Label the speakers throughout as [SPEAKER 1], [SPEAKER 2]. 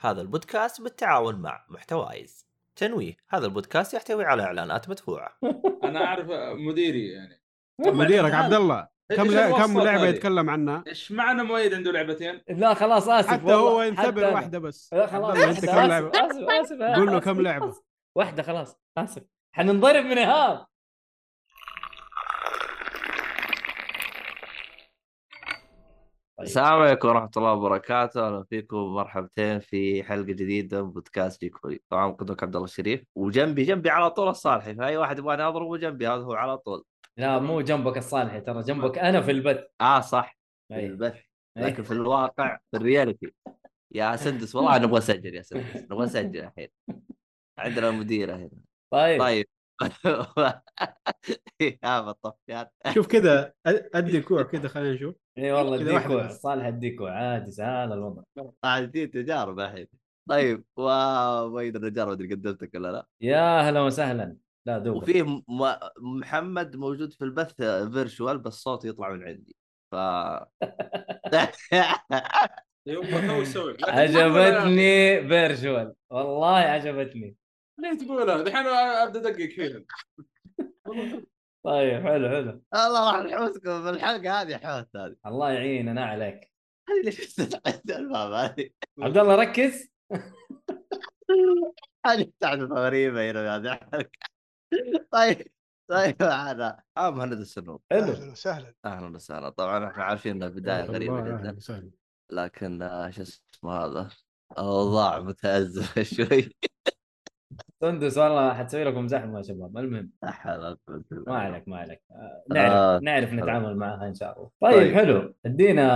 [SPEAKER 1] هذا البودكاست بالتعاون مع محتوايز تنويه هذا البودكاست يحتوي على اعلانات مدفوعه
[SPEAKER 2] انا اعرف مديري يعني
[SPEAKER 3] مديرك عبد الله كم
[SPEAKER 2] إيش
[SPEAKER 3] لا كم
[SPEAKER 2] الوسط
[SPEAKER 3] لعبه
[SPEAKER 2] هذه؟
[SPEAKER 3] يتكلم عنها
[SPEAKER 2] ايش معنى مؤيد عنده لعبتين؟
[SPEAKER 4] لا خلاص اسف
[SPEAKER 3] حتى
[SPEAKER 4] والله،
[SPEAKER 3] هو
[SPEAKER 4] حتى
[SPEAKER 3] ينتبه
[SPEAKER 4] أنا.
[SPEAKER 3] واحده بس
[SPEAKER 4] لا خلاص
[SPEAKER 3] عبد
[SPEAKER 4] آسف،
[SPEAKER 3] الله، أنت كم
[SPEAKER 4] آسف،
[SPEAKER 3] لعبة؟
[SPEAKER 4] اسف اسف
[SPEAKER 3] قول له
[SPEAKER 4] آسف،
[SPEAKER 3] كم لعبة.
[SPEAKER 4] خلاص. واحده خلاص اسف حننضرب من ايهاب طيب.
[SPEAKER 5] السلام عليكم ورحمة الله وبركاته، أهلا فيكم مرحبتين في حلقة جديدة من بودكاست جيكوري، طبعا مقدمك عبد الله الشريف وجنبي جنبي على طول الصالحي، فأي واحد يبغاني أضربه جنبي هذا هو على طول.
[SPEAKER 4] لا مو جنبك الصالحي ترى جنبك انا في البث
[SPEAKER 5] آه صح في
[SPEAKER 4] أي.
[SPEAKER 5] البث
[SPEAKER 4] أي.
[SPEAKER 5] لكن في الواقع في الرياليتي يا سندس والله نبغى نسجل يا سندس نبغى نسجل الحين. عندنا مديرة هنا.
[SPEAKER 4] طيب
[SPEAKER 5] طيب يا بالطفيات
[SPEAKER 3] شوف كذا ادي كوع كذا خلينا نشوف
[SPEAKER 4] اي والله
[SPEAKER 3] كذا واحدة
[SPEAKER 4] اديكوا
[SPEAKER 3] بس.
[SPEAKER 4] صالح اديكوا عادي سهل الوضع
[SPEAKER 5] طبعا في تجارب الحين. طيب ومؤيد النجار ما أدري قدمتك ولا لا.
[SPEAKER 4] يا اهلا وسهلا لا دوب
[SPEAKER 5] وفي م- محمد موجود في البث فيرشوال بس صوته يطلع من عندي ف
[SPEAKER 2] يبا تو سوي لكن تقول
[SPEAKER 4] عجبتني فيرجوال والله عجبتني
[SPEAKER 2] أنا- ليه تقولها؟ دحين ابدا ادقق فيها
[SPEAKER 4] طيب حلو حلو
[SPEAKER 5] الله راح نحوسكم في الحلقه هذه حوس هذه
[SPEAKER 4] الله يعيننا عليك
[SPEAKER 5] هذه اللي فتحت الباب هذه
[SPEAKER 4] عبد الله ركز
[SPEAKER 5] هذه فتحت غريبه هنا في هذه الحلقه طيب طيب معنا آه، مهند السنوب
[SPEAKER 4] حلو
[SPEAKER 6] اهلا وسهلا
[SPEAKER 5] اهلا وسهلا طبعا احنا عارفين ان البدايه غريبه
[SPEAKER 3] الله،
[SPEAKER 5] جدا
[SPEAKER 3] أهلا وسهلا.
[SPEAKER 5] لكن آه، شو اسمه هذا الاوضاع متازمه شوي
[SPEAKER 4] سندس والله حتسوي لكم زحمه يا شباب المهم
[SPEAKER 5] لا حول ولا قوة إلا
[SPEAKER 4] ما
[SPEAKER 5] بالله.
[SPEAKER 4] عليك ما عليك آه،
[SPEAKER 5] آه،
[SPEAKER 4] نعرف نعرف نتعامل معها ان شاء الله طيب,
[SPEAKER 5] طيب.
[SPEAKER 4] حلو ادينا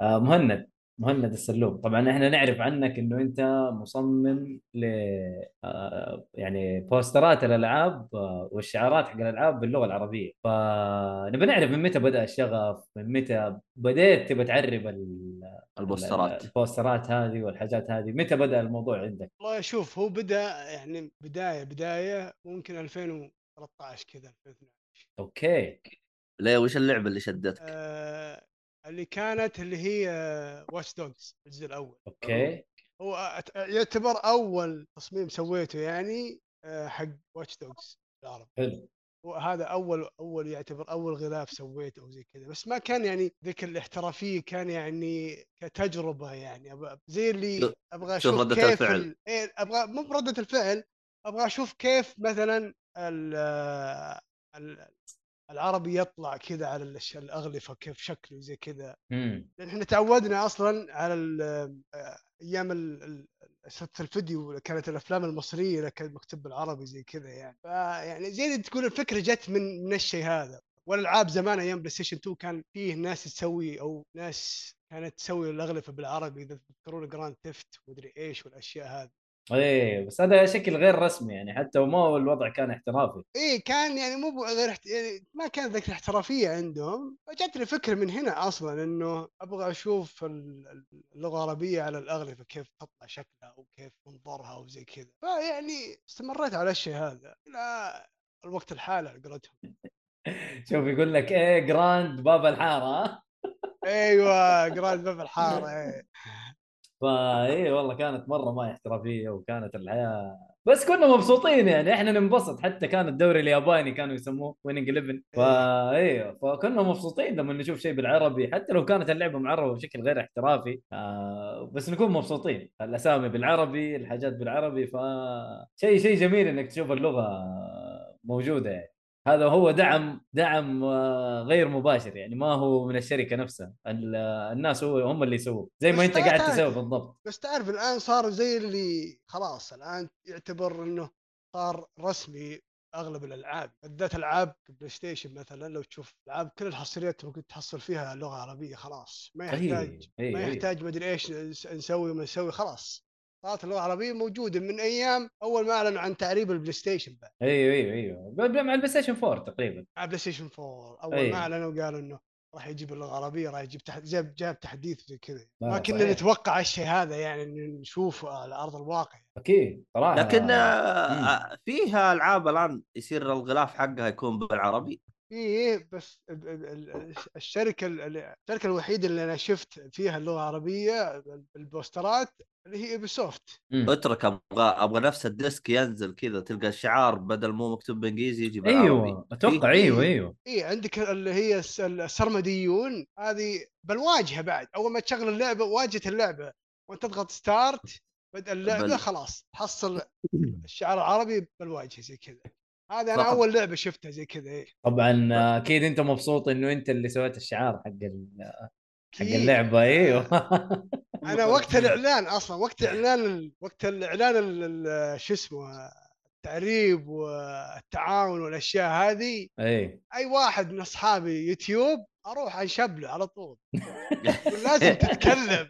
[SPEAKER 4] آه، مهند مهند السلوم طبعا احنا نعرف عنك انه انت مصمم ل آه، يعني بوسترات الالعاب آه، والشعارات حق الالعاب باللغه العربيه فنبي نعرف من متى بدا الشغف من متى بديت تبى تعرب ال-
[SPEAKER 5] البوسترات
[SPEAKER 4] البوسترات هذه والحاجات هذه متى بدا الموضوع عندك
[SPEAKER 6] والله شوف هو بدا يعني بدايه بدايه ممكن 2013 كذا 2012
[SPEAKER 4] اوكي
[SPEAKER 5] ليه وش اللعبه اللي شدتك؟
[SPEAKER 6] آه اللي كانت اللي هي واتش دوجز الجزء الاول
[SPEAKER 4] اوكي
[SPEAKER 6] هو أت- يعتبر اول تصميم سويته يعني آه، حق واتش دوجز العرب
[SPEAKER 4] حلو
[SPEAKER 6] وهذا اول اول يعتبر اول غلاف سويته او زي كذا بس ما كان يعني ذيك الاحترافيه كان يعني كتجربه يعني أب- زي اللي
[SPEAKER 5] شوف-
[SPEAKER 6] ابغى
[SPEAKER 5] شوف
[SPEAKER 6] اشوف
[SPEAKER 5] ردة
[SPEAKER 6] كيف
[SPEAKER 5] الفعل.
[SPEAKER 6] ال- إيه، ابغى مو برده الفعل ابغى اشوف كيف مثلا ال- آه، ال- العربي يطلع كذا على الأش- الاغلفه كيف شكله زي كذا
[SPEAKER 4] امم
[SPEAKER 6] لان احنا تعودنا اصلا على ال- آه، ايام ال- ال- شريط الفيديو كانت الافلام المصريه لك المكتب العربي زي كذا يعني فيعني زي اللي تقول الفكره جت من من الشيء هذا والالعاب زمان ايام بلاي ستيشن 2 كان فيه ناس تسوي او ناس كانت تسوي الاغلفه بالعربي اذا تذكرون جراند تيفت ومدري ايش والاشياء هذه
[SPEAKER 4] ايه بس هذا شكل غير رسمي يعني حتى وما الوضع كان احترافي
[SPEAKER 6] ايه كان يعني مو ب- غير احت... يعني ما كان ذاك الاحترافيه عندهم فجتني فكره من هنا اصلا انه ابغى اشوف ال- اللغه العربيه على الاغلفه كيف تطلع شكلها وكيف منظرها وزي كذا فيعني استمريت على الشيء هذا الى الوقت الحالي على قولتهم
[SPEAKER 4] شوف يقول لك ايه جراند باب الحاره ها؟
[SPEAKER 6] ايوه جراند باب الحاره إيه.
[SPEAKER 4] فايه إيه، والله كانت مره ما احترافيه وكانت الحياه بس كنا مبسوطين يعني احنا ننبسط حتى كان الدوري الياباني كانوا يسموه ويننج 11 فايه إيه، فكنا مبسوطين لما نشوف شيء بالعربي حتى لو كانت اللعبه معربه بشكل غير احترافي آه بس نكون مبسوطين الاسامي بالعربي الحاجات بالعربي ف شيء شيء جميل انك تشوف اللغه موجوده يعني هذا هو دعم دعم آه، غير مباشر يعني ما هو من الشركه نفسها ال- آه، الناس هو هم اللي يسووه زي ما
[SPEAKER 6] بس
[SPEAKER 4] انت
[SPEAKER 6] ترى
[SPEAKER 4] قاعد
[SPEAKER 6] تعرف-
[SPEAKER 4] تسوي بالضبط
[SPEAKER 6] بس تعرف الان صاروا زي اللي خلاص الان يعتبر انه صار رسمي اغلب الالعاب بالذات العاب بلاي ستيشن مثلا لو تشوف العاب كل الحصريات ممكن تحصل فيها لغه عربيه خلاص ما يحتاج
[SPEAKER 4] أي
[SPEAKER 6] ما
[SPEAKER 4] أي
[SPEAKER 6] يحتاج ما ادري ايش نس- نسوي ما نسوي خلاص صارت اللغه العربيه موجوده من ايام اول ما اعلنوا عن تعريب البلاي ستيشن بعد
[SPEAKER 4] ايوه ايوه ايوه بل- مع البلاي ستيشن 4 تقريبا
[SPEAKER 6] مع بلاي ستيشن 4 اول
[SPEAKER 4] أيوه.
[SPEAKER 6] ما اعلنوا قالوا انه راح يجيب اللغه العربيه راح يجيب تح... جاب جاب تحديث زي كذا
[SPEAKER 4] لا،
[SPEAKER 6] ما كنا
[SPEAKER 4] آه، صحيح.
[SPEAKER 6] نتوقع الشيء هذا يعني إنه نشوفه على ارض الواقع
[SPEAKER 4] اكيد صراحه
[SPEAKER 5] لكن
[SPEAKER 4] مم.
[SPEAKER 5] آه، فيها العاب الان يصير الغلاف حقها يكون بالعربي
[SPEAKER 6] ايه بس ال- ال- ال- الشركه ال- ال- الشركه الوحيده اللي انا شفت فيها اللغه العربيه البوسترات اللي هي ايبسوفت
[SPEAKER 4] مم.
[SPEAKER 5] اترك ابغى ابغى نفس الديسك ينزل كذا تلقى الشعار بدل مو مكتوب بانجليزي يجي بالعربي
[SPEAKER 4] ايوه اتوقع
[SPEAKER 5] إيه،
[SPEAKER 4] ايوه ايوه
[SPEAKER 6] اي إيه، عندك اللي هي الس- السرمديون هذه بالواجهه بعد اول ما تشغل اللعبه واجهه اللعبه وانت تضغط ستارت بدء اللعبه
[SPEAKER 5] بل-
[SPEAKER 6] خلاص تحصل الشعار العربي بالواجهه زي كذا هذا انا
[SPEAKER 5] فقط.
[SPEAKER 6] اول لعبه شفتها زي كذا إيه. اي
[SPEAKER 4] طبعا اكيد انت مبسوط انه انت اللي سويت الشعار حق ال- حق
[SPEAKER 6] أكيد.
[SPEAKER 4] اللعبه ايوه
[SPEAKER 6] انا وقت الاعلان اصلا وقت اعلان ال- وقت الاعلان ال- ال- شو اسمه التعريب والتعاون والاشياء هذه
[SPEAKER 4] اي
[SPEAKER 6] اي واحد من اصحابي يوتيوب اروح انشبله على طول يقول لازم تتكلم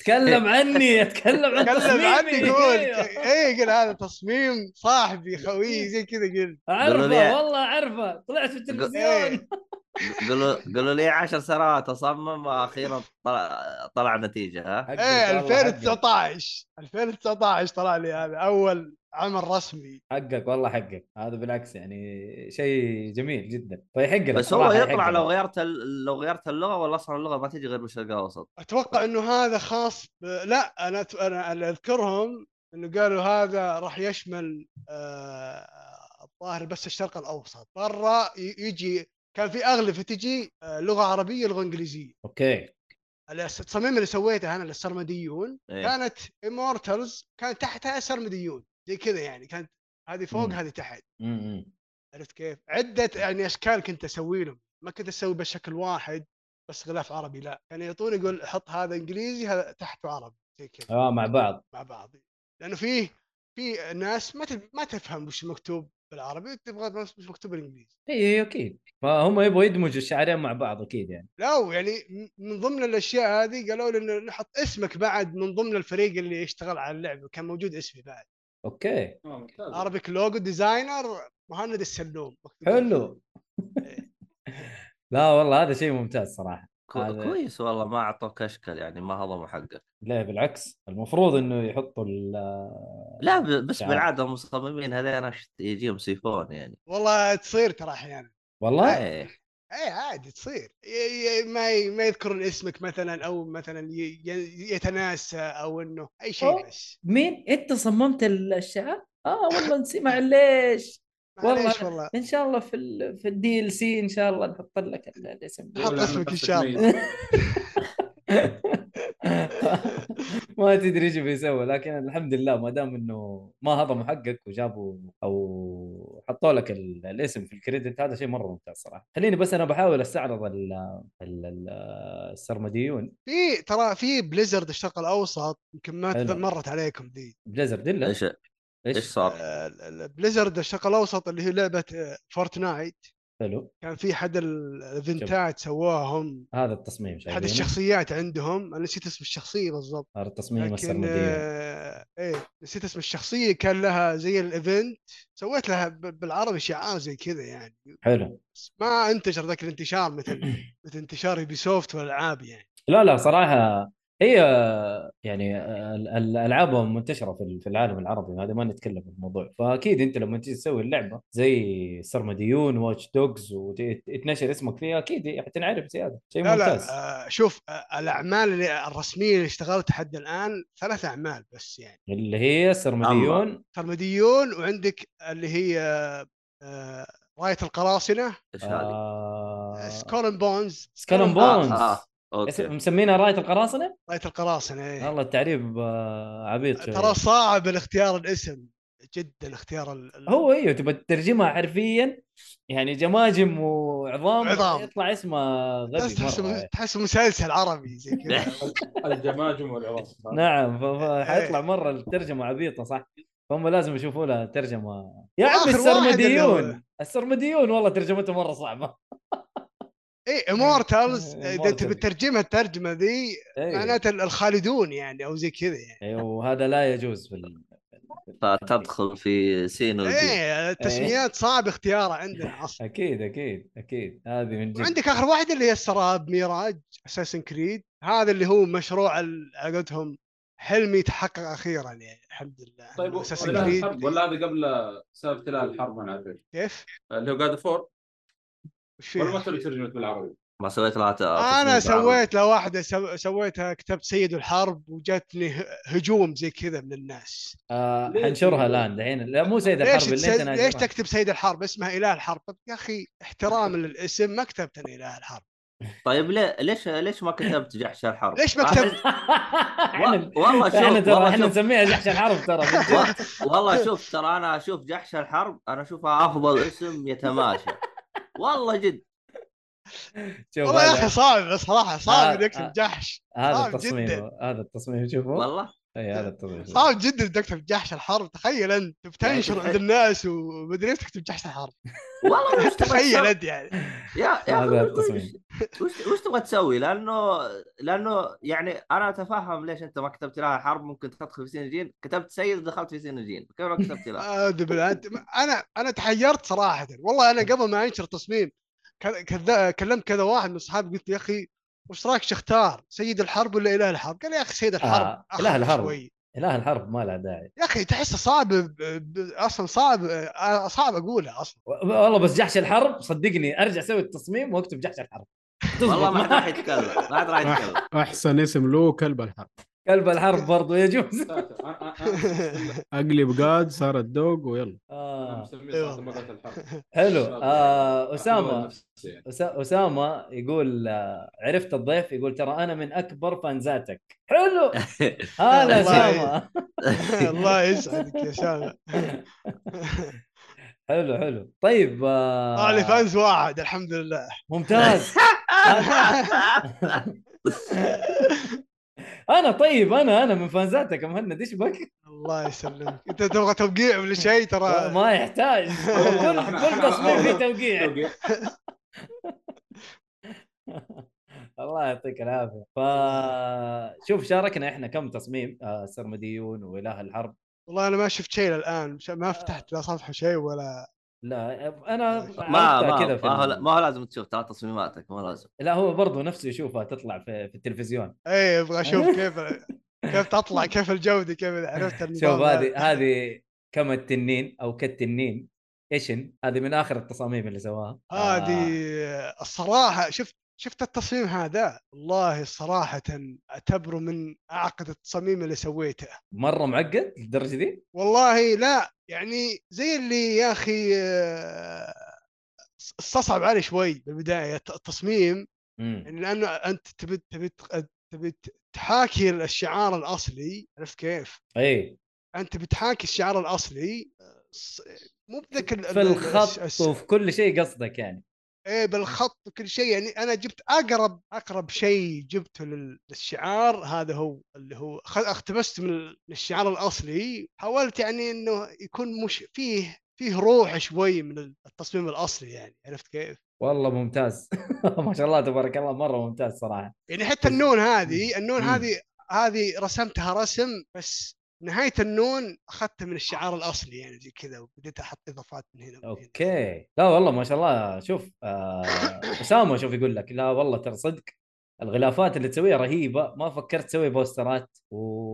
[SPEAKER 4] تكلم
[SPEAKER 5] إيه.
[SPEAKER 4] عني اتكلم عن
[SPEAKER 6] تكلم عني
[SPEAKER 4] تصميمي.
[SPEAKER 6] قول
[SPEAKER 4] أيوه.
[SPEAKER 6] اي قول هذا تصميم صاحبي خويي زي كذا قل
[SPEAKER 5] قالوا لي-
[SPEAKER 4] اعرفه والله اعرفه طلعت في التلفزيون
[SPEAKER 6] إيه.
[SPEAKER 5] قالوا قالوا لي 10 سنوات اصمم واخيرا طلع, طلع نتيجه ها
[SPEAKER 4] حقك
[SPEAKER 6] ايه
[SPEAKER 4] والله، حقك.
[SPEAKER 6] 2019 2019 طلع لي هذا اول عمل رسمي
[SPEAKER 4] حقك والله حقك هذا بالعكس يعني شيء جميل جدا فيحق لك
[SPEAKER 5] بس هو
[SPEAKER 4] صراحة
[SPEAKER 5] يطلع
[SPEAKER 4] يحق
[SPEAKER 5] لو
[SPEAKER 4] لك.
[SPEAKER 5] غيرت ال- لو غيرت اللغه ولا اصلا اللغه ما تجي غير بالشرق الاوسط
[SPEAKER 6] اتوقع انه هذا خاص ب... لا انا أت- انا اللي اذكرهم انه قالوا هذا راح يشمل آه، الظاهر بس الشرق الاوسط برا ي- يجي كان في اغلفه تجي آه، لغه عربيه لغه انجليزيه
[SPEAKER 4] اوكي
[SPEAKER 6] التصميم اللي سويته انا للسرمديون
[SPEAKER 5] إيه.
[SPEAKER 6] كانت امورتلز كان تحتها سرمديون زي كذا يعني كانت هذه فوق
[SPEAKER 4] مم.
[SPEAKER 6] هذه تحت
[SPEAKER 4] امم
[SPEAKER 6] عرفت كيف؟ عده يعني اشكال كنت اسوي لهم ما كنت اسوي بشكل واحد بس غلاف عربي لا كان يعطوني يقول حط هذا انجليزي هذا تحته عربي زي كذا
[SPEAKER 4] اه مع بعض
[SPEAKER 6] مع بعض لانه فيه في ناس ما تف- ما تفهم وش مكتوب بالعربي وتبغى بس وش مكتوب بالانجليزي
[SPEAKER 4] اي اكيد فهم يبغوا يدمجوا الشعرين مع بعض اكيد يعني
[SPEAKER 6] لا ويعني م- من ضمن الاشياء هذه قالوا لي انه نحط اسمك بعد من ضمن الفريق اللي يشتغل على اللعبه كان موجود اسمي بعد
[SPEAKER 4] اوكي
[SPEAKER 2] آه، ممتاز.
[SPEAKER 6] عربيك لوجو ديزاينر مهند السلوم
[SPEAKER 4] حلو لا والله هذا شيء ممتاز صراحه
[SPEAKER 5] كو-
[SPEAKER 4] هذا-
[SPEAKER 5] كويس والله ما اعطوك اشكال يعني ما هضموا حقك
[SPEAKER 4] لا بالعكس المفروض انه يحطوا ال- نعم،
[SPEAKER 5] لا ب- بس
[SPEAKER 4] شعار.
[SPEAKER 5] بالعاده المصممين هذين أش- يجيهم سيفون يعني
[SPEAKER 6] والله تصير ترى احيانا
[SPEAKER 4] والله
[SPEAKER 5] إيه.
[SPEAKER 6] اي عادي تصير ي- ي- ما ي- ما يذكرون اسمك مثلا او مثلا ي- ي- يتناسى او انه اي شيء
[SPEAKER 4] أوه.
[SPEAKER 6] بس
[SPEAKER 4] مين انت صممت ال- الشعار
[SPEAKER 5] آه،
[SPEAKER 4] اه والله نسي معليش والله
[SPEAKER 6] معليش والله
[SPEAKER 4] ان شاء الله في ال في الدي ال سي ان شاء الله نحط لك ال- الاسم
[SPEAKER 6] حط
[SPEAKER 2] ولا
[SPEAKER 6] اسمك إن
[SPEAKER 2] نفسك
[SPEAKER 6] شاء
[SPEAKER 2] ميت.
[SPEAKER 4] ما تدري ايش بيسوي لكن الحمد لله ما دام انه ما هضموا حقك وجابوا او حطوا لك ال- الاسم في الكريدت هذا شيء مره ممتاز صراحه خليني بس انا بحاول استعرض ال ال ال السرمديون
[SPEAKER 6] في ترى في بليزرد الشرق الاوسط يمكن ما
[SPEAKER 4] حلو.
[SPEAKER 6] مرت عليكم دي آه،
[SPEAKER 4] بليزرد الا
[SPEAKER 5] ايش ايش صار؟
[SPEAKER 6] ال- ال- بليزرد الشرق الاوسط اللي هي لعبه آه، فورتنايت
[SPEAKER 4] حلو
[SPEAKER 6] كان في حد ال- الايفنتات سووهم
[SPEAKER 4] هذا التصميم
[SPEAKER 6] حد
[SPEAKER 4] شايفينه؟
[SPEAKER 6] الشخصيات عندهم انا نسيت اسم الشخصيه بالضبط
[SPEAKER 4] هذا التصميم
[SPEAKER 6] لكن
[SPEAKER 4] السرمديون
[SPEAKER 6] آه، ايه نسيت اسم الشخصيه كان لها زي الايفنت سويت لها ب- بالعربي شعار زي كذا يعني
[SPEAKER 4] حلو
[SPEAKER 6] بس ما انتشر ذاك الانتشار مثل مثل انتشار يوبي سوفت والالعاب يعني
[SPEAKER 4] لا لا صراحه هي يعني ال- ال- العابهم منتشره في ال- في العالم العربي هذا ما نتكلم في الموضوع فاكيد انت لما تيجي تسوي اللعبه زي سرمديون واتش دوجز وتنشر اسمك فيها اكيد حتنعرف زياده شيء
[SPEAKER 6] لا
[SPEAKER 4] ممتاز
[SPEAKER 6] لا آه، شوف آه، الاعمال اللي الرسميه اللي اشتغلت حد الان ثلاث اعمال بس يعني
[SPEAKER 4] اللي هي سرمديون
[SPEAKER 6] ترمديون وعندك اللي هي آه، آه، راية القراصنة
[SPEAKER 5] ايش هذه؟
[SPEAKER 4] آه...
[SPEAKER 6] سكولن بونز
[SPEAKER 4] سكالون بونز
[SPEAKER 5] آه، آه،
[SPEAKER 4] اسم-
[SPEAKER 5] اوكي
[SPEAKER 4] مسمينها رايه القراصنه؟
[SPEAKER 6] راية القراصنة إيه.
[SPEAKER 4] والله التعريب آه، عبيط شوي.
[SPEAKER 6] ترى صعب الاختيار الاسم جدا اختيار ال- ال-
[SPEAKER 4] هو ايوه تبى تترجمها حرفيا يعني جماجم وعظام
[SPEAKER 6] عظام.
[SPEAKER 4] يطلع اسمها غبي إيه.
[SPEAKER 6] تحس
[SPEAKER 4] مره
[SPEAKER 6] تحسه تحسه مسلسل عربي زي كذا
[SPEAKER 2] الجماجم والعظام
[SPEAKER 4] نعم ف-
[SPEAKER 6] إيه.
[SPEAKER 4] ف- حيطلع مره الترجمه عبيطه صح فهم لازم يشوفوا لها ترجمه يا عمي
[SPEAKER 6] وآخر واحد اللي
[SPEAKER 4] السرمديون السرمديون والله ترجمته مره صعبه
[SPEAKER 6] اي امورتالز
[SPEAKER 4] إيه،
[SPEAKER 6] اذا انت
[SPEAKER 4] Immortals.
[SPEAKER 6] بترجمها الترجمه ذي
[SPEAKER 4] ايوه
[SPEAKER 6] معناته ال- الخالدون يعني او زي كذا يعني
[SPEAKER 4] أيوه، وهذا لا يجوز في ال...
[SPEAKER 5] فتدخل في سين وجيم
[SPEAKER 6] ايه التسميات صعب اختيارها عندنا اصلا
[SPEAKER 4] اكيد اكيد اكيد هذه من جد
[SPEAKER 6] وعندك اخر واحد اللي هي السراب ميراج اساسن كريد هذا اللي هو مشروع ال- على قولتهم حلمي تحقق اخيرا يعني الحمد لله
[SPEAKER 2] طيب
[SPEAKER 6] اساسن
[SPEAKER 2] ولا
[SPEAKER 6] كريد
[SPEAKER 2] الحرب- ولا هذا قبل سالفه لا الحرب انا عارف
[SPEAKER 6] كيف؟
[SPEAKER 2] اللي هو جاد فور
[SPEAKER 6] وش
[SPEAKER 2] ولا ما
[SPEAKER 6] فيه؟
[SPEAKER 2] ترجمت بالعربي
[SPEAKER 5] ما سويت لها
[SPEAKER 4] آه،
[SPEAKER 5] تصميم
[SPEAKER 6] انا
[SPEAKER 5] بعرض.
[SPEAKER 6] سويت لها واحده سو- سويتها كتبت سيد الحرب وجاتني ه- هجوم زي كذا من الناس
[SPEAKER 4] آه حنشرها الان دحين لا مو سيد
[SPEAKER 6] ليش
[SPEAKER 4] الحرب
[SPEAKER 6] تسد...
[SPEAKER 4] اللي انت ناشرها.
[SPEAKER 6] ليش تكتب سيد الحرب اسمها اله الحرب طب يا اخي احتراما للاسم ما كتبت انا اله الحرب
[SPEAKER 5] طيب ليه ليش ليش ما كتبت جحش الحرب؟
[SPEAKER 6] ليش ما
[SPEAKER 5] أحس-
[SPEAKER 6] كتبت؟
[SPEAKER 4] احنا
[SPEAKER 5] و- والله شوف
[SPEAKER 4] احنا ترى
[SPEAKER 5] والله
[SPEAKER 4] احنا
[SPEAKER 5] شوف
[SPEAKER 4] نسميها جحش الحرب ترى من جد.
[SPEAKER 5] و- والله شوف ترى انا اشوف جحش الحرب انا اشوفها افضل اسم يتماشى والله جد
[SPEAKER 4] شوف
[SPEAKER 6] والله يا اخي
[SPEAKER 4] هذا
[SPEAKER 6] صعب صراحه صعب
[SPEAKER 4] هذا-
[SPEAKER 6] انك تكتب جحش
[SPEAKER 4] هذا
[SPEAKER 6] صعب
[SPEAKER 4] التصميم
[SPEAKER 6] جداً.
[SPEAKER 4] هذا التصميم شوفوا
[SPEAKER 5] والله
[SPEAKER 4] اي هذا التصميم
[SPEAKER 6] صعب جدا انك تكتب جحش الحرب تخيل انت بتنشر عند الناس ومدري ايش تكتب جحش الحرب
[SPEAKER 5] والله وش تبغى
[SPEAKER 6] تخيل
[SPEAKER 5] تسوي؟
[SPEAKER 6] انت يعني
[SPEAKER 5] يا يا
[SPEAKER 4] هذا
[SPEAKER 5] أخي وش-
[SPEAKER 4] التصميم.
[SPEAKER 5] وش وش تبغى تسوي؟ لانه لانه يعني انا اتفهم ليش انت ما كتبت لها حرب ممكن تدخل في سينجين كتبت سيد دخلت في سينجين كيف ما كتبت لها؟
[SPEAKER 6] أعوذ بالله، انت انا انا تحيرت صراحه والله انا قبل ما انشر تصميم كذا- كذا- كلمت كذا واحد من اصحابي قلت له يا اخي وش رايك اختار سيد الحرب ولا اله الحرب؟ قال يا اخي سيد الحرب
[SPEAKER 4] آه،
[SPEAKER 6] أخف
[SPEAKER 4] إله الحرب.
[SPEAKER 6] شوي.
[SPEAKER 4] اله الحرب ما لها داعي
[SPEAKER 6] يا اخي تحسه صعب ب- ب- اصلا صعب آه، صعب اقوله اصلا
[SPEAKER 4] و- والله بس جحش الحرب صدقني ارجع اسوي التصميم واكتب جحش الحرب تزبط
[SPEAKER 5] والله ما حد راح
[SPEAKER 4] معك.
[SPEAKER 5] يتكلم ما حد راح يتكلم
[SPEAKER 3] أح- احسن اسم له كلب الحرب
[SPEAKER 4] كلب الحرب برضو يجوز
[SPEAKER 2] ساتر. أنا- أنا-
[SPEAKER 3] اقلب قاد صار الدوق ويلا
[SPEAKER 2] أنا
[SPEAKER 5] نعم.
[SPEAKER 4] آه.
[SPEAKER 2] مسميه
[SPEAKER 6] أيوه.
[SPEAKER 2] صوت مقهى الحرب. يعني.
[SPEAKER 4] حلو
[SPEAKER 2] شاب.
[SPEAKER 4] آه
[SPEAKER 2] أحلوها
[SPEAKER 4] اسامه
[SPEAKER 2] نفسياً.
[SPEAKER 4] أس- اسامه يقول آه، عرفت الضيف يقول ترى انا من اكبر فانزاتك حلو هلا
[SPEAKER 6] والله.
[SPEAKER 4] اسامه
[SPEAKER 6] الله يسعدك يا سامع
[SPEAKER 4] حلو حلو طيب آه،
[SPEAKER 6] طلع لي فانز واحد الحمد لله
[SPEAKER 4] ممتاز انا طيب انا انا من فانزاتك يا مهند ايش بك؟
[SPEAKER 6] الله يسلمك انت تبغى توقيع ولا شيء ترى
[SPEAKER 4] ما يحتاج كل كل تصميم فيه توقيع
[SPEAKER 2] توقيع.
[SPEAKER 4] الله يعطيك العافيه ف شوف شاركنا احنا كم تصميم آه، سرمديون واله الحرب
[SPEAKER 6] والله انا ما شفت شيء الان ما فتحت لا صفحه شيء ولا
[SPEAKER 4] لا انا
[SPEAKER 5] ما
[SPEAKER 4] عرفتها
[SPEAKER 5] ما
[SPEAKER 4] كذا في
[SPEAKER 5] ما هو,
[SPEAKER 4] ال-
[SPEAKER 5] ما هو لازم تشوف ترى تصميماتك ما هو لازم
[SPEAKER 4] لا هو برضه نفسه يشوفها تطلع في, في التلفزيون
[SPEAKER 6] اي ابغى اشوف إيه، كيف كيف تطلع كيف الجوده كيف عرفت النظام
[SPEAKER 4] شوف هذه هذه كم التنين او كالتنين ايشن هذه من اخر التصاميم اللي سواها
[SPEAKER 6] هذه
[SPEAKER 4] آه،
[SPEAKER 6] الصراحه شفت شفت التصميم هذا والله صراحة أعتبره من أعقد التصاميم اللي سويته
[SPEAKER 4] مره معقد للدرجه دي
[SPEAKER 6] والله لا يعني زي اللي يا أخي آه، استصعب علي شوي بالبداية التصميم
[SPEAKER 4] مم.
[SPEAKER 6] يعني لانه انت تبي تبي تبي تحاكي الشعار الاصلي عرفت كيف؟
[SPEAKER 4] اي
[SPEAKER 6] انت بتحاكي الشعار الاصلي ص- مو بذاك ال- ال-
[SPEAKER 4] في الخط
[SPEAKER 6] الس- الس-
[SPEAKER 4] وفي كل شيء قصدك يعني
[SPEAKER 6] ايه بالخط وكل شيء يعني انا جبت اقرب اقرب شيء جبته لل- للشعار هذا هو اللي هو خ- اقتبست من ال- من الشعار الاصلي حاولت يعني انه يكون مش فيه فيه روح شوي من التصميم الاصلي يعني عرفت كيف؟
[SPEAKER 4] والله ممتاز ما شاء الله تبارك الله مره ممتاز صراحه
[SPEAKER 6] يعني حتى النون هذه النون
[SPEAKER 4] مم.
[SPEAKER 6] هذه هذه رسمتها رسم بس نهايه النون اخذتها من الشعار الاصلي يعني زي كذا وبديت احط اضافات من هنا ومن هنا.
[SPEAKER 4] اوكي لا والله ما شاء الله شوف آه، اسامه شوف يقول لك لا والله ترى صدق الغلافات اللي تسويها رهيبه ما فكرت تسوي بوسترات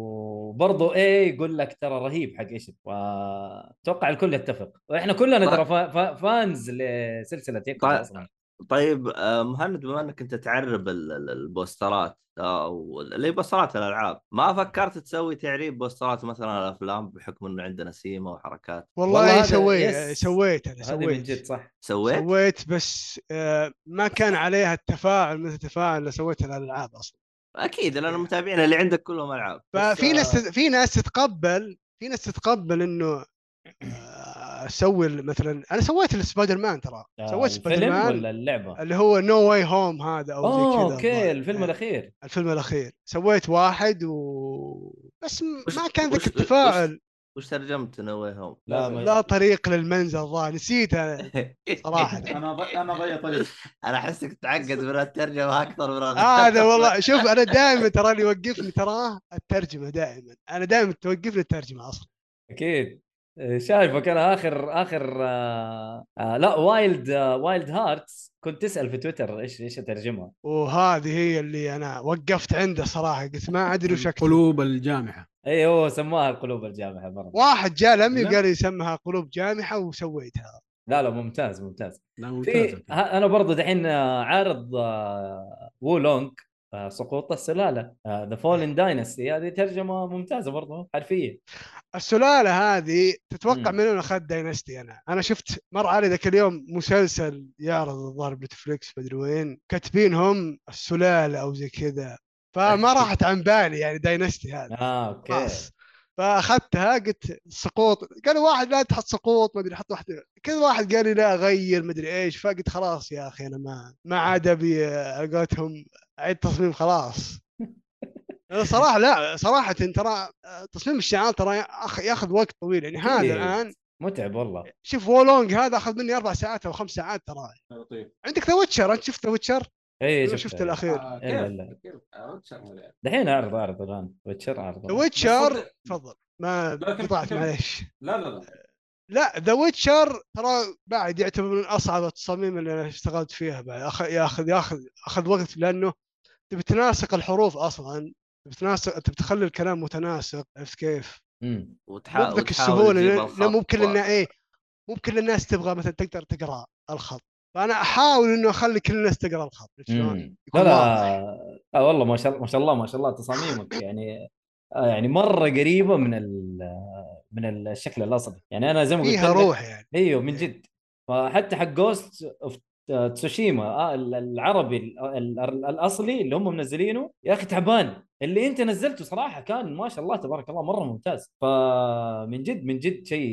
[SPEAKER 4] وبرضه ايه يقول لك ترى رهيب حق ايش اتوقع الكل يتفق واحنا كلنا ترى فا- فا- فانز لسلسله يكتب
[SPEAKER 5] طيب.
[SPEAKER 4] اصلا
[SPEAKER 5] طيب آه، مهند بما انك انت تعرب ال- ال- البوسترات آه، او ال- اللي بوسترات الالعاب ما فكرت تسوي تعريب بوسترات مثلا الافلام بحكم انه عندنا سيما وحركات
[SPEAKER 6] والله,
[SPEAKER 4] والله هذا-
[SPEAKER 6] سويت يعني
[SPEAKER 4] يس.
[SPEAKER 6] سويت انا
[SPEAKER 4] هذه من جد
[SPEAKER 6] سويت
[SPEAKER 4] صح
[SPEAKER 5] سويت؟
[SPEAKER 6] سويت بس آه، ما كان عليها التفاعل مثل التفاعل اللي سويته الالعاب اصلا
[SPEAKER 5] اكيد لان المتابعين اللي عندك كلهم آه، العاب
[SPEAKER 6] ففي ناس
[SPEAKER 4] آه.
[SPEAKER 6] في ناس تتقبل في ناس تتقبل انه آه، اسوي مثلا انا سويت السبايدر مان ترى
[SPEAKER 4] آه،
[SPEAKER 6] سويت سبايدر
[SPEAKER 4] الفيلم
[SPEAKER 6] مان
[SPEAKER 4] ولا اللعبه
[SPEAKER 6] اللي هو نو واي هوم هذا او زي كذا
[SPEAKER 4] اوه اوكي
[SPEAKER 6] الظاهر.
[SPEAKER 4] الفيلم
[SPEAKER 6] آه.
[SPEAKER 4] الاخير
[SPEAKER 6] الفيلم الاخير سويت واحد و بس م-
[SPEAKER 5] وش-
[SPEAKER 6] ما كان
[SPEAKER 5] وش-
[SPEAKER 6] ذاك التفاعل
[SPEAKER 5] وش ترجمت نوي هوم؟
[SPEAKER 4] لا ما
[SPEAKER 6] لا طريق للمنزل الظاهر نسيت انا صراحة.
[SPEAKER 2] انا ض- انا ضيع طريق
[SPEAKER 5] انا احسك تعقد من الترجمه اكثر من
[SPEAKER 6] آه، هذا والله شوف انا دائما ترى اللي يوقفني تراه الترجمه دائما انا دائما توقفني الترجمه اصلا
[SPEAKER 4] اكيد شايفك انا اخر اخر آه آه لا وايلد آه وايلد هارتس كنت تسال في تويتر ايش ايش اترجمها
[SPEAKER 6] وهذه هي اللي انا وقفت عنده صراحه قلت ما ادري وش اكتب
[SPEAKER 3] قلوب الجامحه
[SPEAKER 4] اي هو سماها إيه، القلوب الجامحه مره
[SPEAKER 6] واحد جاء لمي
[SPEAKER 3] لا.
[SPEAKER 6] وقال لي سمها قلوب جامحه وسويتها
[SPEAKER 4] لا لا ممتاز ممتاز
[SPEAKER 3] لا
[SPEAKER 4] في
[SPEAKER 3] ممتاز
[SPEAKER 4] ها- انا برضه دحين آه، عارض آه، وولونج آه، سقوط آه، السلاله ذا فولن داينستي هذه ترجمه ممتازه برضه حرفيه
[SPEAKER 6] السلاله هذه تتوقع
[SPEAKER 4] مم.
[SPEAKER 6] من وين اخذت داينستي انا؟ انا شفت مر علي ذاك اليوم مسلسل يعرض الظاهر نتفلكس مدري وين كاتبينهم السلاله او زي كذا فما راحت عن بالي يعني داينستي هذا
[SPEAKER 3] آه.
[SPEAKER 4] اه اوكي
[SPEAKER 6] خلاص فاخذتها قلت سقوط قالوا واحد لا تحط سقوط ما ادري حط واحد كل واحد قال لي لا غير ما ادري ايش فقلت خلاص يا اخي انا ما ما عاد ابي على قولتهم اعيد تصميم خلاص أنا صراحه لا صراحه ترى تصميم الشعار ترى يأخ- ياخذ وقت طويل يعني هذا
[SPEAKER 2] إيه.
[SPEAKER 4] أكيد.
[SPEAKER 6] الان
[SPEAKER 4] متعب والله
[SPEAKER 6] شوف وولونج هذا اخذ مني اربع ساعات او خمس ساعات ترى
[SPEAKER 2] لطيف
[SPEAKER 6] عندك ذا ويتشر انت شفت ذا ويتشر؟
[SPEAKER 4] اي إيه، شفت,
[SPEAKER 6] شفت الاخير
[SPEAKER 2] إيه،
[SPEAKER 4] إلا-
[SPEAKER 2] آه، كيف؟
[SPEAKER 4] إلا.
[SPEAKER 2] كيف؟ آه، وش هذا؟
[SPEAKER 4] دحين اعرض اعرض الان ويتشر اعرض
[SPEAKER 6] ذا ويتشر
[SPEAKER 2] صدق-
[SPEAKER 6] تفضل ما
[SPEAKER 2] لكن-
[SPEAKER 6] قطعت معليش
[SPEAKER 2] لا لا لا
[SPEAKER 6] لا ذا ويتشر ترى بعد يعتبر من اصعب التصاميم اللي انا اشتغلت فيها بعد أخ- ياخذ ياخذ اخذ وقت لانه تبي تناسق الحروف اصلا تبي تناسق تبي تخلي الكلام متناسق عرفت كيف؟
[SPEAKER 4] مم.
[SPEAKER 5] وتحا-
[SPEAKER 6] مو بذاك
[SPEAKER 5] وتحاول
[SPEAKER 6] السهوله
[SPEAKER 5] تجيب
[SPEAKER 6] لأن-
[SPEAKER 5] الخط
[SPEAKER 6] لأن ممكن
[SPEAKER 5] و-
[SPEAKER 6] لنا ايه ممكن الناس تبغى مثلا تقدر تقرا الخط فانا احاول انه اخلي كل الناس تقرا الخط عرفت شلون؟
[SPEAKER 4] مم.
[SPEAKER 6] يكون
[SPEAKER 4] لا
[SPEAKER 6] واضح.
[SPEAKER 4] لا آه والله ما شاء الله ما شاء الله ما شاء الله تصاميمك يعني آه يعني مره قريبه من ال- آه، من الشكل الاصلي يعني انا زي ما قلت
[SPEAKER 6] فيها
[SPEAKER 4] لك-
[SPEAKER 6] روح يعني
[SPEAKER 4] ايوه من جد فحتى حق جوست اوف تسوشيما آه، ال- العربي ال- ال- ال- الاصلي اللي هم منزلينه يا اخي تعبان اللي انت نزلته صراحه كان ما شاء الله تبارك الله مره ممتاز فمن جد من جد شيء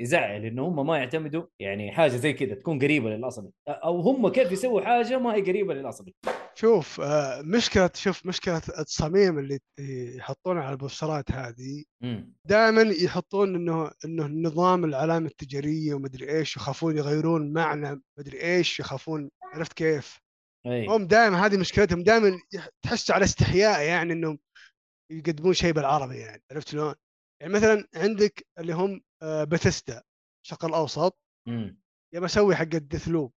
[SPEAKER 4] يزعل انه هم ما يعتمدوا يعني حاجه زي كذا تكون قريبه للاصلي او هم كيف يسووا حاجه ما هي قريبه للاصلي
[SPEAKER 6] شوف آه، مشكله شوف مشكله التصاميم اللي يحطونها على البوسترات هذه
[SPEAKER 4] امم
[SPEAKER 6] دائما يحطون انه انه النظام العلامه التجاريه ومدري ايش يخافون يغيرون معنى مدري ايش يخافون عرفت كيف؟
[SPEAKER 4] اي
[SPEAKER 6] هم دائما هذه مشكلتهم دائما يح- تحس على استحياء يعني انهم يقدمون شيء بالعربي يعني عرفت شلون؟ يعني مثلا عندك اللي هم بثستا الشرق الاوسط
[SPEAKER 4] امم
[SPEAKER 6] يبى اسوي حق الدثلوب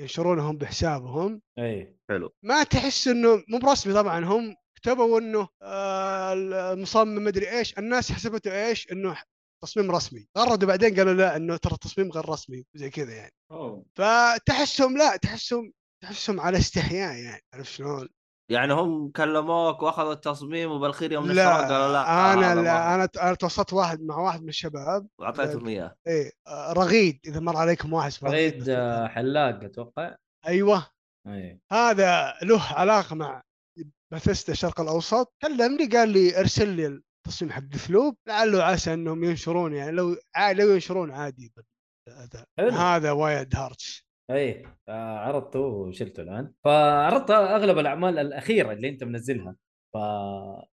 [SPEAKER 6] ينشرونهم بحسابهم
[SPEAKER 4] اي
[SPEAKER 5] حلو
[SPEAKER 6] ما تحس انه مو برسمي طبعا هم كتبوا انه آه، المصمم مدري ايش الناس حسبته ايش انه تصميم رسمي غردوا بعدين قالوا لا انه ترى التصميم غير رسمي زي كذا يعني
[SPEAKER 2] أوه.
[SPEAKER 6] فتحسهم لا تحسهم تحسهم على استحياء يعني عرفت شلون؟
[SPEAKER 5] يعني هم كلموك واخذوا التصميم وبالاخير يوم نشروه قالوا لا آه،
[SPEAKER 6] آه، لا آه،
[SPEAKER 5] هذا
[SPEAKER 6] انا
[SPEAKER 5] ما-
[SPEAKER 6] لا انا انا توسطت واحد مع واحد من الشباب
[SPEAKER 5] واعطيتهم اياه
[SPEAKER 6] ايه آه، رغيد اذا مر عليكم واحد اسمه
[SPEAKER 4] رغيد
[SPEAKER 6] بس-
[SPEAKER 4] آه، حلاق إيه. اتوقع
[SPEAKER 6] ايوه
[SPEAKER 4] اي
[SPEAKER 6] هذا له علاقه مع بثيستا الشرق الاوسط كلمني قال لي ارسل لي التصميم حق ثلوب لعله عسى انهم ينشرون يعني لو ع- لو ينشرون عادي هذا
[SPEAKER 4] حلو.
[SPEAKER 6] هذا وايد هارتس
[SPEAKER 4] اي آه، عرضته وشلته الان فعرضت اغلب الاعمال الاخيره اللي انت منزلها ف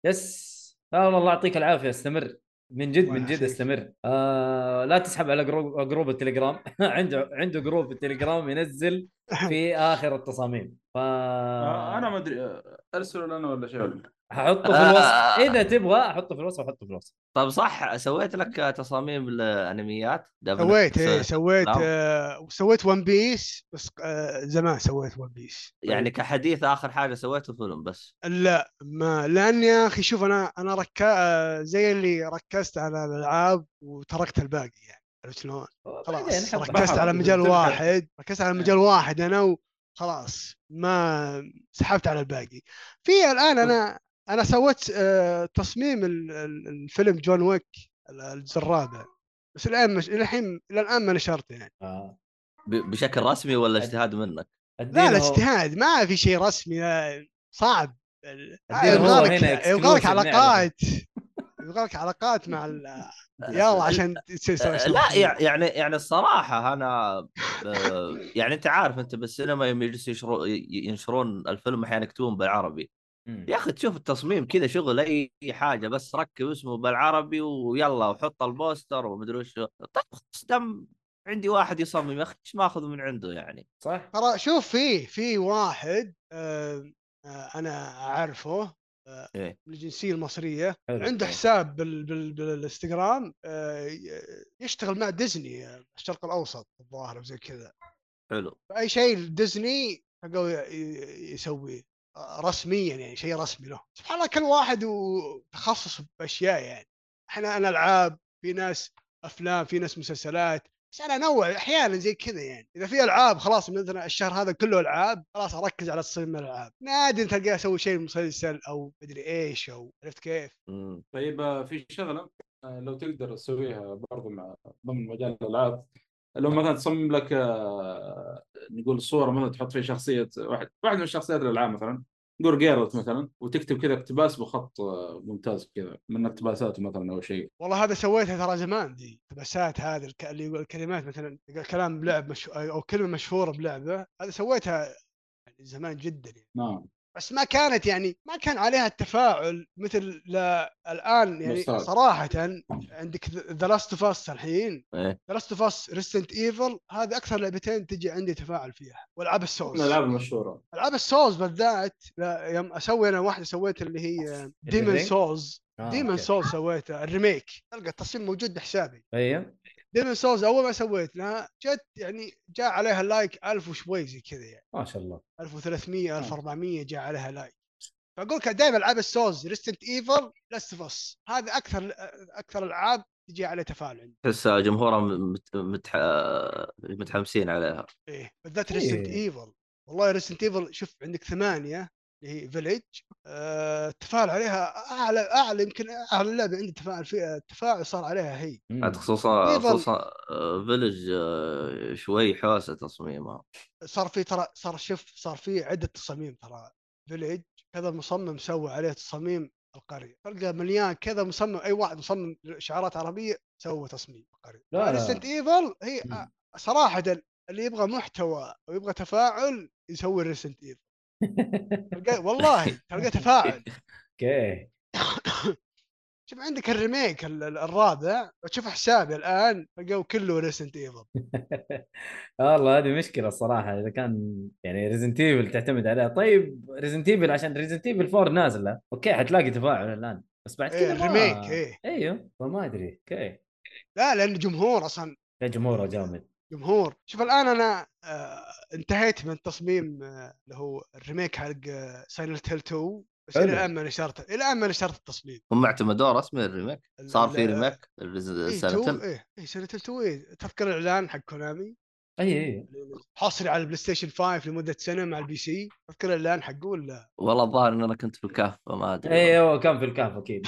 [SPEAKER 4] يس لا والله يعطيك العافيه استمر من جد
[SPEAKER 6] الله
[SPEAKER 4] من جد
[SPEAKER 6] يعافيك.
[SPEAKER 4] استمر آه لا تسحب على جروب, جروب التليجرام عنده عنده جروب في التليجرام ينزل في اخر التصاميم ف
[SPEAKER 2] آه، انا ما ادري آه، ارسلوا لنا ولا شيء
[SPEAKER 4] حطه في الوصف
[SPEAKER 5] آه.
[SPEAKER 4] اذا تبغى احطه في الوصف احطه في الوصف
[SPEAKER 5] طيب صح سويت لك تصاميم الانميات
[SPEAKER 6] سويت ايه سويت
[SPEAKER 5] نعم.
[SPEAKER 6] آه سويت ون بيس بس آه زمان سويت ون بيس
[SPEAKER 5] يعني كحديث اخر حاجه سويته فيلم بس
[SPEAKER 6] لا ما لان يا اخي شوف انا انا ركا آه، زي اللي ركزت على الالعاب وتركت الباقي يعني عرفت شلون؟
[SPEAKER 4] بعدين
[SPEAKER 6] خلاص
[SPEAKER 4] حطه.
[SPEAKER 6] ركزت على
[SPEAKER 2] بحر.
[SPEAKER 6] مجال
[SPEAKER 2] تلك-
[SPEAKER 6] واحد ركزت على مجال واحد انا وخلاص ما سحبت على الباقي في الان انا انا سويت آه، تصميم ال- ال- الفيلم جون ويك ال- الجزء الرابع بس الان مش الحين الى الان ما نشرته يعني
[SPEAKER 4] آه.
[SPEAKER 5] ب- بشكل رسمي ولا اجتهاد منك؟
[SPEAKER 6] لا لا
[SPEAKER 4] أديله-
[SPEAKER 6] اجتهاد ما في شيء رسمي لا، صعب
[SPEAKER 4] الدين هو
[SPEAKER 6] يبغالك
[SPEAKER 4] هنا
[SPEAKER 6] يبغالك
[SPEAKER 4] exclusive نعرضه.
[SPEAKER 6] علاقات يبغالك علاقات مع ال- يلا عشان
[SPEAKER 4] آه،
[SPEAKER 6] تسوي
[SPEAKER 5] لا يع- يعني يعني الصراحه انا آه، يعني انت عارف انت بالسينما يوم يجلسوا يشرو- ي- ينشرون الفيلم احيانا يكتبون بالعربي
[SPEAKER 4] مم.
[SPEAKER 5] يا اخي تشوف التصميم كذا شغل اي حاجه بس ركب اسمه بالعربي ويلا وحط البوستر ومدري وش طيب خلاص دم عندي واحد يصمم يا اخي ايش ماخذ من عنده يعني
[SPEAKER 4] صح
[SPEAKER 6] ترى شوف في في واحد آه، آه، انا اعرفه آه،
[SPEAKER 5] إيه.
[SPEAKER 6] من الجنسيه المصريه
[SPEAKER 4] حلو.
[SPEAKER 6] عنده حساب بال بال بالانستغرام آه، ي- يشتغل مع ديزني آه، الشرق الاوسط الظاهر وزي كذا
[SPEAKER 5] حلو
[SPEAKER 6] فاي شيء ديزني حقه ي- ي- يسويه آه، رسميا يعني شيء رسمي له سبحان الله كل واحد وتخصص باشياء يعني احنا انا العاب في ناس افلام في ناس مسلسلات عشان انوع احيانا زي كذا يعني اذا في العاب خلاص مثلا الشهر هذا كله العاب خلاص اركز على تصميم الالعاب نادر تلقاه اسوي شيء مسلسل او مدري ايش او عرفت كيف
[SPEAKER 5] مم.
[SPEAKER 2] طيب آه، في شغله آه، لو تقدر تسويها برضو مع ضمن مجال الالعاب لو مثلا تصمم لك آه، نقول صوره مثلا تحط فيها شخصيه واحد واحد من شخصيات الالعاب مثلا نقول جيرلت مثلا وتكتب كذا اقتباس بخط آه، ممتاز كذا من اقتباساته مثلا او شيء
[SPEAKER 6] والله هذا سويتها ترى زمان دي اقتباسات هذه الك... اللي يقول الكلمات مثلا يقول كلام بلعب مش... او كلمه مشهوره بلعبه هذا سويتها يعني زمان جدا يعني.
[SPEAKER 2] نعم
[SPEAKER 6] بس ما كانت يعني ما كان عليها التفاعل مثل لا الان يعني
[SPEAKER 2] مستوى.
[SPEAKER 6] صراحه عندك ذا لاست اوف اس الحين
[SPEAKER 5] إيه.
[SPEAKER 6] ذا لاست اوف اس ريسنت ايفل هذا اكثر لعبتين تجي عندي تفاعل فيها والعاب
[SPEAKER 2] من
[SPEAKER 6] السولز
[SPEAKER 2] الالعاب المشهوره
[SPEAKER 6] العاب السولز بالذات لا يوم اسوي انا واحده سويت اللي هي ديمون
[SPEAKER 4] Ring؟
[SPEAKER 6] سولز
[SPEAKER 4] آه،
[SPEAKER 6] ديمون
[SPEAKER 4] أوكي.
[SPEAKER 6] سولز سويتها الريميك تلقى التصميم موجود بحسابي
[SPEAKER 4] ايوه
[SPEAKER 6] ديمون سولز اول ما سويت لها جت يعني جاء عليها لايك 1000 وشوي زي كذا يعني
[SPEAKER 4] ما شاء الله آه.
[SPEAKER 6] 1300 1400 جاء عليها لايك فاقول لك دائما العاب السولز ريستنت ايفل لاست اوف اس هذا اكثر اكثر العاب تجي على تفاعل عندي
[SPEAKER 5] تحس جمهورها مت... متح... متحمسين عليها
[SPEAKER 6] ايه بالذات
[SPEAKER 4] إيه.
[SPEAKER 6] ريستنت ايفل والله ريستنت ايفل شوف عندك ثمانيه اللي هي فيليج آه، التفاعل عليها اعلى اعلى يمكن اعلى لعبه عندي تفاعل فيها التفاعل صار عليها هي
[SPEAKER 4] مم.
[SPEAKER 5] عاد خصوصا
[SPEAKER 6] يظل.
[SPEAKER 5] خصوصا آه، فيلج آه، شوي حوسه تصميمها
[SPEAKER 6] صار في ترى صار شوف صار في عده تصاميم ترى فيليج كذا مصمم سوى عليه تصاميم القريه تلقى مليان كذا مصمم اي واحد مصمم شعارات عربيه سوى تصميم القريه
[SPEAKER 4] لا، لا.
[SPEAKER 6] ريستنت ايفل هي
[SPEAKER 4] مم.
[SPEAKER 6] آه، صراحه اللي يبغى محتوى ويبغى تفاعل يسوي ريسنت ايفل تلقى- والله تلقى تفاعل
[SPEAKER 4] اوكي
[SPEAKER 6] شوف عندك الريميك ال- ال- الرابع تشوف حسابي الان تلقاه كله ريسنت ايفل
[SPEAKER 4] آه، والله هذه مشكله الصراحه اذا كان يعني ريزنت ايفل تعتمد عليها طيب ريزنت ايفل عشان ريزنت ايفل 4 نازله اوكي حتلاقي تفاعل الان بس بعد
[SPEAKER 6] ايه
[SPEAKER 4] كذا ما-
[SPEAKER 6] الريميك ايه
[SPEAKER 4] ايوه فما ادري اوكي
[SPEAKER 6] لا لان جمهور اصلا
[SPEAKER 4] يا جمهوره جامد
[SPEAKER 6] جمهور شوف الان انا آه انتهيت من تصميم آه، اللي هو الريميك حق آه، سايلنت هيل 2 بس الى
[SPEAKER 4] حلو.
[SPEAKER 6] الان ما نشرته الى الان ما نشرت التصميم
[SPEAKER 5] هم اعتمدوه رسمي الريميك
[SPEAKER 6] ال-
[SPEAKER 5] صار
[SPEAKER 6] ال-
[SPEAKER 5] في ريميك
[SPEAKER 6] ايه 2
[SPEAKER 5] السنه
[SPEAKER 6] ايه ايه سايلنت هيل 2 ايه تذكر الاعلان حق كونامي
[SPEAKER 4] اي اي
[SPEAKER 6] حصري على البلاي ستيشن 5 لمده سنه مع البي سي تذكر الاعلان حقه ولا
[SPEAKER 5] والله الظاهر ان انا كنت في الكهف فما ادري
[SPEAKER 4] اي هو أيوه، كان في الكهف اكيد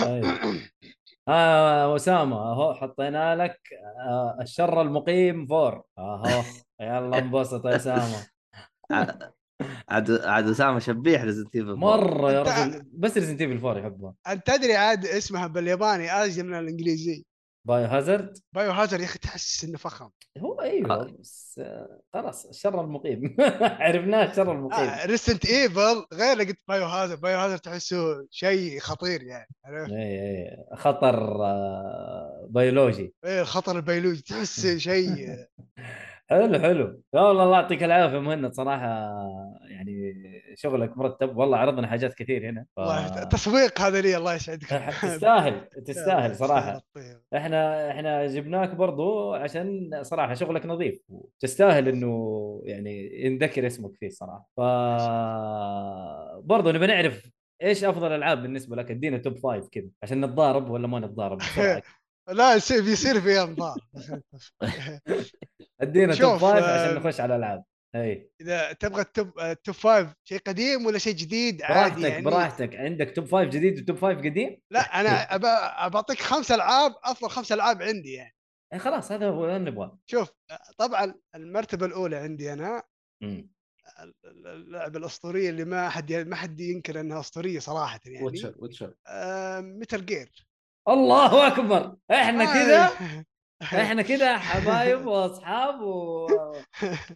[SPEAKER 4] طيب. آه اسامه اهو حطينا لك آه الشر المقيم فور اهو يلا انبسط يا اسامه
[SPEAKER 5] عاد- عاد عاد اسامه شبيح ريزنت ايفل
[SPEAKER 4] مره يا
[SPEAKER 6] أنت-
[SPEAKER 4] رجل بس ريزنت ايفل 4 يحبها
[SPEAKER 6] انت تدري عاد اسمها بالياباني ازيد من الانجليزي
[SPEAKER 4] بايو هازارد
[SPEAKER 6] بايو هازارد يا اخي تحس انه فخم
[SPEAKER 4] هو ايوه
[SPEAKER 5] آه.
[SPEAKER 4] بس آه، خلاص الشر المقيم عرفناه الشر
[SPEAKER 5] إيه.
[SPEAKER 4] المقيم
[SPEAKER 6] ريسنت ايفل آه، غير لقيت بايو هازارد بايو هازارد تحسه شيء خطير يعني عرفت؟
[SPEAKER 4] اي اي خطر آه، بيولوجي
[SPEAKER 6] ايه الخطر البيولوجي تحس شيء
[SPEAKER 4] حلو حلو يا والله الله يعطيك العافيه مهند صراحه يعني شغلك مرتب والله عرضنا حاجات كثير هنا ف...
[SPEAKER 6] والله تسويق هذا لي الله يسعدك
[SPEAKER 4] تستاهل تستاهل صراحه
[SPEAKER 6] تستاهل.
[SPEAKER 4] احنا احنا جبناك برضو عشان صراحه شغلك نظيف وتستاهل انه يعني ينذكر اسمك فيه صراحه ف برضو نبي نعرف ايش افضل العاب بالنسبه لك ادينا توب فايف كذا عشان نتضارب ولا ما نتضارب بسرعة.
[SPEAKER 6] لا يصير بيصير في انظار
[SPEAKER 4] ادينا توب
[SPEAKER 6] شوف،
[SPEAKER 4] فايف
[SPEAKER 6] آه،
[SPEAKER 4] عشان نخش على إيه، الالعاب اي
[SPEAKER 6] اذا تبغى التوب التوب فايف شيء قديم ولا شيء جديد عادي
[SPEAKER 4] براحتك
[SPEAKER 6] يعني
[SPEAKER 4] براحتك إيه. عندك توب فايف جديد وتوب فايف قديم
[SPEAKER 6] لا انا أبا- بعطيك خمس العاب افضل خمس العاب عندي يعني
[SPEAKER 4] إيه خلاص هذا هو اللي نبغاه
[SPEAKER 6] شوف طبعا المرتبه الاولى عندي انا
[SPEAKER 4] مم.
[SPEAKER 6] اللعبه الاسطوريه اللي ما حد ما حد ينكر انها اسطوريه صراحه يعني آه،
[SPEAKER 2] ويتشر ويتشر
[SPEAKER 6] متل جير
[SPEAKER 4] الله اكبر احنا
[SPEAKER 6] آه،
[SPEAKER 4] كذا احنا كده حبايب واصحاب و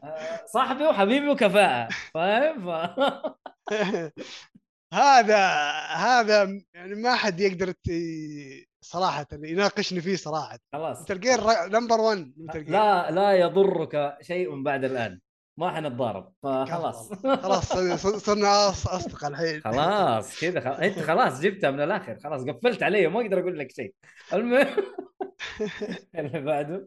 [SPEAKER 4] آه، صاحبي وحبيبي وكفاءه فاهم ف...
[SPEAKER 6] هذا هذا يعني ما حد يقدر ت- صراحه يناقشني فيه صراحه
[SPEAKER 4] خلاص
[SPEAKER 6] متل جير نمبر 1 متل جير
[SPEAKER 4] لا لا يضرك شيء بعد الان ما حنتضارب فخلاص
[SPEAKER 6] خلاص ص- صرنا أص- اصدقاء الحين
[SPEAKER 4] خلاص كذا خلاص. انت خلاص جبتها من الاخر خلاص قفلت علي ما اقدر اقول لك شيء المهم اللي بعده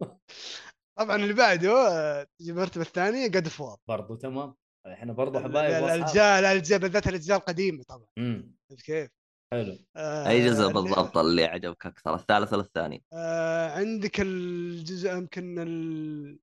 [SPEAKER 6] طبعا اللي بعده آه، المرتبه الثانيه قد فور
[SPEAKER 4] برضو تمام احنا برضو حبايب واصحاب
[SPEAKER 6] الاجزاء الاجزاء بالذات الاجزاء القديمه طبعا
[SPEAKER 4] مم.
[SPEAKER 6] عرفت كيف؟
[SPEAKER 4] حلو
[SPEAKER 6] آه،
[SPEAKER 5] اي جزء
[SPEAKER 6] ال-
[SPEAKER 5] بالضبط اللي عجبك اكثر الثالث ولا الثاني؟
[SPEAKER 6] آه، عندك الجزء يمكن ال-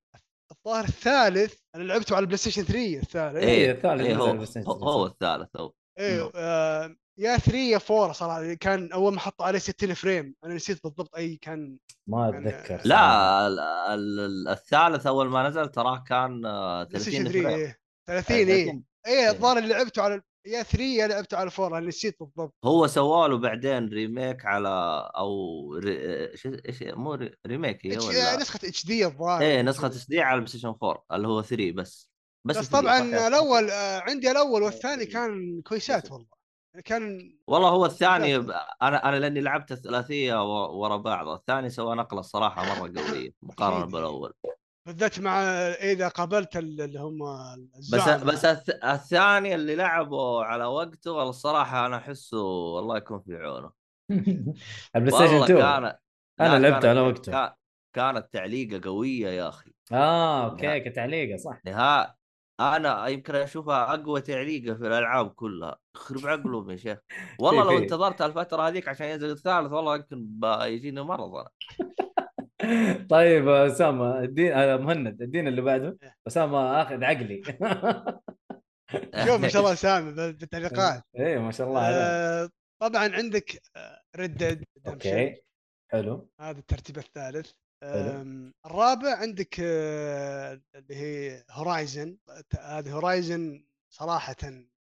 [SPEAKER 6] الظاهر الثالث انا لعبته على البلاي ستيشن 3 الثالث
[SPEAKER 4] إيه. الثالث
[SPEAKER 5] إيه
[SPEAKER 4] جزء
[SPEAKER 5] هو,
[SPEAKER 4] بس
[SPEAKER 5] هو, هو الثالث هو نعم.
[SPEAKER 6] ايوه آه، يا 3 يا 4 صراحه كان اول ما حطوا عليه 60 فريم انا نسيت بالضبط اي كان
[SPEAKER 4] ما اتذكر صراحة.
[SPEAKER 5] لا ال- ال- ال- الثالث اول ما نزل تراه كان آه،
[SPEAKER 6] بلاي ستيشن
[SPEAKER 5] 30
[SPEAKER 6] 3
[SPEAKER 5] فريم إيه.
[SPEAKER 6] إيه. 30 اي اي الظاهر اللي لعبته على يا 3 يا لعبته على 4 انا نسيت بالضبط
[SPEAKER 5] هو سوى له بعدين ريميك على او ري... شو ايش مو ري... ريميك هي
[SPEAKER 6] إتش-
[SPEAKER 5] إيه، ولا
[SPEAKER 6] نسخه اتش دي الظاهر
[SPEAKER 5] ايه نسخه تشديع على البلاي ستيشن 4 اللي هو 3 بس بس,
[SPEAKER 6] بس,
[SPEAKER 5] 3
[SPEAKER 6] طبعا
[SPEAKER 5] صحيح.
[SPEAKER 6] الاول آه، عندي الاول
[SPEAKER 5] إيه،
[SPEAKER 6] والثاني كان كويسات والله يعني كان
[SPEAKER 5] والله هو الثاني ب- انا انا لاني لعبت الثلاثيه و- ورا بعض الثاني سوى نقله الصراحه مره قويه مقارنه
[SPEAKER 6] أكيد.
[SPEAKER 5] بالاول
[SPEAKER 6] بالذات مع اذا قابلت ال- اللي هم
[SPEAKER 5] بس
[SPEAKER 6] الزعماء.
[SPEAKER 5] بس الث- الثاني اللي لعبه على وقته والله الصراحه انا احسه الله يكون في عونه
[SPEAKER 4] البلاي ستيشن
[SPEAKER 5] والله
[SPEAKER 4] 2
[SPEAKER 5] كان
[SPEAKER 4] انا
[SPEAKER 5] لا،
[SPEAKER 4] لعبته
[SPEAKER 5] كانت-
[SPEAKER 4] على وقته
[SPEAKER 5] كا- كانت تعليقه قويه يا اخي
[SPEAKER 4] اه اوكي
[SPEAKER 5] لا.
[SPEAKER 4] كتعليقه صح
[SPEAKER 5] نها انا يمكن اشوفها اقوى تعليقه في الالعاب كلها يخرب عقلهم يا شيخ والله لو
[SPEAKER 4] في-
[SPEAKER 5] انتظرت الفتره هذيك عشان ينزل الثالث والله يمكن بيجيني مرض انا
[SPEAKER 4] طيب آه، اسامه الدين آه، مهند الدين اللي بعده
[SPEAKER 6] إيه.
[SPEAKER 4] اسامه اخذ عقلي
[SPEAKER 6] شوف ما شاء الله سامي بال- بالتعليقات
[SPEAKER 4] ايه ما شاء الله عليك
[SPEAKER 6] آه، طبعا عندك آه، ريد ديد
[SPEAKER 4] اوكي حلو
[SPEAKER 6] هذا الترتيب الثالث
[SPEAKER 4] حلو.
[SPEAKER 6] أم، الرابع عندك آه، اللي هي هورايزن هذه هورايزن صراحة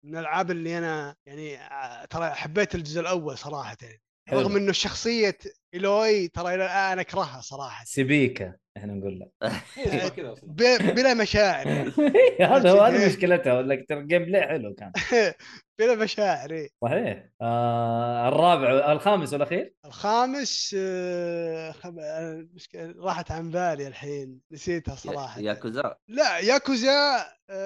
[SPEAKER 6] من الالعاب اللي انا يعني آه، ترى حبيت الجزء الاول صراحة
[SPEAKER 4] حلو.
[SPEAKER 6] رغم انه شخصية ايلوي ترى الى الان اكرهها صراحة
[SPEAKER 4] سبيكه احنا نقول له
[SPEAKER 2] هي اسمها إيه، كذا اصلا
[SPEAKER 6] ب- بلا مشاعر
[SPEAKER 4] هذا هو- هذه مشكلتها ولا ترى الجيم بلاي حلو كان
[SPEAKER 6] بلا مشاعر إيه.
[SPEAKER 4] صحيح آه الرابع الخامس والاخير
[SPEAKER 6] الخامس آه، خم- آه، مشكلة- راحت عن بالي الحين نسيتها صراحة
[SPEAKER 5] يا كوزا
[SPEAKER 6] لا ياكوزا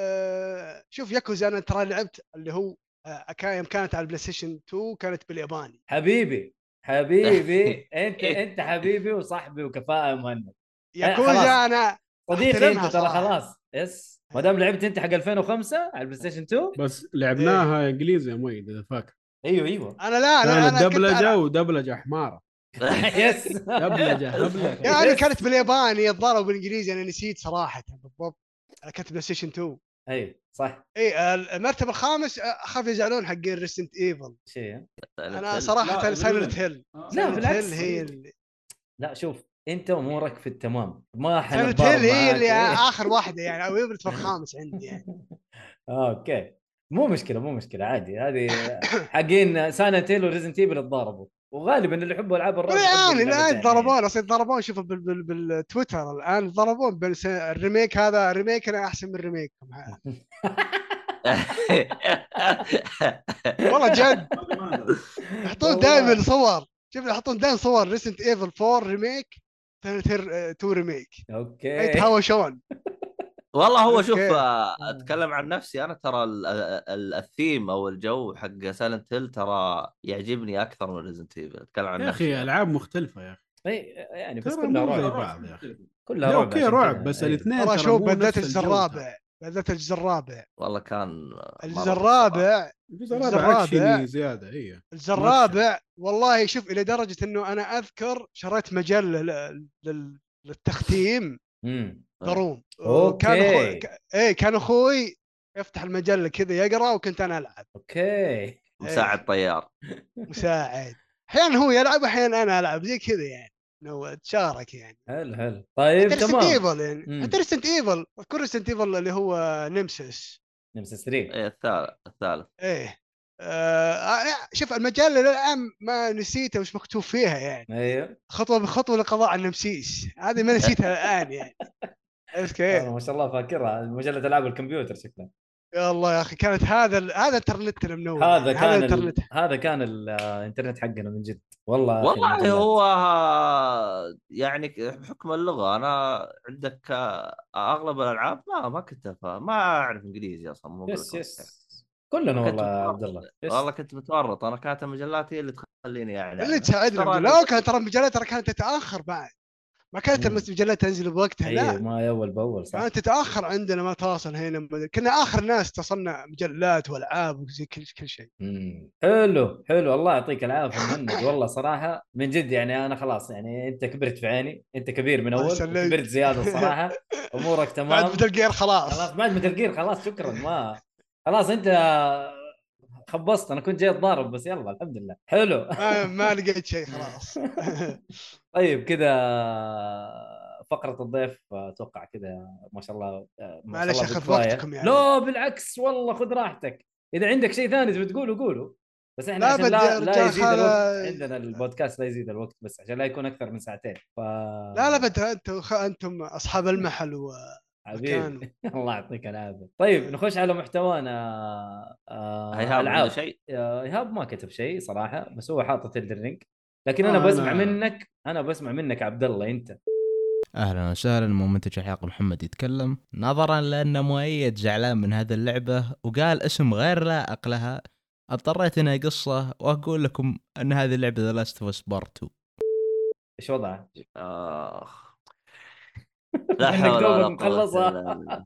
[SPEAKER 6] آه شوف ياكوزا انا ترى لعبت اللي هو آه كان- يوم كانت على البلاي ستيشن 2 كانت بالياباني
[SPEAKER 4] حبيبي حبيبي انت انت حبيبي وصاحبي وكفاءه يا مهند
[SPEAKER 6] إيه،
[SPEAKER 4] خلاص.
[SPEAKER 6] ياكوزا انا
[SPEAKER 4] صديقي
[SPEAKER 6] أحترمها
[SPEAKER 4] انت ترى
[SPEAKER 6] صراحة.
[SPEAKER 4] خلاص يس ما دام لعبت انت حق 2005 على البلاي ستيشن 2
[SPEAKER 3] بس لعبناها انجليزي يا مؤيد اذا فاكر
[SPEAKER 4] ايوه ايوه
[SPEAKER 6] انا لا انا
[SPEAKER 3] كانت
[SPEAKER 6] انا كنت
[SPEAKER 3] دبلجه
[SPEAKER 6] إيه. أنا
[SPEAKER 3] ودبلجه حماره
[SPEAKER 4] يس
[SPEAKER 3] دبلجه هبله
[SPEAKER 6] يعني كانت بالياباني الظاهر بالانجليزي انا نسيت صراحه بالضبط انا كنت بلاي ستيشن 2
[SPEAKER 4] اي أيوة، صح
[SPEAKER 6] اي آه، المرتبه الخامس آه، اخاف يزعلون حقين ريسنت ايفل
[SPEAKER 4] شيء
[SPEAKER 6] انا صراحه
[SPEAKER 2] لا،
[SPEAKER 6] سايلنت
[SPEAKER 2] Silent
[SPEAKER 6] هيل
[SPEAKER 4] لا،
[SPEAKER 6] سايلنت
[SPEAKER 4] بالعكس.
[SPEAKER 6] هيل هي اللي
[SPEAKER 4] لا شوف انت امورك في التمام ما
[SPEAKER 6] سايلنت
[SPEAKER 4] حنبار
[SPEAKER 6] هيل هي
[SPEAKER 4] معاك.
[SPEAKER 6] اللي
[SPEAKER 4] إيه.
[SPEAKER 6] اخر واحده يعني او المرتبه الخامس عندي يعني
[SPEAKER 4] آه، اوكي مو مشكله مو مشكله عادي هذه حقين سانتيل وريزنت ايفل اتضاربوا وغالبا اللي يحبوا العاب الرعب
[SPEAKER 6] الان
[SPEAKER 4] يحبوا
[SPEAKER 6] الان
[SPEAKER 4] اللعبتين.
[SPEAKER 6] ضربون اصلا ضربون شوف بال- بال- بالتويتر الان ضربون بين س- الريميك هذا ريميكنا احسن من ريميككم ها. والله جد
[SPEAKER 2] هذه ما أدري.
[SPEAKER 6] يحطون
[SPEAKER 4] والله.
[SPEAKER 6] دائما صور شوف يحطون دائما صور ريسنت ايفل 4 ريميك تو ريميك
[SPEAKER 4] اوكي
[SPEAKER 6] يتهاوشون
[SPEAKER 5] والله هو شوف
[SPEAKER 6] أوكي.
[SPEAKER 5] آه، اتكلم عن نفسي انا ترى ال- ال- ال- الثيم او الجو حق سايلنت هيل ترى يعجبني اكثر من ريزنت ايفل اتكلم عن
[SPEAKER 3] يا
[SPEAKER 5] نفسي
[SPEAKER 3] اخي العاب مختلفه يا اخي
[SPEAKER 4] إي، يعني بس
[SPEAKER 3] ترى
[SPEAKER 4] كلها
[SPEAKER 3] مو زي
[SPEAKER 4] رعب
[SPEAKER 3] بعض. طيب، بعض يا أخي.
[SPEAKER 4] كلها
[SPEAKER 3] لا
[SPEAKER 4] رعب
[SPEAKER 3] اوكي
[SPEAKER 4] عشان إيه.
[SPEAKER 3] رعب
[SPEAKER 4] كذا.
[SPEAKER 3] بس
[SPEAKER 4] إي.
[SPEAKER 3] الاثنين
[SPEAKER 6] ترى
[SPEAKER 3] إيه، ترى
[SPEAKER 6] شوف
[SPEAKER 3] مو
[SPEAKER 6] بدات
[SPEAKER 3] نفس
[SPEAKER 6] الجزء
[SPEAKER 3] الجو ترى.
[SPEAKER 6] الرابع بدات الجزء الرابع
[SPEAKER 5] والله كان
[SPEAKER 6] الجزء الرابع
[SPEAKER 3] الجزء
[SPEAKER 6] الجزء
[SPEAKER 3] الرابع
[SPEAKER 6] الرابع.
[SPEAKER 3] اكشن زياده اي
[SPEAKER 6] الجزء الرابع والله شوف الى درجه انه انا اذكر شريت مجله ل- لل- للتختيم
[SPEAKER 4] أمم.
[SPEAKER 6] دروم
[SPEAKER 4] أوكي.
[SPEAKER 6] كان اخوي ك- ايه كان اخوي يفتح المجله كذا يقرا وكنت انا العب
[SPEAKER 4] اوكي
[SPEAKER 5] مساعد طيار
[SPEAKER 6] مساعد احيانا هو يلعب واحيانا انا العب زي كذا يعني إنه تشارك يعني
[SPEAKER 4] حلو حلو طيب
[SPEAKER 6] حتى ريسنت
[SPEAKER 4] تمام
[SPEAKER 6] ايفل
[SPEAKER 4] مم.
[SPEAKER 6] يعني حتى ريسنت ايفل كل ريسنت ايفل اللي هو نمسس
[SPEAKER 4] نمسس 3
[SPEAKER 5] إيه، الثالث الثالث
[SPEAKER 6] ايه آه آه، شوف المجله للان ما نسيتها وش مكتوب فيها يعني
[SPEAKER 4] ايوه
[SPEAKER 6] خطوه بخطوه لقضاء على النمسيس هذه ما نسيتها الان يعني عرفت كيف؟
[SPEAKER 4] أنا ما شاء الله فاكرها مجله العاب الكمبيوتر شكلها
[SPEAKER 6] يا الله يا اخي كانت هذا ال- هذا انترنتنا منور
[SPEAKER 4] هذا
[SPEAKER 6] يعني
[SPEAKER 4] كان ال...
[SPEAKER 6] انترنت
[SPEAKER 4] هذا كان الانترنت حقنا من جد والله يا أخي
[SPEAKER 5] والله
[SPEAKER 4] المجلات.
[SPEAKER 5] هو يعني بحكم اللغه انا عندك اغلب الالعاب ما ما كنت أفهم- ما اعرف انجليزي اصلا مو
[SPEAKER 4] يس
[SPEAKER 5] بالكل.
[SPEAKER 4] يس كلنا
[SPEAKER 5] كنت
[SPEAKER 4] والله يا عبد
[SPEAKER 5] متورط.
[SPEAKER 4] الله يس.
[SPEAKER 5] والله كنت متورط انا كانت المجلات هي اللي تخليني يعني
[SPEAKER 6] اللي "آه، تساعدنا
[SPEAKER 5] ترى-
[SPEAKER 6] لا كان ترى المجلات ترى كانت تتاخر بعد ما
[SPEAKER 4] مم.
[SPEAKER 6] كانت المجلات تنزل بوقتها
[SPEAKER 4] اي
[SPEAKER 6] لا
[SPEAKER 4] إيه، ما اول باول صح
[SPEAKER 6] كانت تتاخر عندنا ما تواصل هنا ما أدري. كنا اخر ناس تصنع مجلات والعاب وزي كل كل شيء
[SPEAKER 4] مم. حلو حلو الله يعطيك العافيه مهند والله صراحه من جد يعني انا خلاص يعني انت كبرت في عيني انت كبير من
[SPEAKER 6] الله
[SPEAKER 4] اول
[SPEAKER 6] يسلمك.
[SPEAKER 4] كبرت زياده صراحه امورك
[SPEAKER 6] بعد
[SPEAKER 4] تمام
[SPEAKER 6] متل جير
[SPEAKER 4] خلاص
[SPEAKER 6] خلاص
[SPEAKER 4] بعد متل جير خلاص شكرا ما خلاص انت خبصت انا كنت جاي اتضارب بس يلا الحمد لله حلو
[SPEAKER 6] ما, ما لقيت شيء خلاص
[SPEAKER 4] طيب كذا فقرة الضيف اتوقع كذا ما شاء الله آه، ما شاء
[SPEAKER 6] معلش
[SPEAKER 4] الله
[SPEAKER 6] أخذ
[SPEAKER 4] بالكفاية.
[SPEAKER 6] وقتكم يعني.
[SPEAKER 4] لا بالعكس والله خذ راحتك اذا عندك شيء ثاني تبي تقوله قوله بس احنا
[SPEAKER 6] لا
[SPEAKER 4] عشان
[SPEAKER 6] بدي
[SPEAKER 4] لا,
[SPEAKER 6] أرجع
[SPEAKER 4] لا يزيد
[SPEAKER 6] خلا-
[SPEAKER 4] الوقت عندنا البودكاست لا يزيد الوقت بس عشان لا يكون اكثر من ساعتين ف...
[SPEAKER 6] لا لا بد انتم انتم اصحاب المحل ومكان
[SPEAKER 4] حبيبي الله يعطيك العافيه طيب نخش على محتوانا آه،
[SPEAKER 5] هيهاب عنده
[SPEAKER 4] العاب
[SPEAKER 5] شيء
[SPEAKER 4] آه، ايهاب ما كتب شيء صراحه بس هو حاطط الدرينج لكن
[SPEAKER 3] آه،
[SPEAKER 4] انا
[SPEAKER 3] أنا-
[SPEAKER 4] بسمع منك انا بسمع منك عبد الله انت
[SPEAKER 7] اهلا وسهلا مو منتج الحلقه محمد يتكلم نظرا لان مؤيد زعلان من هذه اللعبه وقال اسم غير لائق لها اضطريت اني قصه واقول لكم ان هذه اللعبه ذا لاست اوف اس بارت 2
[SPEAKER 4] ايش وضعك؟
[SPEAKER 5] اخ لا
[SPEAKER 4] إنك
[SPEAKER 5] حول ولا
[SPEAKER 4] دوبك
[SPEAKER 5] قوة
[SPEAKER 4] مخلصها.
[SPEAKER 5] إلا بالله.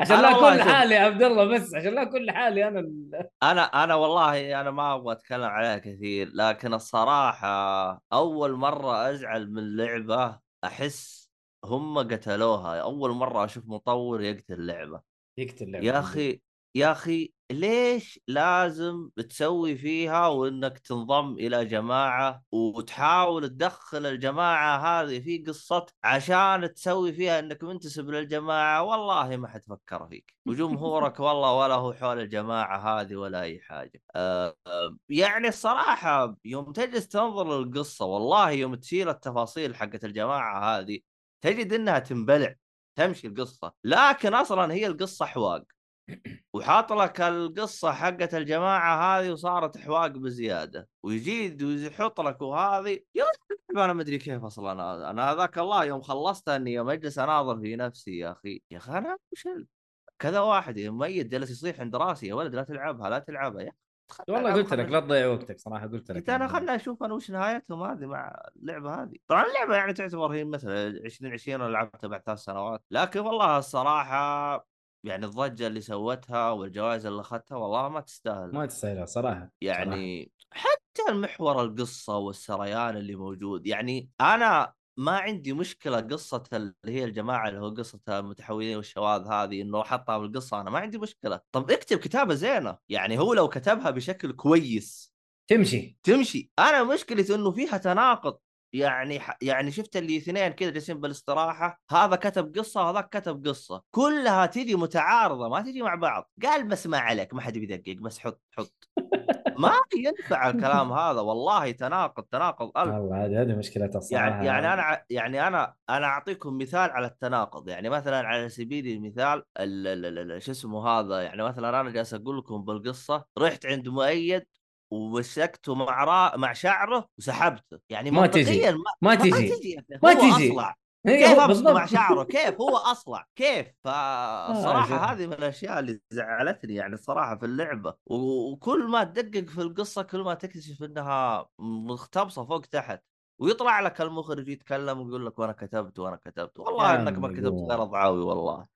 [SPEAKER 4] عشان
[SPEAKER 5] أنا
[SPEAKER 4] لا
[SPEAKER 5] والله
[SPEAKER 4] اكون
[SPEAKER 5] شوف.
[SPEAKER 4] لحالي يا عبد الله بس عشان لا اكون لحالي انا ال-
[SPEAKER 5] انا انا والله انا ما ابغى اتكلم عليها كثير لكن الصراحة اول مرة ازعل من لعبة احس هم قتلوها اول مرة اشوف مطور يقتل لعبة
[SPEAKER 4] يقتل لعبة.
[SPEAKER 5] يا اخي يا اخي ليش لازم تسوي فيها وانك تنضم الى جماعه وتحاول تدخل الجماعه هذه في قصه عشان تسوي فيها انك منتسب للجماعه والله ما حتفكر فيك وجمهورك والله ولا هو حول الجماعه هذه ولا اي حاجه أه أه، يعني الصراحه يوم تجلس تنظر للقصه والله يوم تشيل التفاصيل حقت الجماعه هذه تجد انها تنبلع تمشي القصه لكن اصلا هي القصه حواق وحاط لك القصه حقت الجماعه هذه وصارت حواق بزياده ويجيد ويحط لك وهذه يا أخي انا ما ادري كيف اصلا أنا- انا هذاك الله يوم خلصت اني يوم اجلس اناظر في نفسي يا اخي يا اخي انا وشل كذا واحد ميت جالس يصيح عند راسي يا ولد لا تلعبها لا تلعبها يا أخي خلنا
[SPEAKER 4] والله
[SPEAKER 5] ألعب،
[SPEAKER 4] قلت لك
[SPEAKER 5] خلنا
[SPEAKER 4] لا تضيع وقتك صراحه قلت لك يعني.
[SPEAKER 5] قلت
[SPEAKER 4] يا
[SPEAKER 5] انا
[SPEAKER 4] عبد الله.
[SPEAKER 5] خلنا اشوف انا وش نهايتهم هذه مع اللعبه هذه، طبعا اللعبه يعني تعتبر هي مثلا 2020 انا لعبتها بعد ثلاث سنوات، لكن والله الصراحه يعني الضجه اللي سوتها والجوائز اللي اخذتها والله ما تستاهل
[SPEAKER 4] ما تستاهلها صراحه
[SPEAKER 5] يعني حتى المحور القصه والسريان اللي موجود يعني انا ما عندي مشكله قصه اللي هي الجماعه اللي هو قصه المتحولين والشواذ هذه انه حطها بالقصه انا ما عندي مشكله، طب اكتب كتابه زينه، يعني هو لو كتبها بشكل كويس
[SPEAKER 4] تمشي
[SPEAKER 5] تمشي انا مشكلتي انه فيها تناقض يعني ح... يعني شفت اللي اثنين كذا جالسين بالاستراحه هذا كتب قصه وهذاك كتب قصه كلها تجي متعارضه ما تجي مع بعض قال بس ما عليك ما حد بيدقق بس حط حط ما ينفع الكلام هذا والله تناقض تناقض ألف
[SPEAKER 4] والله هذه هذه مشكلتها الصراحه
[SPEAKER 5] يعني يعني انا ع- يعني انا انا اعطيكم مثال على التناقض يعني مثلا على سبيل المثال ال- ال- ال- شو اسمه هذا يعني مثلا انا جالس اقول لكم بالقصه رحت عند مؤيد ومسكته مع را... مع شعره وسحبته يعني
[SPEAKER 4] ما تجي.
[SPEAKER 5] منطقياً ما,
[SPEAKER 4] ما
[SPEAKER 5] ما
[SPEAKER 4] تجي
[SPEAKER 5] تجي يعني
[SPEAKER 4] ما
[SPEAKER 5] هو
[SPEAKER 4] تجي.
[SPEAKER 5] اصلع
[SPEAKER 4] هي
[SPEAKER 5] كيف
[SPEAKER 4] إيه، هو
[SPEAKER 5] امسكه مع
[SPEAKER 4] بالضبط.
[SPEAKER 5] شعره كيف هو اصلع كيف
[SPEAKER 4] آه،
[SPEAKER 5] فالصراحه
[SPEAKER 4] عجب.
[SPEAKER 5] هذه من الاشياء اللي زعلتني يعني الصراحه في اللعبه و- وكل ما تدقق في القصه كل ما تكتشف انها مختبصه فوق تحت ويطلع لك المخرج يتكلم ويقول لك وانا كتبت وانا كتبت والله
[SPEAKER 4] يا
[SPEAKER 5] انك ما
[SPEAKER 4] عمي
[SPEAKER 5] كتبت
[SPEAKER 4] قول.
[SPEAKER 5] غير ضعاوي والله والله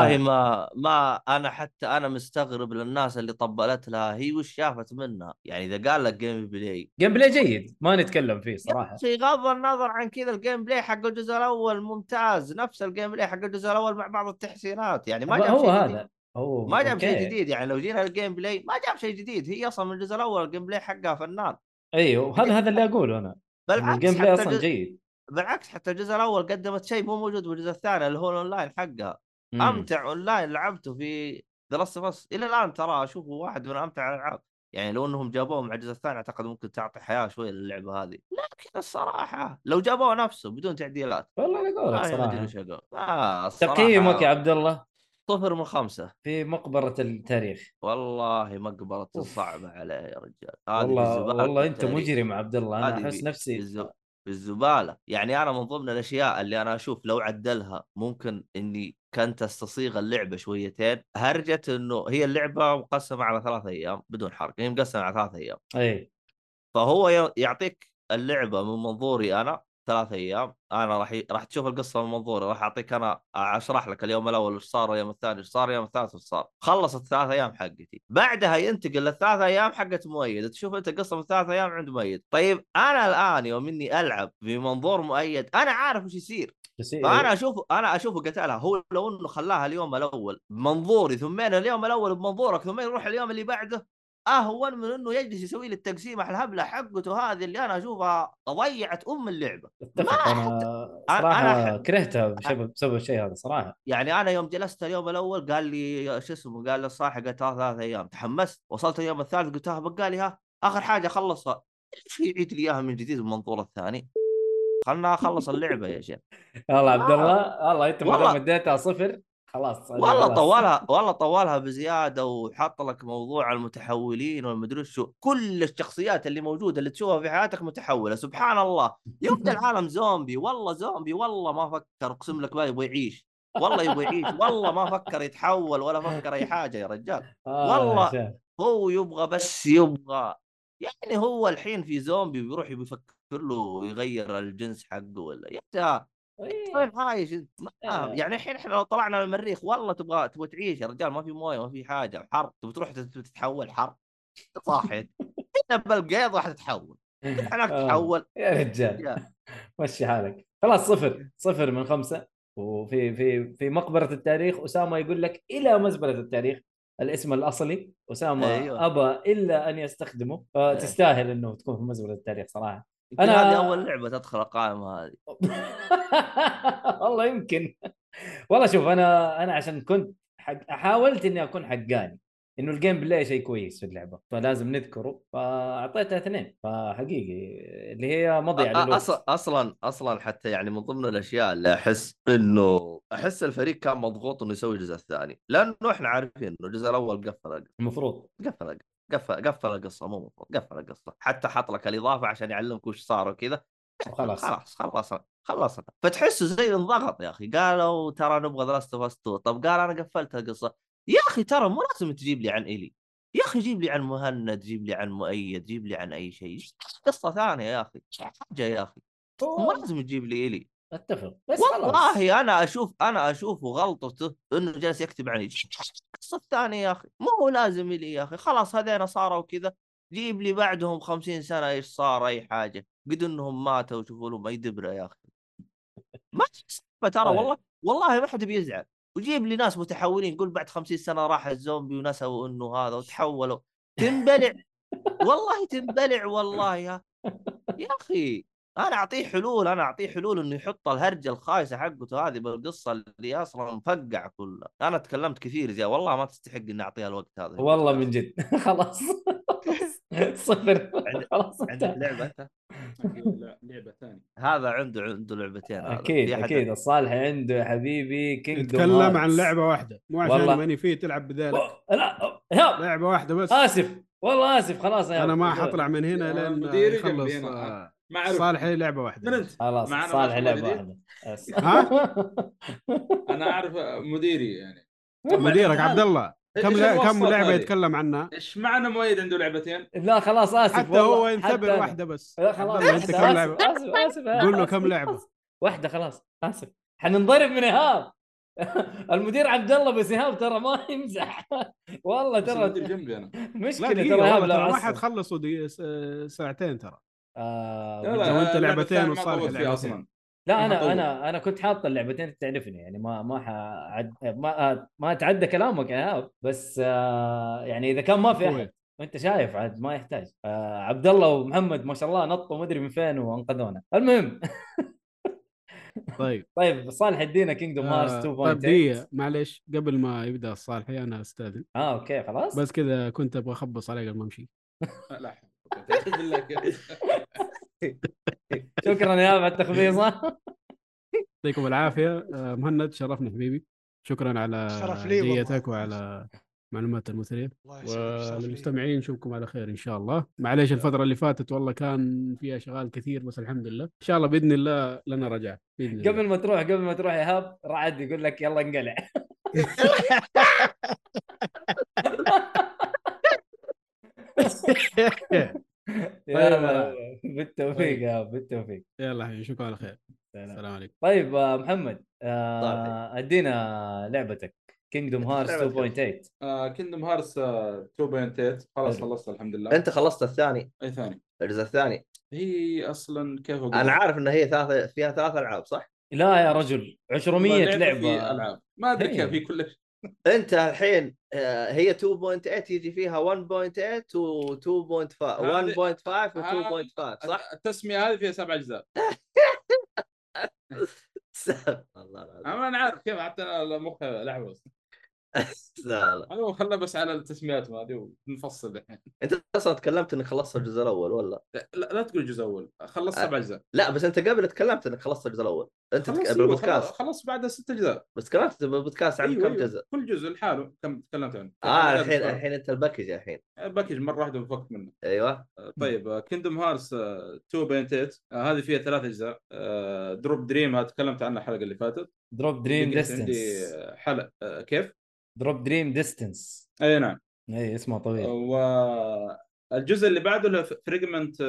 [SPEAKER 4] والله
[SPEAKER 5] ما ما انا حتى انا مستغرب للناس اللي طبلت لها هي وش شافت منها يعني اذا قال لك جيم بلاي
[SPEAKER 4] جيم بلاي جيد ما نتكلم فيه صراحه
[SPEAKER 5] في غض النظر عن كذا الجيم بلاي حق الجزء الاول ممتاز نفس الجيم بلاي حق الجزء الاول مع بعض التحسينات يعني ما جاب
[SPEAKER 4] هو
[SPEAKER 5] شيء جديد.
[SPEAKER 4] هذا هو
[SPEAKER 5] ما جاب شيء
[SPEAKER 4] أوكي.
[SPEAKER 5] جديد يعني لو جينا الجيم بلاي ما جاب شيء جديد هي اصلا من الجزء الاول الجيم بلاي حقها فنان
[SPEAKER 4] ايوه هذا هذا اللي اقوله انا إن
[SPEAKER 5] بالعكس
[SPEAKER 4] الجيم بلاي
[SPEAKER 5] حتى
[SPEAKER 4] اصلا
[SPEAKER 5] الجزء
[SPEAKER 4] جيد
[SPEAKER 5] بالعكس حتى الجزء الاول قدمت شيء مو موجود بالجزء الثاني اللي هو الاونلاين حقها
[SPEAKER 4] مم.
[SPEAKER 5] امتع اونلاين لعبته في ذا لاست بس الى الان ترى اشوفه واحد من امتع الالعاب يعني لو انهم جابوه مع الجزء الثاني اعتقد ممكن تعطي حياه شويه للعبه هذه لكن الصراحه لو جابوه نفسه بدون تعديلات
[SPEAKER 4] والله انا اقول لك
[SPEAKER 5] والله ما ادري وش
[SPEAKER 4] صراحه
[SPEAKER 5] اقول يعني آه الصراحه
[SPEAKER 4] تقييمك يا عبد الله
[SPEAKER 5] صفر من خمسه
[SPEAKER 4] في مقبره التاريخ
[SPEAKER 5] والله مقبره
[SPEAKER 4] أوف.
[SPEAKER 5] صعبه عليه يا رجال هذه
[SPEAKER 4] والله
[SPEAKER 5] بالزبالة
[SPEAKER 4] والله انت
[SPEAKER 5] التاريخ.
[SPEAKER 4] مجرم عبد الله انا
[SPEAKER 5] هذه
[SPEAKER 4] احس
[SPEAKER 5] في-
[SPEAKER 4] نفسي
[SPEAKER 5] بالز- بالزباله يعني انا من ضمن الاشياء اللي انا اشوف لو عدلها ممكن اني كانت استصيغ اللعبه شويتين هرجه انه هي اللعبه مقسمه على ثلاث ايام بدون حرق
[SPEAKER 4] إيه،
[SPEAKER 5] هي مقسمه على ثلاث ايام
[SPEAKER 4] اي
[SPEAKER 5] فهو ي- يعطيك اللعبه من منظوري انا ثلاثة ايام انا راح ي... راح تشوف القصه من منظوري راح اعطيك انا اشرح لك اليوم الاول ايش صار اليوم الثاني ايش صار اليوم الثالث ايش صار خلصت الثلاث ايام حقتي بعدها ينتقل للثلاث ايام حقت مؤيد تشوف انت قصه من ثلاث ايام عند مؤيد طيب انا الان يوم اني العب بمنظور مؤيد انا عارف ايش يصير
[SPEAKER 4] يصير
[SPEAKER 5] فانا اشوف انا اشوفه قتلها هو لو انه خلاها اليوم الاول بمنظوري ثمين اليوم الاول بمنظورك ثمين يروح اليوم اللي بعده اهون من انه يجلس يسوي لي التقسيمه الهبله حقته هذه اللي انا اشوفها ضيعت ام اللعبه
[SPEAKER 4] اتفق
[SPEAKER 5] ما
[SPEAKER 4] انا
[SPEAKER 5] أنا-
[SPEAKER 4] صراحه
[SPEAKER 5] أنا-
[SPEAKER 4] كرهتها بسبب بسبب الشيء هذا صراحه
[SPEAKER 5] يعني انا يوم جلست اليوم الاول قال لي شو اسمه قال لي صاحي قلت له ثلاث ايام تحمست وصلت اليوم الثالث قلت له بقى لي ها اخر حاجه اخلصها ليش يعيد لي اياها من جديد بالمنظور الثاني خلنا اخلص اللعبه يا شيخ
[SPEAKER 4] يلا عبد الله الله انت ما
[SPEAKER 5] آه، والله.
[SPEAKER 4] دام اديتها صفر خلاص
[SPEAKER 5] والله
[SPEAKER 4] خلاص.
[SPEAKER 5] طولها والله طولها بزياده وحط لك موضوع المتحولين والمدري شو كل الشخصيات اللي موجوده اللي تشوفها في حياتك متحوله سبحان الله يبدا العالم زومبي والله زومبي والله ما فكر اقسم لك ما يبغى يعيش والله يبغى يعيش والله ما فكر يتحول ولا فكر اي حاجه يا رجال
[SPEAKER 4] آه
[SPEAKER 5] والله.
[SPEAKER 4] يا شيخ.
[SPEAKER 5] هو يبغى بس يبغى يعني هو الحين في زومبي بيروح بيفكر له يغير الجنس حقه ولا يا أنت
[SPEAKER 4] إيه.
[SPEAKER 5] وين عايش أنت؟ طيب، ما-
[SPEAKER 4] آه.
[SPEAKER 5] يعني الحين احنا لو طلعنا للمريخ والله تبغى تبغى تعيش يا رجال ما في مويه ما في حاجه حر تبغى تروح تت- تتحول حر صاحي هنا بالقيض راح تتحول هناك
[SPEAKER 4] آه.
[SPEAKER 5] تتحول
[SPEAKER 4] يا رجال
[SPEAKER 5] يا.
[SPEAKER 4] مشي حالك خلاص صفر صفر من خمسه وفي في في مقبره التاريخ اسامه يقول لك الى مزبله التاريخ الاسم الاصلي اسامه
[SPEAKER 5] أيوة.
[SPEAKER 4] أيوة. ابى الا ان يستخدمه
[SPEAKER 5] إيه.
[SPEAKER 4] فتستاهل انه تكون في مزبله التاريخ صراحه
[SPEAKER 5] يمكن
[SPEAKER 4] أنا-
[SPEAKER 5] هذه اول لعبه تدخل القائمه هذه
[SPEAKER 4] والله يمكن والله شوف انا انا عشان كنت حق حاولت اني اكون حقاني انه الجيم بلاي شيء كويس في اللعبه فلازم نذكره فاعطيتها اثنين فحقيقي اللي هي مضيعه
[SPEAKER 5] أ- أص-
[SPEAKER 4] للوقت
[SPEAKER 5] اصلا اصلا حتى يعني من ضمن الاشياء اللي احس انه احس الفريق كان مضغوط انه يسوي الجزء الثاني لانه احنا عارفين انه الجزء الاول قفل
[SPEAKER 4] المفروض
[SPEAKER 5] قفل قفل قفل القصه مو مفروض قفل القصه حتى حط لك الاضافه عشان يعلمك وش صار وكذا
[SPEAKER 4] خلاص
[SPEAKER 5] خلاص خلصنا خلصنا فتحسه زي انضغط يا اخي قالوا ترى نبغى ذا لاست اوف اس 2 طب قال انا قفلت القصه يا اخي ترى مو لازم تجيب لي عن الي يا اخي جيب لي عن مهند جيب لي عن مؤيد جيب لي عن اي شيء قصه ثانيه يا اخي حاجه يا اخي مو
[SPEAKER 4] هو-
[SPEAKER 5] لازم تجيب لي الي
[SPEAKER 4] اتفق بس خلاص
[SPEAKER 5] والله انا اشوف انا اشوفه غلطته انه جالس يكتب عن القصه الثانيه يا اخي مو هو لازم لي يا اخي خلاص هذين صاروا كذا جيب لي بعدهم خمسين سنه ايش صار اي حاجه قد انهم ماتوا وشوفوا لهم اي دبره يا اخي ما تحسبها ترى
[SPEAKER 4] طيب.
[SPEAKER 5] والله والله ما حد بيزعل وجيب لي ناس متحولين قول بعد خمسين سنه راح الزومبي ونسوا انه هذا وتحولوا تنبلع والله تنبلع والله يا يا اخي انا اعطيه حلول انا اعطيه حلول انه يحط الهرجه الخايسه حقته هذه بالقصه اللي اصلا مفقع كلها انا تكلمت كثير زي والله ما تستحق اني اعطيها الوقت هذا
[SPEAKER 4] والله من جد خلاص صفر
[SPEAKER 5] عند-
[SPEAKER 4] خلاص انت.
[SPEAKER 5] عندك لعبه انت
[SPEAKER 2] لعبه ثانيه
[SPEAKER 5] هذا عنده عنده لعبتين هذا.
[SPEAKER 4] اكيد
[SPEAKER 5] في أحد-
[SPEAKER 4] اكيد الصالح عنده يا حبيبي كينجدوم
[SPEAKER 3] نتكلم عن لعبه واحده مو عشان
[SPEAKER 4] والله.
[SPEAKER 3] ماني فيه تلعب بذلك
[SPEAKER 4] لا أوه، ايهاب
[SPEAKER 3] لعبه واحده بس
[SPEAKER 4] اسف والله اسف خلاص آه، يا
[SPEAKER 3] انا ما
[SPEAKER 4] إيهاب.
[SPEAKER 3] حطلع من هنا
[SPEAKER 2] يا
[SPEAKER 3] لين
[SPEAKER 2] مديري
[SPEAKER 3] يخلص
[SPEAKER 2] قلبي هنا.
[SPEAKER 3] آه،
[SPEAKER 2] ما اعرف
[SPEAKER 3] صالح لي لعبه
[SPEAKER 2] من
[SPEAKER 3] واحده
[SPEAKER 2] انت؟
[SPEAKER 4] خلاص
[SPEAKER 2] معنا
[SPEAKER 4] صالح
[SPEAKER 2] ماشي
[SPEAKER 4] لعبه
[SPEAKER 2] جديد؟
[SPEAKER 4] واحده بس.
[SPEAKER 2] انا اعرف مديري يعني
[SPEAKER 3] مديرك عبد الله كم
[SPEAKER 2] إيش
[SPEAKER 3] لا- كم
[SPEAKER 2] الوسط
[SPEAKER 3] لعبه
[SPEAKER 2] هذه؟
[SPEAKER 3] يتكلم عنها
[SPEAKER 2] ايش معنى مؤيد عنده لعبتين؟
[SPEAKER 4] لا خلاص اسف
[SPEAKER 3] حتى
[SPEAKER 4] والله،
[SPEAKER 3] هو
[SPEAKER 4] حتى
[SPEAKER 3] ينتبه
[SPEAKER 4] أنا.
[SPEAKER 3] واحده بس
[SPEAKER 4] لا خلاص
[SPEAKER 3] عبد الله، انت
[SPEAKER 4] آسف،
[SPEAKER 3] كم لعبه
[SPEAKER 4] اسف اسف اسف يا
[SPEAKER 3] قول له
[SPEAKER 4] آسف،
[SPEAKER 3] كم لعبه
[SPEAKER 4] واحده خلاص اسف حننضرب من ايهاب المدير عبد الله بس ايهاب ترى ما يمزح والله
[SPEAKER 2] بس المدير
[SPEAKER 4] ترى
[SPEAKER 2] جنبي انا
[SPEAKER 3] لا
[SPEAKER 4] مشكله ترى
[SPEAKER 3] دقيقه والله
[SPEAKER 4] ايهاب
[SPEAKER 3] ترى
[SPEAKER 4] لو
[SPEAKER 3] ما
[SPEAKER 4] عصب.
[SPEAKER 3] حتخلصوا دقيقة- س- ساعتين ترى
[SPEAKER 4] آه،
[SPEAKER 2] لا،
[SPEAKER 4] بالضبط.
[SPEAKER 2] لا،
[SPEAKER 3] وأنت
[SPEAKER 2] اللعبة
[SPEAKER 3] لعبتين
[SPEAKER 2] الثانية ما
[SPEAKER 3] وصالح
[SPEAKER 2] طولت فيها
[SPEAKER 3] لعبتين.
[SPEAKER 2] اصلا
[SPEAKER 4] لا
[SPEAKER 2] مطول.
[SPEAKER 4] انا انا انا كنت حاط اللعبتين تعرفني يعني ما ما حعد ما ما اتعدى كلامك يا ايهاب بس آه، يعني اذا كان ما في احد
[SPEAKER 3] كويس.
[SPEAKER 4] انت شايف عاد ما يحتاج آه، عبد الله ومحمد ما شاء الله نطوا ما ادري من فين وانقذونا المهم
[SPEAKER 3] طيب
[SPEAKER 4] طيب صالح ادينا كينجدوم
[SPEAKER 3] آه،
[SPEAKER 4] هارت
[SPEAKER 3] طيب
[SPEAKER 4] 2.8
[SPEAKER 3] دقيقه معليش قبل ما يبدا الصالحي انا استاذن
[SPEAKER 4] اه اوكي خلاص
[SPEAKER 3] بس كذا كنت ابغى اخبص عليه قبل ما امشي
[SPEAKER 2] لا أعوذ بالله كيف.
[SPEAKER 4] شكرا يا أيهاب على التخبيص
[SPEAKER 3] يعطيكم العافيه آه، مهند شرفنا حبيبي شكرا على
[SPEAKER 6] شرف لي والله.
[SPEAKER 3] جيتك وعلى معلومات المثريه
[SPEAKER 6] الله يسلمك، شرف لي.
[SPEAKER 3] وللمستمعين نشوفكم على خير ان شاء الله معليش الفتره اللي فاتت والله كان فيها شغال كثير بس الحمد لله ان شاء الله باذن الله لنا رجع باذن الله
[SPEAKER 4] قبل ما تروح قبل ما تروح يا ايهاب رعد يقول لك يلا انقلع يلا
[SPEAKER 3] طيب. آه،
[SPEAKER 4] بت-
[SPEAKER 3] طيب.
[SPEAKER 4] بالتوفيق يا أب، بالتوفيق
[SPEAKER 3] يلا حبيبي شكرا على خير
[SPEAKER 4] سلام.
[SPEAKER 3] السلام عليكم
[SPEAKER 4] طيب آه، محمد
[SPEAKER 3] طيب.
[SPEAKER 4] آه، ادينا لعبتك كينجدوم هارت 2.8
[SPEAKER 2] كندم هارس 2.8 خلاص
[SPEAKER 4] حلو.
[SPEAKER 2] خلصت الحمد لله
[SPEAKER 5] انت خلصت الثاني
[SPEAKER 2] اي ثاني
[SPEAKER 5] الجزء الثاني
[SPEAKER 2] هي اصلا كيف اقول
[SPEAKER 5] انا عارف ان هي ثلاث فيها ثلاث العاب صح؟
[SPEAKER 4] لا يا رجل 200
[SPEAKER 2] لعبة في
[SPEAKER 4] لعبه
[SPEAKER 2] العاب ما ادري
[SPEAKER 4] إيه.
[SPEAKER 2] كيف هي كل شيء
[SPEAKER 5] انت الحين آه، هي 2.8 يجي فيها 1.8 و 2.5
[SPEAKER 2] هذه-
[SPEAKER 5] 1.5 و 2.5 صح؟
[SPEAKER 2] التسميه هذه فيها سبع اجزاء
[SPEAKER 5] والله العظيم
[SPEAKER 2] انا ما عارف كيف حتى أنا مخي لحوس أه؟
[SPEAKER 5] لا لا
[SPEAKER 2] انا خلنا بس على التسميات ما هذه ونفصل الحين
[SPEAKER 5] انت اصلا تكلمت انك خلصت
[SPEAKER 2] أه.
[SPEAKER 5] الجزء الاول ولا
[SPEAKER 2] لا, لا تقول جزء اول خلصت
[SPEAKER 5] آه.
[SPEAKER 2] سبع اجزاء
[SPEAKER 5] لا بس انت قبل تكلمت انك خلصت الجزء الاول انت
[SPEAKER 2] خلصت
[SPEAKER 5] تك...
[SPEAKER 2] أيوة، خلص-
[SPEAKER 5] بالبودكاست
[SPEAKER 2] خلص بعدها ست اجزاء
[SPEAKER 5] بس تكلمت بالبودكاست عن
[SPEAKER 2] أيوة،
[SPEAKER 5] كم
[SPEAKER 2] أيوة.
[SPEAKER 5] جزء
[SPEAKER 2] كل جزء لحاله كم تكلمت عنه آه،
[SPEAKER 5] اه الحين الحين انت الباكج الحين
[SPEAKER 2] باكج مره واحده انفكت منه
[SPEAKER 5] ايوه
[SPEAKER 2] طيب كيندوم هارس 2.8 آه، هذه فيها ثلاث آه، اجزاء دروب دريم تكلمت عنها الحلقه اللي فاتت
[SPEAKER 4] دروب دريم
[SPEAKER 2] كانت عندي
[SPEAKER 4] ديستنس
[SPEAKER 2] حلقه آه، كيف؟
[SPEAKER 4] دروب دريم ديستنس
[SPEAKER 2] اي نعم
[SPEAKER 4] اي إيه، اسمه طويل
[SPEAKER 2] والجزء اللي بعده له فريجمنت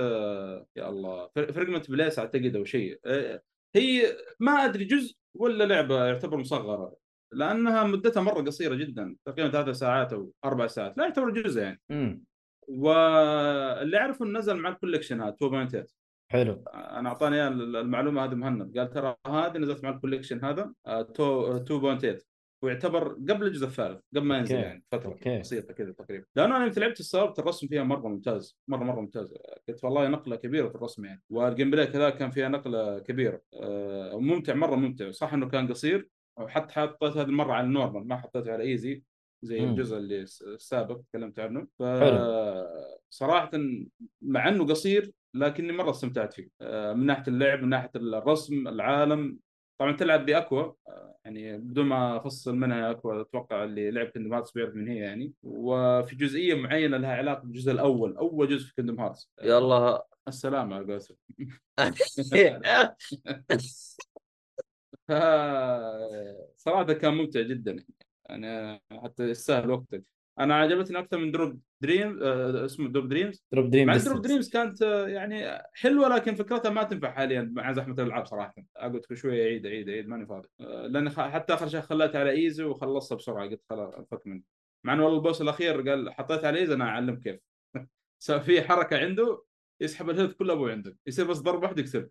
[SPEAKER 2] يا الله فريجمنت بليس اعتقد او شيء آه، هي ما ادري جزء ولا لعبه يعتبر مصغره لانها مدتها مره قصيره جدا تقريبا ثلاث ساعات او اربع ساعات لا يعتبر جزء يعني
[SPEAKER 4] امم
[SPEAKER 2] واللي اعرفه إنه نزل مع الكوليكشن هذا 2.8
[SPEAKER 4] حلو
[SPEAKER 2] انا اعطاني إياه المعلومه هذه مهند قال ترى هذه نزلت مع الكوليكشن هذا آه، تو- آه، 2.8 ويعتبر قبل الجزء الثالث قبل ما ينزل
[SPEAKER 4] أوكي.
[SPEAKER 2] يعني فتره
[SPEAKER 4] أوكي.
[SPEAKER 2] بسيطه كذا تقريبا لانه انا يوم لعبت السابق الرسم فيها مره ممتاز مره مره ممتاز قلت والله نقله كبيره في الرسم يعني والجيم بلاي كذا كان فيها نقله كبيره آه، ممتع مره ممتع صح انه كان قصير حتى حطيت هذه المره على النورمال ما حطيته على ايزي زي
[SPEAKER 4] مم.
[SPEAKER 2] الجزء اللي الس- السابق تكلمت عنه ف
[SPEAKER 4] حلو.
[SPEAKER 2] صراحه مع انه قصير لكني مره استمتعت فيه آه، من ناحيه اللعب من ناحيه الرسم العالم طبعا تلعب باكوا آه، يعني بدون ما افصل منها اكوا اتوقع اللي لعب كندم هارتس بيعرف من هي يعني وفي جزئيه معينه لها علاقه بالجزء الاول اول جزء في كندم هارتس
[SPEAKER 5] يلا
[SPEAKER 2] السلام على قولتهم ف- صراحه كان ممتع جدا انا حتى يستاهل وقتك انا عجبتني اكثر من دروب دريم آه، اسمه دروب دريمز
[SPEAKER 4] دروب دريم
[SPEAKER 2] مع دروب
[SPEAKER 4] ديستنس
[SPEAKER 2] دريمز كانت آه، يعني حلوه لكن فكرتها ما تنفع حاليا مع زحمه الالعاب صراحه اقعد كل شويه اعيد اعيد اعيد ماني فاضي آه، لان خ- حتى اخر شيء خليت على ايزي وخلصتها بسرعه قلت خلاص انفك منه مع انه والله البوس الاخير قال حطيت على ايزي انا اعلم كيف سوى في حركه عنده يسحب الهيلث كله ابو عندك يصير بس ضربه واحده يكسب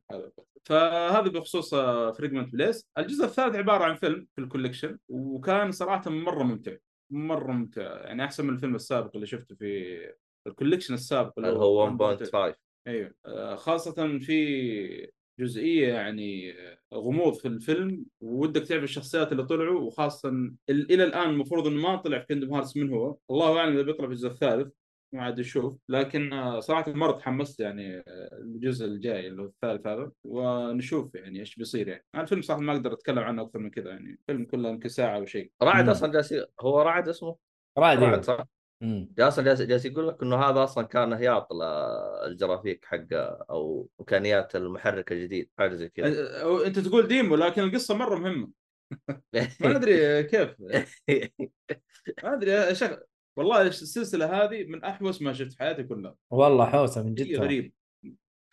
[SPEAKER 2] فهذا بخصوص فريجمنت بليس الجزء الثالث عباره عن فيلم في الكوليكشن وكان صراحه مره ممتع مره ممتع يعني احسن من الفيلم السابق اللي شفته في الكوليكشن السابق
[SPEAKER 5] اللي هو
[SPEAKER 2] 1.5
[SPEAKER 5] 1.5
[SPEAKER 2] ايوه آه، خاصة في جزئية يعني آه، غموض في الفيلم ودك تعرف الشخصيات اللي طلعوا وخاصة ال- إلى الآن المفروض إنه ما طلع في كندم هارتس من هو الله أعلم إذا بيطلع في الجزء الثالث ما عاد نشوف لكن آه، صراحة مرة تحمست يعني آه، الجزء الجاي اللي هو الثالث هذا ونشوف يعني إيش بيصير يعني أنا الفيلم صراحة ما أقدر أتكلم عنه أكثر من كذا يعني الفيلم كله يمكن ساعة أو شيء
[SPEAKER 5] رعد
[SPEAKER 4] مم.
[SPEAKER 5] اصلا جالس ي- هو رعد اسمه
[SPEAKER 4] رعد
[SPEAKER 5] رعد
[SPEAKER 4] أيوة.
[SPEAKER 5] صح
[SPEAKER 4] أمم.
[SPEAKER 5] جالس جالس جالس يقول لك انه هذا اصلا كان هياط ل- الجرافيك حقه او امكانيات المحرك الجديد حاجه زي
[SPEAKER 2] آه،
[SPEAKER 5] كذا
[SPEAKER 2] آه، أنت تقول ديمو لكن القصة مرة مهمة
[SPEAKER 5] إيه.
[SPEAKER 2] ما أدري كيف ما ادري يا شيخ والله السلسله هذه من احوس ما شفت في حياتي كلها
[SPEAKER 4] والله حوسه من
[SPEAKER 2] شيء
[SPEAKER 4] جد ترى.
[SPEAKER 2] غريب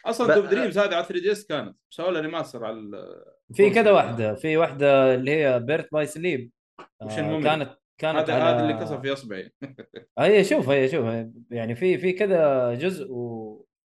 [SPEAKER 2] اصلا
[SPEAKER 5] ب-
[SPEAKER 2] دوب دريمز هذه على 3 دي اس كانت سووا لها ريماستر على ال-
[SPEAKER 4] في كذا واحده في واحده اللي هي بيرت باي سليب
[SPEAKER 2] وش المهم؟
[SPEAKER 4] آه، كانت كانت
[SPEAKER 2] هذا
[SPEAKER 4] على
[SPEAKER 2] هذا اللي كسر في اصبعي
[SPEAKER 4] هي شوف هي شوف هي يعني في في كذا جزء و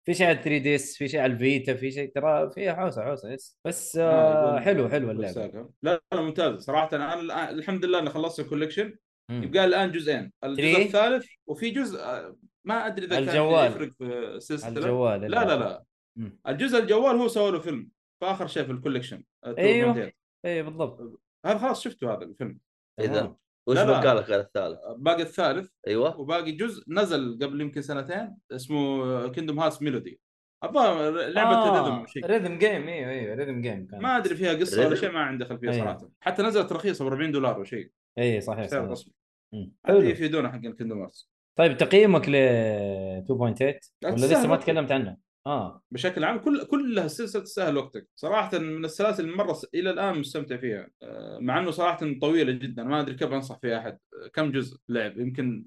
[SPEAKER 4] في شيء على 3 دي اس في شيء على الفيتا في شيء ترى فيها حوسه حوسه يس بس آه
[SPEAKER 2] يقول-
[SPEAKER 4] حلو حلو
[SPEAKER 2] يقول
[SPEAKER 4] اللعبه
[SPEAKER 2] ساقها. لا لا ممتاز صراحه انا الآن- الحمد لله اني خلصت الكوليكشن
[SPEAKER 4] أمم.
[SPEAKER 2] يبقى لي الان جزئين الجزء
[SPEAKER 4] Three.
[SPEAKER 2] الثالث وفي جزء آه، ما ادري اذا كان
[SPEAKER 4] الجوال.
[SPEAKER 2] يفرق في
[SPEAKER 4] على
[SPEAKER 2] السلسله
[SPEAKER 4] الجوال
[SPEAKER 2] لا لا لا
[SPEAKER 4] مم.
[SPEAKER 2] الجزء الجوال هو سوى له فيلم فاخر شيء في الكوليكشن آه،
[SPEAKER 4] أيوه.
[SPEAKER 2] 2.8.
[SPEAKER 4] اي بالضبط
[SPEAKER 2] هذا خلاص شفته هذا الفيلم
[SPEAKER 5] إذا.
[SPEAKER 4] تمام.
[SPEAKER 5] وش
[SPEAKER 2] لا، لا.
[SPEAKER 5] بقى لك غير الثالث؟
[SPEAKER 2] باقي الثالث
[SPEAKER 5] ايوه
[SPEAKER 2] وباقي جزء نزل قبل يمكن سنتين اسمه كيندوم هاس ميلودي الظاهر لعبه آه. ريذم شيء
[SPEAKER 4] ريذم جيم ايوه ايوه ريذم جيم كان
[SPEAKER 2] ما ادري فيها قصه ولا
[SPEAKER 5] Rhythm؟
[SPEAKER 2] شيء ما عندي خلفيه
[SPEAKER 4] أيه.
[SPEAKER 2] صراحه حتى نزلت رخيصه ب 40 دولار او شيء
[SPEAKER 4] اي إيه، صحيح
[SPEAKER 2] سعر
[SPEAKER 4] صحيح
[SPEAKER 2] رسمي
[SPEAKER 4] مم.
[SPEAKER 2] حلو
[SPEAKER 4] حلو
[SPEAKER 2] يفيدونا حق الكيندوم هارتس
[SPEAKER 4] طيب تقييمك ل 2.8 ولا لسه
[SPEAKER 2] تستاهل
[SPEAKER 4] ما
[SPEAKER 2] وقتك.
[SPEAKER 4] تكلمت عنه؟ اه
[SPEAKER 2] بشكل عام كل كلها السلسله تستاهل وقتك صراحه من السلاسل اللي مره س... الى الان مستمتع فيها آه، مع انه صراحه طويله جدا ما ادري كيف انصح فيها احد آه، كم جزء لعب يمكن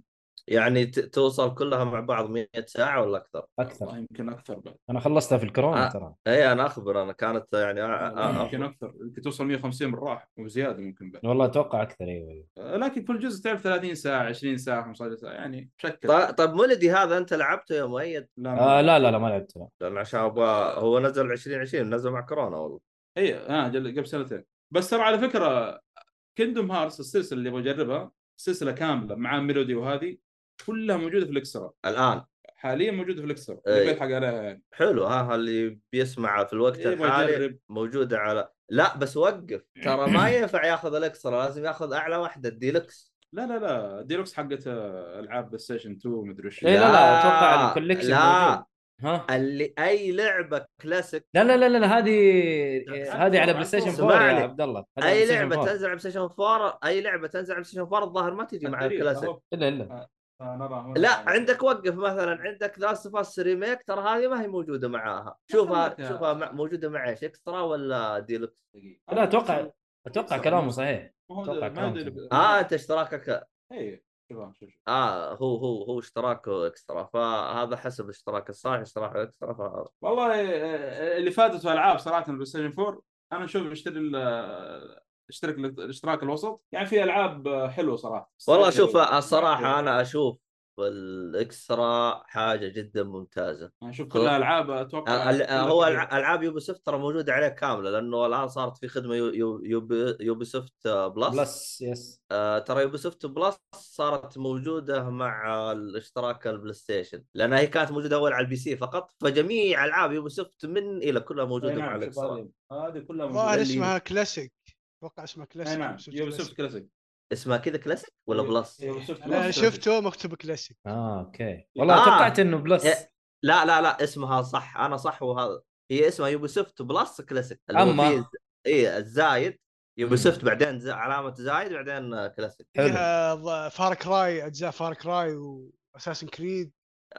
[SPEAKER 5] يعني ت- توصل كلها مع بعض 100 ساعه ولا اكثر
[SPEAKER 4] اكثر
[SPEAKER 2] يمكن اكثر بعد
[SPEAKER 4] انا خلصتها في الكورونا
[SPEAKER 5] آه.
[SPEAKER 4] ترى
[SPEAKER 5] اي انا اخبر انا كانت يعني آ- آ-
[SPEAKER 2] يمكن اكثر يمكن توصل 150 بالراحه وزياده يمكن بعد
[SPEAKER 4] والله اتوقع اكثر ايوه
[SPEAKER 2] لكن كل جزء تعرف 30 ساعه 20 ساعه 15 ساعه يعني شكل
[SPEAKER 5] طيب- طيب مولدي هذا انت لعبته يا مؤيد
[SPEAKER 4] آه لا لا لا ما لعبت لا
[SPEAKER 5] لان عشان ابغى هو نزل 2020 نزل مع كورونا والله
[SPEAKER 2] اي اه جل- قبل سنتين بس ترى على فكره كيندوم هارتس السلسله اللي بجربها سلسله كامله مع ميلودي وهذه كلها موجوده في الاكسترا
[SPEAKER 5] الان
[SPEAKER 2] حاليا موجوده في الاكسترا
[SPEAKER 5] إيه.
[SPEAKER 2] اللي بيلحق عليها إيه، يعني
[SPEAKER 5] حلو ها ها اللي بيسمع في الوقت
[SPEAKER 4] إيه،
[SPEAKER 2] يبغى
[SPEAKER 5] الحالي
[SPEAKER 2] يجرب
[SPEAKER 5] موجوده على لا بس وقف ترى ما
[SPEAKER 4] إيه.
[SPEAKER 5] ينفع ياخذ الاكسترا لازم ياخذ اعلى واحده الديلكس
[SPEAKER 2] لا لا لا ديلوكس حقت آه، العاب بلاي ستيشن 2 مدري ايش
[SPEAKER 4] إيه، لا، لا، أتوقع الكوليكشن موجود.
[SPEAKER 5] لا آه.
[SPEAKER 4] ها
[SPEAKER 5] اللي اي لعبه كلاسيك
[SPEAKER 4] لا لا لا لا لا، هذه هذه على
[SPEAKER 2] عفوا،
[SPEAKER 4] بلاي ستيشن
[SPEAKER 5] عفوا.
[SPEAKER 4] 4 يا
[SPEAKER 5] اسمعني.
[SPEAKER 4] عبد الله هذه على
[SPEAKER 5] اي
[SPEAKER 4] بلاي ستيشن
[SPEAKER 5] لعبه
[SPEAKER 4] 4.
[SPEAKER 5] تنزل على بلايستيشن 4 اي لعبه تنزل على بلايستيشن 4 الظاهر ما تجي مع الكلاسيك
[SPEAKER 4] الا الا
[SPEAKER 2] آه،
[SPEAKER 5] لا عندك وقف مثلا عندك لاست اوف اس ريميك ترى هذه ما هي موجوده معاها شوفها
[SPEAKER 2] خلك يا-
[SPEAKER 5] شوفها مع- موجوده مع ايش اكسترا ولا ديلكس
[SPEAKER 4] لا اتوقع اتوقع كلامه صحيح أتوقع كلامه
[SPEAKER 5] اه
[SPEAKER 4] آه.
[SPEAKER 5] انت اشتراكك
[SPEAKER 2] اي إيه، شوف شوف
[SPEAKER 5] اه هو هو هو اشتراكه اكسترا فهذا حسب اشتراك الصالح اشتراك اكسترا فهذا
[SPEAKER 2] والله آه، اللي فاتت العاب صراحه البلاي ستيشن 4 انا اشوف اشتري ال- اشترك ال- الاشتراك الوسط يعني في العاب آه، حلوه صراحه
[SPEAKER 5] والله شوف آه، الصراحه انا اشوف الاكسترا حاجه جدا ممتازه
[SPEAKER 2] انا اشوف كلها العاب اتوقع
[SPEAKER 5] أه، ال- آه، هو الع- العاب يوبي سوفت ترى موجوده عليه كامله لانه الان صارت في خدمه يو- يو- يوبي يوبي سوفت آه، بلس
[SPEAKER 4] بلس يس
[SPEAKER 5] آه، ترى يوبي سوفت بلس صارت موجوده مع آه، الاشتراك البلاي ستيشن لانها هي كانت موجوده اول على البي سي فقط فجميع العاب يوبي سوفت من الى كلها موجوده مع الاكسترا
[SPEAKER 2] نعم، هذه هذه كلها موجودة.
[SPEAKER 6] ظاهر
[SPEAKER 2] اللي-
[SPEAKER 6] اسمها كلاسيك اتوقع اسمها
[SPEAKER 2] اي
[SPEAKER 6] كلاسيك
[SPEAKER 2] نعم يوبي سوفت كلاسيك
[SPEAKER 5] اسمها كذا كلاسيك ولا
[SPEAKER 2] إيه،
[SPEAKER 5] بلس؟
[SPEAKER 2] يوبي سوفت
[SPEAKER 6] انا
[SPEAKER 2] بلس.
[SPEAKER 6] شفته مكتوب كلاسيك
[SPEAKER 4] اه اوكي والله
[SPEAKER 5] آه.
[SPEAKER 4] توقعت انه بلس
[SPEAKER 5] إيه. لا لا لا اسمها صح انا صح وهذا هي اسمها يوبي سوفت بلس كلاسيك
[SPEAKER 4] أما.
[SPEAKER 5] اي إيه، الزايد يوبي
[SPEAKER 4] مم.
[SPEAKER 5] سوفت بعدين ز- علامه زايد بعدين آه، كلاسيك
[SPEAKER 4] حلو
[SPEAKER 6] فيها ظ- فار كراي اجزاء فار كراي واساسن كريد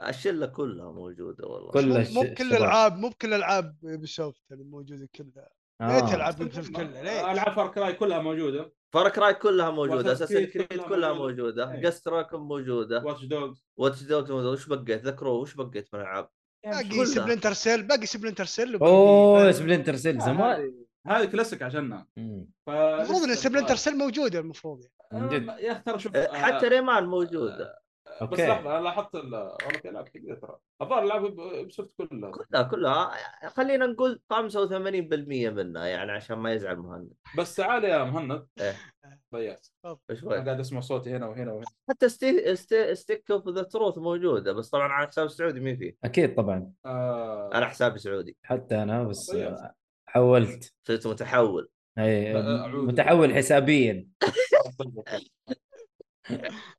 [SPEAKER 5] الشله كلها موجوده والله
[SPEAKER 4] كل-
[SPEAKER 6] مو
[SPEAKER 4] الش-
[SPEAKER 6] مو بكل
[SPEAKER 4] الشباب.
[SPEAKER 6] الالعاب مو بكل الالعاب بسوفت يعني موجوده كلها ليه
[SPEAKER 4] آه.
[SPEAKER 6] تلعب مثل الكل ليه؟
[SPEAKER 2] العاب فار كراي كلها موجوده
[SPEAKER 5] فرق راي كلها موجوده
[SPEAKER 2] وأساس
[SPEAKER 5] اساسن
[SPEAKER 2] كريد
[SPEAKER 5] كريد
[SPEAKER 2] كلها
[SPEAKER 5] كلها
[SPEAKER 2] موجودة.
[SPEAKER 5] موجوده
[SPEAKER 2] إيه.
[SPEAKER 5] جاست راكم موجوده
[SPEAKER 2] واتش دوجز
[SPEAKER 5] واتش دوجز وش بقيت ذكروا وش بقيت من العاب
[SPEAKER 6] باقي
[SPEAKER 2] يعني
[SPEAKER 5] كلها.
[SPEAKER 6] سبلنتر سيل باقي سبلنتر سيل وباقي- آه،
[SPEAKER 4] اوه سبلنتر سيل زمان
[SPEAKER 2] آه، هذه كلاسيك عشاننا
[SPEAKER 4] مم.
[SPEAKER 6] المفروض ان سبلنتر سيل موجوده المفروض يعني
[SPEAKER 4] من جد
[SPEAKER 2] آه،
[SPEAKER 4] آه،
[SPEAKER 2] يا اخي ترى شوف
[SPEAKER 5] أه، حتى ريمان
[SPEAKER 2] آه،
[SPEAKER 5] موجوده
[SPEAKER 2] بس
[SPEAKER 4] أوكي.
[SPEAKER 2] لحظه انا لاحظت ال- والله في العاب كثير ترى الظاهر العاب يوبي سوفت كلها
[SPEAKER 5] كلها كلها يعني خلينا نقول 85% منها يعني عشان ما يزعل مهند
[SPEAKER 2] بس تعال يا مهند
[SPEAKER 5] إيه. طيب.
[SPEAKER 2] ضيعت
[SPEAKER 5] شوي
[SPEAKER 2] انا قاعد اسمع صوتي هنا وهنا وهنا
[SPEAKER 5] حتى ستي... ستي... ستيك اوف ذا تروث موجوده بس طبعا على حساب السعودي ما فيه
[SPEAKER 4] اكيد طبعا
[SPEAKER 2] آه،
[SPEAKER 5] على حساب سعودي
[SPEAKER 4] حتى انا بس
[SPEAKER 2] طيب.
[SPEAKER 4] آه، حولت
[SPEAKER 5] صرت متحول
[SPEAKER 4] اي
[SPEAKER 2] لا، أعوذ.
[SPEAKER 4] متحول حسابيا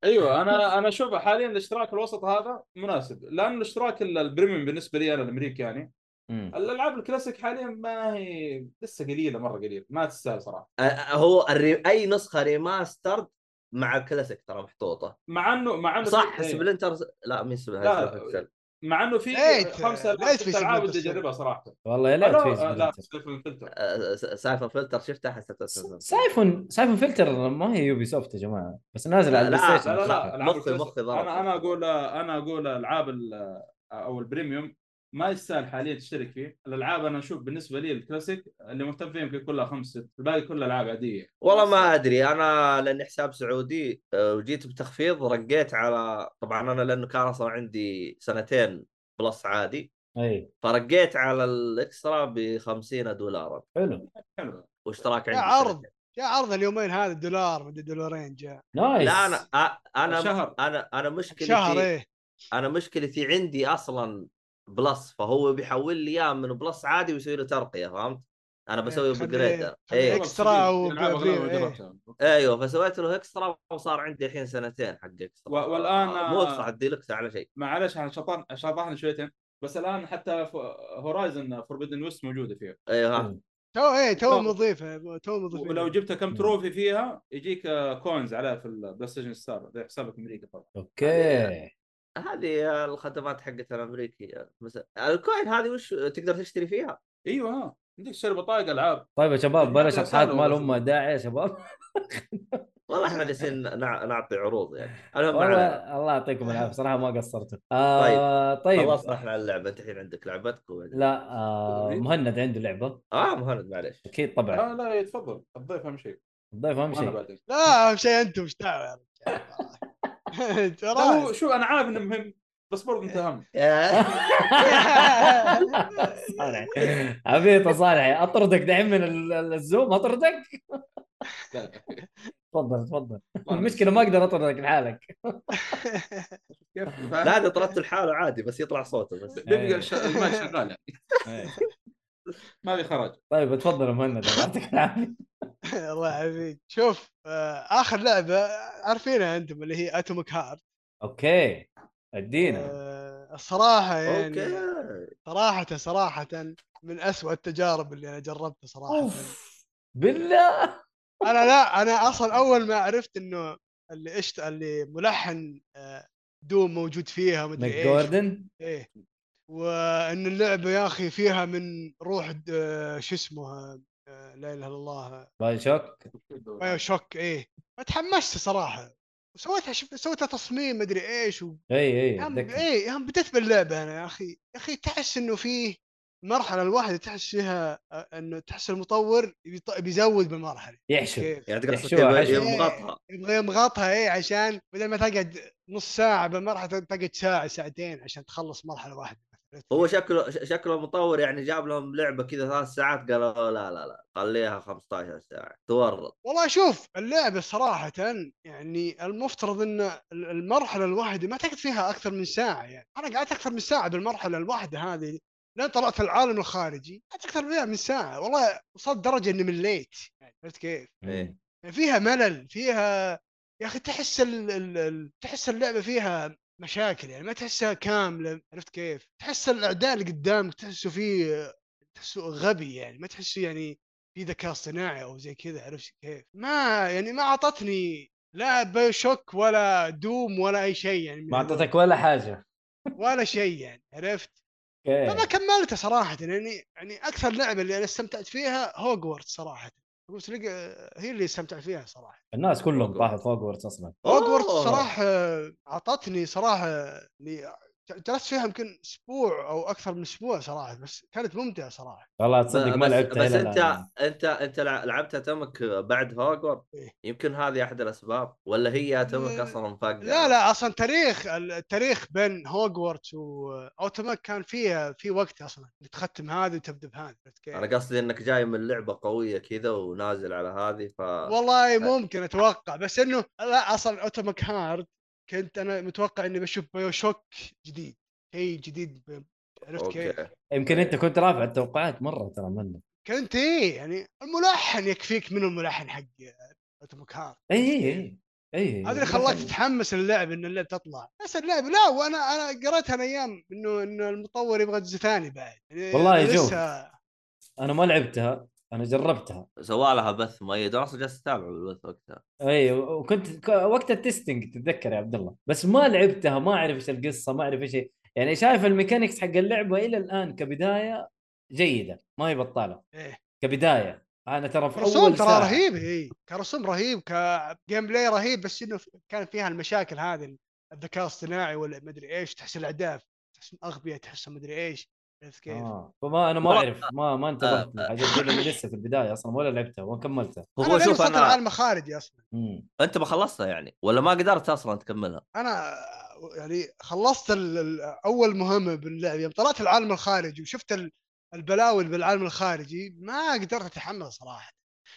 [SPEAKER 2] ايوه انا انا اشوف حاليا الاشتراك الوسط هذا مناسب لان الاشتراك ال- البريميوم بالنسبه لي انا الامريكي يعني
[SPEAKER 4] مم.
[SPEAKER 2] الالعاب الكلاسيك حاليا ما هي لسه قليله مره قليله ما تستاهل صراحه
[SPEAKER 5] أه، هو الري... اي نسخه ريماسترد مع الكلاسيك ترى محطوطه
[SPEAKER 2] مع انه مع انه
[SPEAKER 5] صح
[SPEAKER 2] إيه.
[SPEAKER 5] سبلنتر لا مين
[SPEAKER 2] لا،
[SPEAKER 5] سبلنتر
[SPEAKER 2] مع انه في
[SPEAKER 6] ليت-
[SPEAKER 2] خمسه
[SPEAKER 6] ليت في
[SPEAKER 2] ست العاب
[SPEAKER 6] سبلنتر
[SPEAKER 2] بدي
[SPEAKER 6] سيل.
[SPEAKER 2] اجربها صراحه
[SPEAKER 4] والله يا
[SPEAKER 2] لا
[SPEAKER 4] ليت في
[SPEAKER 2] لا آه، لا
[SPEAKER 4] سبلنتر
[SPEAKER 2] سيفن فلتر
[SPEAKER 5] سايفر فلتر شفتها حسبتها
[SPEAKER 4] س-
[SPEAKER 5] سايفر
[SPEAKER 4] سايفون سايفون فلتر ما هي يوبي سوفت يا جماعه بس نازل على
[SPEAKER 5] لا،
[SPEAKER 4] البلاي
[SPEAKER 5] لا،
[SPEAKER 4] ستيشن
[SPEAKER 2] لا لا
[SPEAKER 5] صح.
[SPEAKER 2] لا ألعاب
[SPEAKER 5] مخي-
[SPEAKER 2] الكلاسيك.
[SPEAKER 5] مخي ضرب.
[SPEAKER 2] انا انا اقول انا اقول العاب ال- او البريميوم ما يستاهل حاليا تشترك فيه الالعاب انا اشوف بالنسبه لي الكلاسيك اللي مهتم فيها يمكن كلها خمس ست الباقي كلها العاب عاديه
[SPEAKER 5] والله ما ادري انا لاني حساب سعودي آه، وجيت بتخفيض رقيت على طبعا انا لانه كان اصلا عندي سنتين بلس عادي
[SPEAKER 4] اي
[SPEAKER 5] فرقيت على الاكسترا ب 50 دولارا
[SPEAKER 4] حلو
[SPEAKER 2] حلوه
[SPEAKER 5] واشتراك
[SPEAKER 6] يا
[SPEAKER 5] عندي
[SPEAKER 6] عرض.
[SPEAKER 5] سنتين.
[SPEAKER 6] جاء عرض اليومين هذا دولار مدري دولارين جاء
[SPEAKER 4] نايس
[SPEAKER 5] لا انا أ- انا
[SPEAKER 2] شهر
[SPEAKER 5] انا انا
[SPEAKER 6] شهر
[SPEAKER 5] مشكلتي
[SPEAKER 6] ايه
[SPEAKER 5] انا مشكلتي عندي اصلا بلس فهو بيحول لي اياه من بلس عادي ويسوي له ترقيه فهمت؟ انا بسوي
[SPEAKER 6] إيه، خليه-
[SPEAKER 5] بجريدر
[SPEAKER 6] خليه
[SPEAKER 5] ايه
[SPEAKER 6] إيه، إكسترا و-
[SPEAKER 2] الألعاب أغلبها
[SPEAKER 6] إيه.
[SPEAKER 2] جربتها.
[SPEAKER 5] ايوه فسويت له اكسترا وصار عندي الحين سنتين حق اكسترا
[SPEAKER 2] و- والآن-
[SPEAKER 6] آه،
[SPEAKER 5] مو اكسترا الديلكس على شيء
[SPEAKER 2] معلش انا شطان شطحنا شويتين بس الان حتى هورايزن فوربيدن ويست موجوده فيها
[SPEAKER 5] ايوه ها.
[SPEAKER 4] مم.
[SPEAKER 6] تو ايه تو
[SPEAKER 2] لا.
[SPEAKER 6] مضيفه تو مضيفه
[SPEAKER 2] ولو جبت كم
[SPEAKER 4] مم.
[SPEAKER 2] تروفي فيها يجيك آه، كوينز عليها في البلاي ستيشن ستار زي حسابك امريكي طبعا
[SPEAKER 4] اوكي
[SPEAKER 5] هذه الخدمات حقت الامريكيه مثلا الكوين هذه وش تقدر تشتري فيها؟
[SPEAKER 2] ايوه ها عندك تشتري بطايق العاب
[SPEAKER 4] طيب يا شباب
[SPEAKER 2] ما
[SPEAKER 4] بلاش
[SPEAKER 2] تبغى
[SPEAKER 4] ابحاث
[SPEAKER 2] سهلة
[SPEAKER 4] ما
[SPEAKER 2] ولا
[SPEAKER 4] لهم داعي يا شباب
[SPEAKER 5] والله احنا جالسين نع- نعطي عروض يعني المهم معنا-
[SPEAKER 4] آه. والله الله يعطيكم العافيه صراحه ما قصرتوا آه طيب,
[SPEAKER 5] خلصنا احنا على اللعبه انت الحين عندك لعبتك و...
[SPEAKER 4] لا آه مهند عنده لعبه
[SPEAKER 5] اه مهند معليش
[SPEAKER 4] اكيد طبعا
[SPEAKER 2] آه لا تفضل الضيف اهم شيء
[SPEAKER 4] الضيف اهم
[SPEAKER 2] وانا
[SPEAKER 4] شيء
[SPEAKER 2] بعدين
[SPEAKER 6] لا اهم شيء انتم ايش دعوه يا رجال
[SPEAKER 2] لا، هو شو انا عارف انه مهم بس برضه انت اهم
[SPEAKER 4] صالح عبيط يا صالح اطردك دحين من ال- ال- الزوم اطردك
[SPEAKER 2] لا،
[SPEAKER 4] تفضل تفضل
[SPEAKER 2] والله.
[SPEAKER 4] المشكله ما اقدر اطردك لحالك
[SPEAKER 2] كيف؟
[SPEAKER 5] لا اذا طردت لحاله عادي بس يطلع صوته بس
[SPEAKER 2] بيبقى الش- المايك شغال يعني ما في خرج
[SPEAKER 4] طيب تفضل يا مهند الله يعطيك العافيه
[SPEAKER 6] الله يعافيك شوف آه، اخر لعبه عارفينها انتم اللي هي اتوميك هارت
[SPEAKER 4] اوكي ادينا
[SPEAKER 6] آه، الصراحه يعني
[SPEAKER 5] اوكي
[SPEAKER 6] صراحه صراحه من أسوأ التجارب اللي انا جربتها صراحه
[SPEAKER 4] اوف بالله
[SPEAKER 6] انا لا انا اصلا اول ما عرفت انه اللي اشت اللي ملحن آه، دوم موجود فيها مدري
[SPEAKER 4] ماك
[SPEAKER 6] ايش
[SPEAKER 4] جوردن
[SPEAKER 6] ايه وان اللعبه يا اخي فيها من روح د- آه، شو اسمه آه، لا اله الا الله
[SPEAKER 4] باي شوك
[SPEAKER 6] بايو شوك ايه فتحمست صراحه وسويتها شف... سويتها تصميم مدري ايش و...
[SPEAKER 4] اي اي
[SPEAKER 6] هم...
[SPEAKER 4] أتذكر.
[SPEAKER 6] ايه هم بديت باللعبه انا يا اخي يا اخي تحس انه فيه مرحله الواحد تحس فيها آه، انه تحس المطور بيط... بيزود بالمرحله
[SPEAKER 4] يحشو
[SPEAKER 6] كيف
[SPEAKER 5] يعني تقصد
[SPEAKER 4] يحشوها
[SPEAKER 5] يبغى-
[SPEAKER 4] حشو.
[SPEAKER 5] يبغى مغطها
[SPEAKER 6] يبغى يضغطها ايه عشان بدل ما تقعد نص ساعه بالمرحله تقعد ساعه ساعتين عشان تخلص مرحله واحده
[SPEAKER 5] هو شكله ش- شكله المطور يعني جاب لهم لعبه كذا ثلاث ساعات قالوا لا لا لا خليها 15 ساعه تورط
[SPEAKER 6] والله شوف اللعبة صراحة يعني المفترض ان ال- المرحلة الواحدة ما تقعد فيها اكثر من ساعة يعني انا قعدت اكثر من ساعة بالمرحلة الواحدة هذه لين طلعت العالم الخارجي قعدت اكثر فيها من ساعة والله وصلت درجة اني مليت يعني عرفت كيف؟
[SPEAKER 5] إيه.
[SPEAKER 6] يعني فيها ملل فيها يا اخي تحس ال... ال... ال... تحس اللعبة فيها مشاكل يعني ما تحسها كاملة عرفت كيف؟ تحس الاعداء اللي قدامك تحسه فيه تحسه غبي يعني ما تحسه يعني في ذكاء صناعي او زي كذا عرفت كيف؟ ما يعني ما اعطتني لا بايو شوك ولا دوم ولا اي شيء يعني من
[SPEAKER 4] ما
[SPEAKER 6] هذول.
[SPEAKER 4] اعطتك ولا حاجه
[SPEAKER 6] ولا شيء يعني عرفت؟ فما
[SPEAKER 4] اوكي
[SPEAKER 6] كملته صراحه يعني يعني اكثر لعبه اللي انا استمتعت فيها هوجورت صراحه قلت لك هي اللي استمتعت فيها صراحه
[SPEAKER 4] الناس كلهم طاحوا فوق ورتس اصلا
[SPEAKER 6] هوجورت
[SPEAKER 5] أوه.
[SPEAKER 6] صراحه اعطتني صراحه يعني جلست فيها يمكن اسبوع او اكثر من اسبوع صراحه بس كانت ممتعه صراحه
[SPEAKER 4] والله
[SPEAKER 5] ب-
[SPEAKER 4] تصدق ما
[SPEAKER 5] بس-
[SPEAKER 4] لعبتها
[SPEAKER 5] بس
[SPEAKER 4] إلى الآن.
[SPEAKER 5] انت انت انت لع- لعبتها تمك بعد هوجورد
[SPEAKER 6] إيه.
[SPEAKER 5] يمكن هذه احد الاسباب ولا هي تمك
[SPEAKER 6] لا-
[SPEAKER 5] اصلا مفقعه
[SPEAKER 6] لا لا اصلا تاريخ التاريخ بين هوجورتس واوتوماك كان فيها في وقت اصلا تختم هذه وتبدا بهذه عرفت كيف؟
[SPEAKER 5] انا قصدي انك جاي من لعبه قويه كذا ونازل على هذه ف
[SPEAKER 6] والله ممكن اتوقع بس انه لا اصلا اوتوماك هارد كنت انا متوقع اني بشوف بايو شوك جديد شيء جديد ب- عرفت كيف؟
[SPEAKER 5] اوكي
[SPEAKER 4] يمكن انت كنت رافع التوقعات مره ترى منه
[SPEAKER 6] كنت ايه يعني الملحن يكفيك من الملحن حق اوتوماك هارد
[SPEAKER 4] اي اي اي اي
[SPEAKER 6] هذا اللي خلاك تتحمس للعب ان اللعب تطلع بس اللعب لا وانا انا قريتها انا ايام انه انه المطور يبغى جزء ثاني بعد يعني
[SPEAKER 4] والله
[SPEAKER 6] أنا
[SPEAKER 4] شوف.
[SPEAKER 6] لسه-
[SPEAKER 4] انا ما لعبتها انا جربتها
[SPEAKER 5] سوى لها بث مؤيد انا اصلا جالس اتابع البث وقتها
[SPEAKER 4] اي وكنت ك- وقت التستنج تتذكر يا عبد الله بس ما لعبتها ما اعرف ايش القصه ما اعرف ايش يعني شايف الميكانكس حق اللعبه الى الان كبدايه جيده ما هي بطاله
[SPEAKER 6] إيه.
[SPEAKER 4] كبدايه انا ترى في
[SPEAKER 6] رسوم
[SPEAKER 4] اول
[SPEAKER 6] ترى
[SPEAKER 4] ساعه
[SPEAKER 6] رهيب اي كرسوم رهيب كجيم بلاي رهيب بس انه كان فيها المشاكل هذه الذكاء الاصطناعي ولا مدري ايش تحس الاعداء تحسهم اغبياء تحسهم مدري ايش عرفت كيف؟
[SPEAKER 4] آه. فما انا ما
[SPEAKER 5] والله-
[SPEAKER 4] اعرف ما ما انتبهت الحاجات دي لأني لسه في البدايه اصلا ولا لعبتها وما كملتها
[SPEAKER 5] هو
[SPEAKER 6] انا شوف
[SPEAKER 5] شوف
[SPEAKER 6] وصلت
[SPEAKER 5] انا
[SPEAKER 6] العالم الخارجي اصلا
[SPEAKER 4] مم.
[SPEAKER 5] انت ما خلصتها يعني ولا ما قدرت اصلا تكملها
[SPEAKER 6] انا يعني خلصت ال- ال- اول مهمه باللعب يوم طلعت العالم الخارجي وشفت ال- البلاوي اللي بالعالم الخارجي ما قدرت اتحمل صراحه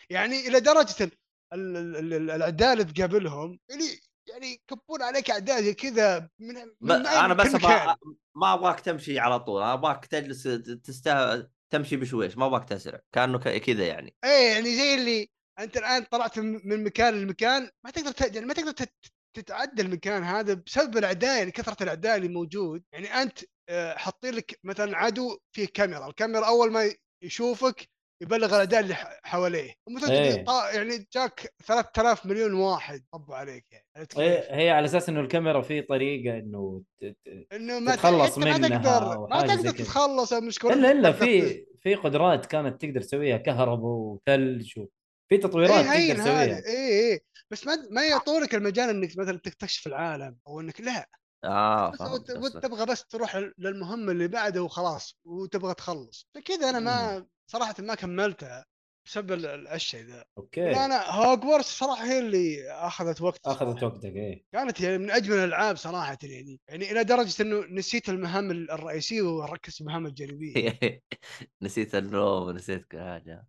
[SPEAKER 6] يعني الى درجه ال- ال- ال- ال- الاعداء اللي تقابلهم يعني يعني يكبون عليك اعداء زي كذا من,
[SPEAKER 5] ب...
[SPEAKER 6] من أي-
[SPEAKER 5] انا بس
[SPEAKER 6] كل
[SPEAKER 5] أبغى...
[SPEAKER 6] مكان.
[SPEAKER 5] ما ابغاك تمشي على طول انا ابغاك تجلس تسته... تمشي بشويش ما ابغاك تسرع كانه ك... كذا يعني
[SPEAKER 6] ايه يعني زي اللي انت الان طلعت من من مكان لمكان ما تقدر ت... يعني ما تقدر تت... تتعدى المكان هذا بسبب الاعداء يعني كثره الاعداء اللي موجود يعني انت آه، حاطين لك مثلا عدو فيه كاميرا الكاميرا اول ما يشوفك يبلغ الاعداء اللي ح- حواليه مثلا
[SPEAKER 4] إيه.
[SPEAKER 6] طا... يعني جاك 3000 مليون واحد طبوا عليك يعني عرفت كيف؟
[SPEAKER 4] هي هي على اساس انه الكاميرا في طريقه انه ت- ت-
[SPEAKER 6] انه ما ت-
[SPEAKER 4] تتخلص
[SPEAKER 6] حتى ما
[SPEAKER 4] منها
[SPEAKER 6] تقدر
[SPEAKER 4] أو
[SPEAKER 6] ما
[SPEAKER 4] حاجة زي
[SPEAKER 6] تقدر
[SPEAKER 4] كذا.
[SPEAKER 6] تتخلص المشكله
[SPEAKER 4] الا الا
[SPEAKER 6] تقدر
[SPEAKER 4] في في قدرات كانت تقدر تسويها كهرباء وثلج و... في تطويرات
[SPEAKER 6] إيه هين
[SPEAKER 4] تقدر تسويها
[SPEAKER 6] هذا اي اي بس ما ما يعطونك المجال انك مثلا تكتشف العالم او انك لا
[SPEAKER 5] اه
[SPEAKER 6] بس
[SPEAKER 5] فهمت
[SPEAKER 6] وت- وت-
[SPEAKER 5] قصدك.
[SPEAKER 6] تبغى بس تروح لل- للمهمه اللي بعده وخلاص وتبغى تخلص فكذا انا ما صراحه ما كملتها بسبب ال- ال- الشيء ذا
[SPEAKER 4] اوكي
[SPEAKER 6] لا انا هوجورتس صراحه هي اللي اخذت وقت
[SPEAKER 4] اخذت وقتك ايه
[SPEAKER 6] كانت يعني من اجمل الالعاب صراحه يعني يعني الى درجه انه نسيت المهام ال- الرئيسيه وركزت المهام الجانبيه
[SPEAKER 5] نسيت النوم ونسيت كل حاجه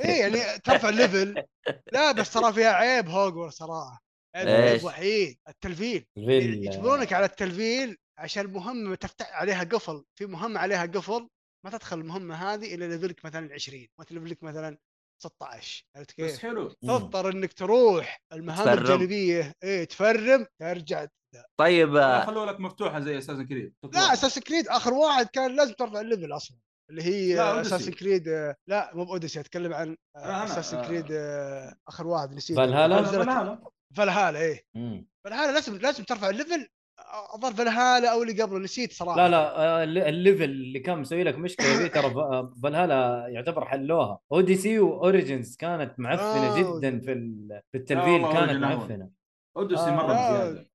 [SPEAKER 6] ايه يعني ترفع الليفل لا بس ترى فيها عيب هوجورتس صراحه عيب-
[SPEAKER 5] إيش؟
[SPEAKER 6] عيب وحيد التلفيل
[SPEAKER 4] فيل-
[SPEAKER 6] يجبرونك على التلفيل عشان مهمة تفتح عليها قفل في مهمة عليها قفل ما تدخل المهمة هذه إلا ليفلك مثلا 20 وانت ليفلك مثلا 16 عرفت
[SPEAKER 2] بس
[SPEAKER 6] كيف؟
[SPEAKER 2] حلو
[SPEAKER 6] تضطر انك تروح المهام
[SPEAKER 5] تفرم.
[SPEAKER 6] الجانبية ايه تفرم ترجع
[SPEAKER 5] طيب
[SPEAKER 2] لا،
[SPEAKER 5] آه،
[SPEAKER 2] خلوها لك مفتوحه زي اساسن كريد
[SPEAKER 6] لا اساس كريد اخر واحد كان لازم ترفع الليفل اصلا اللي هي
[SPEAKER 2] لا، أوديسي.
[SPEAKER 6] اساس كريد لا مو باوديسي اتكلم عن
[SPEAKER 2] أنا-
[SPEAKER 6] اساس
[SPEAKER 2] آه.
[SPEAKER 6] كريد اخر واحد نسيت
[SPEAKER 4] فالهالا؟
[SPEAKER 6] نزلت- فالهالا ايه
[SPEAKER 4] مم.
[SPEAKER 6] فالهالا لازم لازم ترفع الليفل اظن فالهالا او اللي قبله نسيت صراحة
[SPEAKER 4] لا لا آه، الل- الليفل اللي كان مسوي لك مشكله دي ترى ف- فالهالا يعتبر حلوها اوديسي واوريجنز كانت معفنه
[SPEAKER 6] آه،
[SPEAKER 4] جدا في ال- في التلفيل
[SPEAKER 2] والله
[SPEAKER 4] كانت
[SPEAKER 2] Origin أول.
[SPEAKER 4] معفنه
[SPEAKER 2] اوديسي
[SPEAKER 4] آه.
[SPEAKER 2] مره
[SPEAKER 6] آه.
[SPEAKER 2] بزياده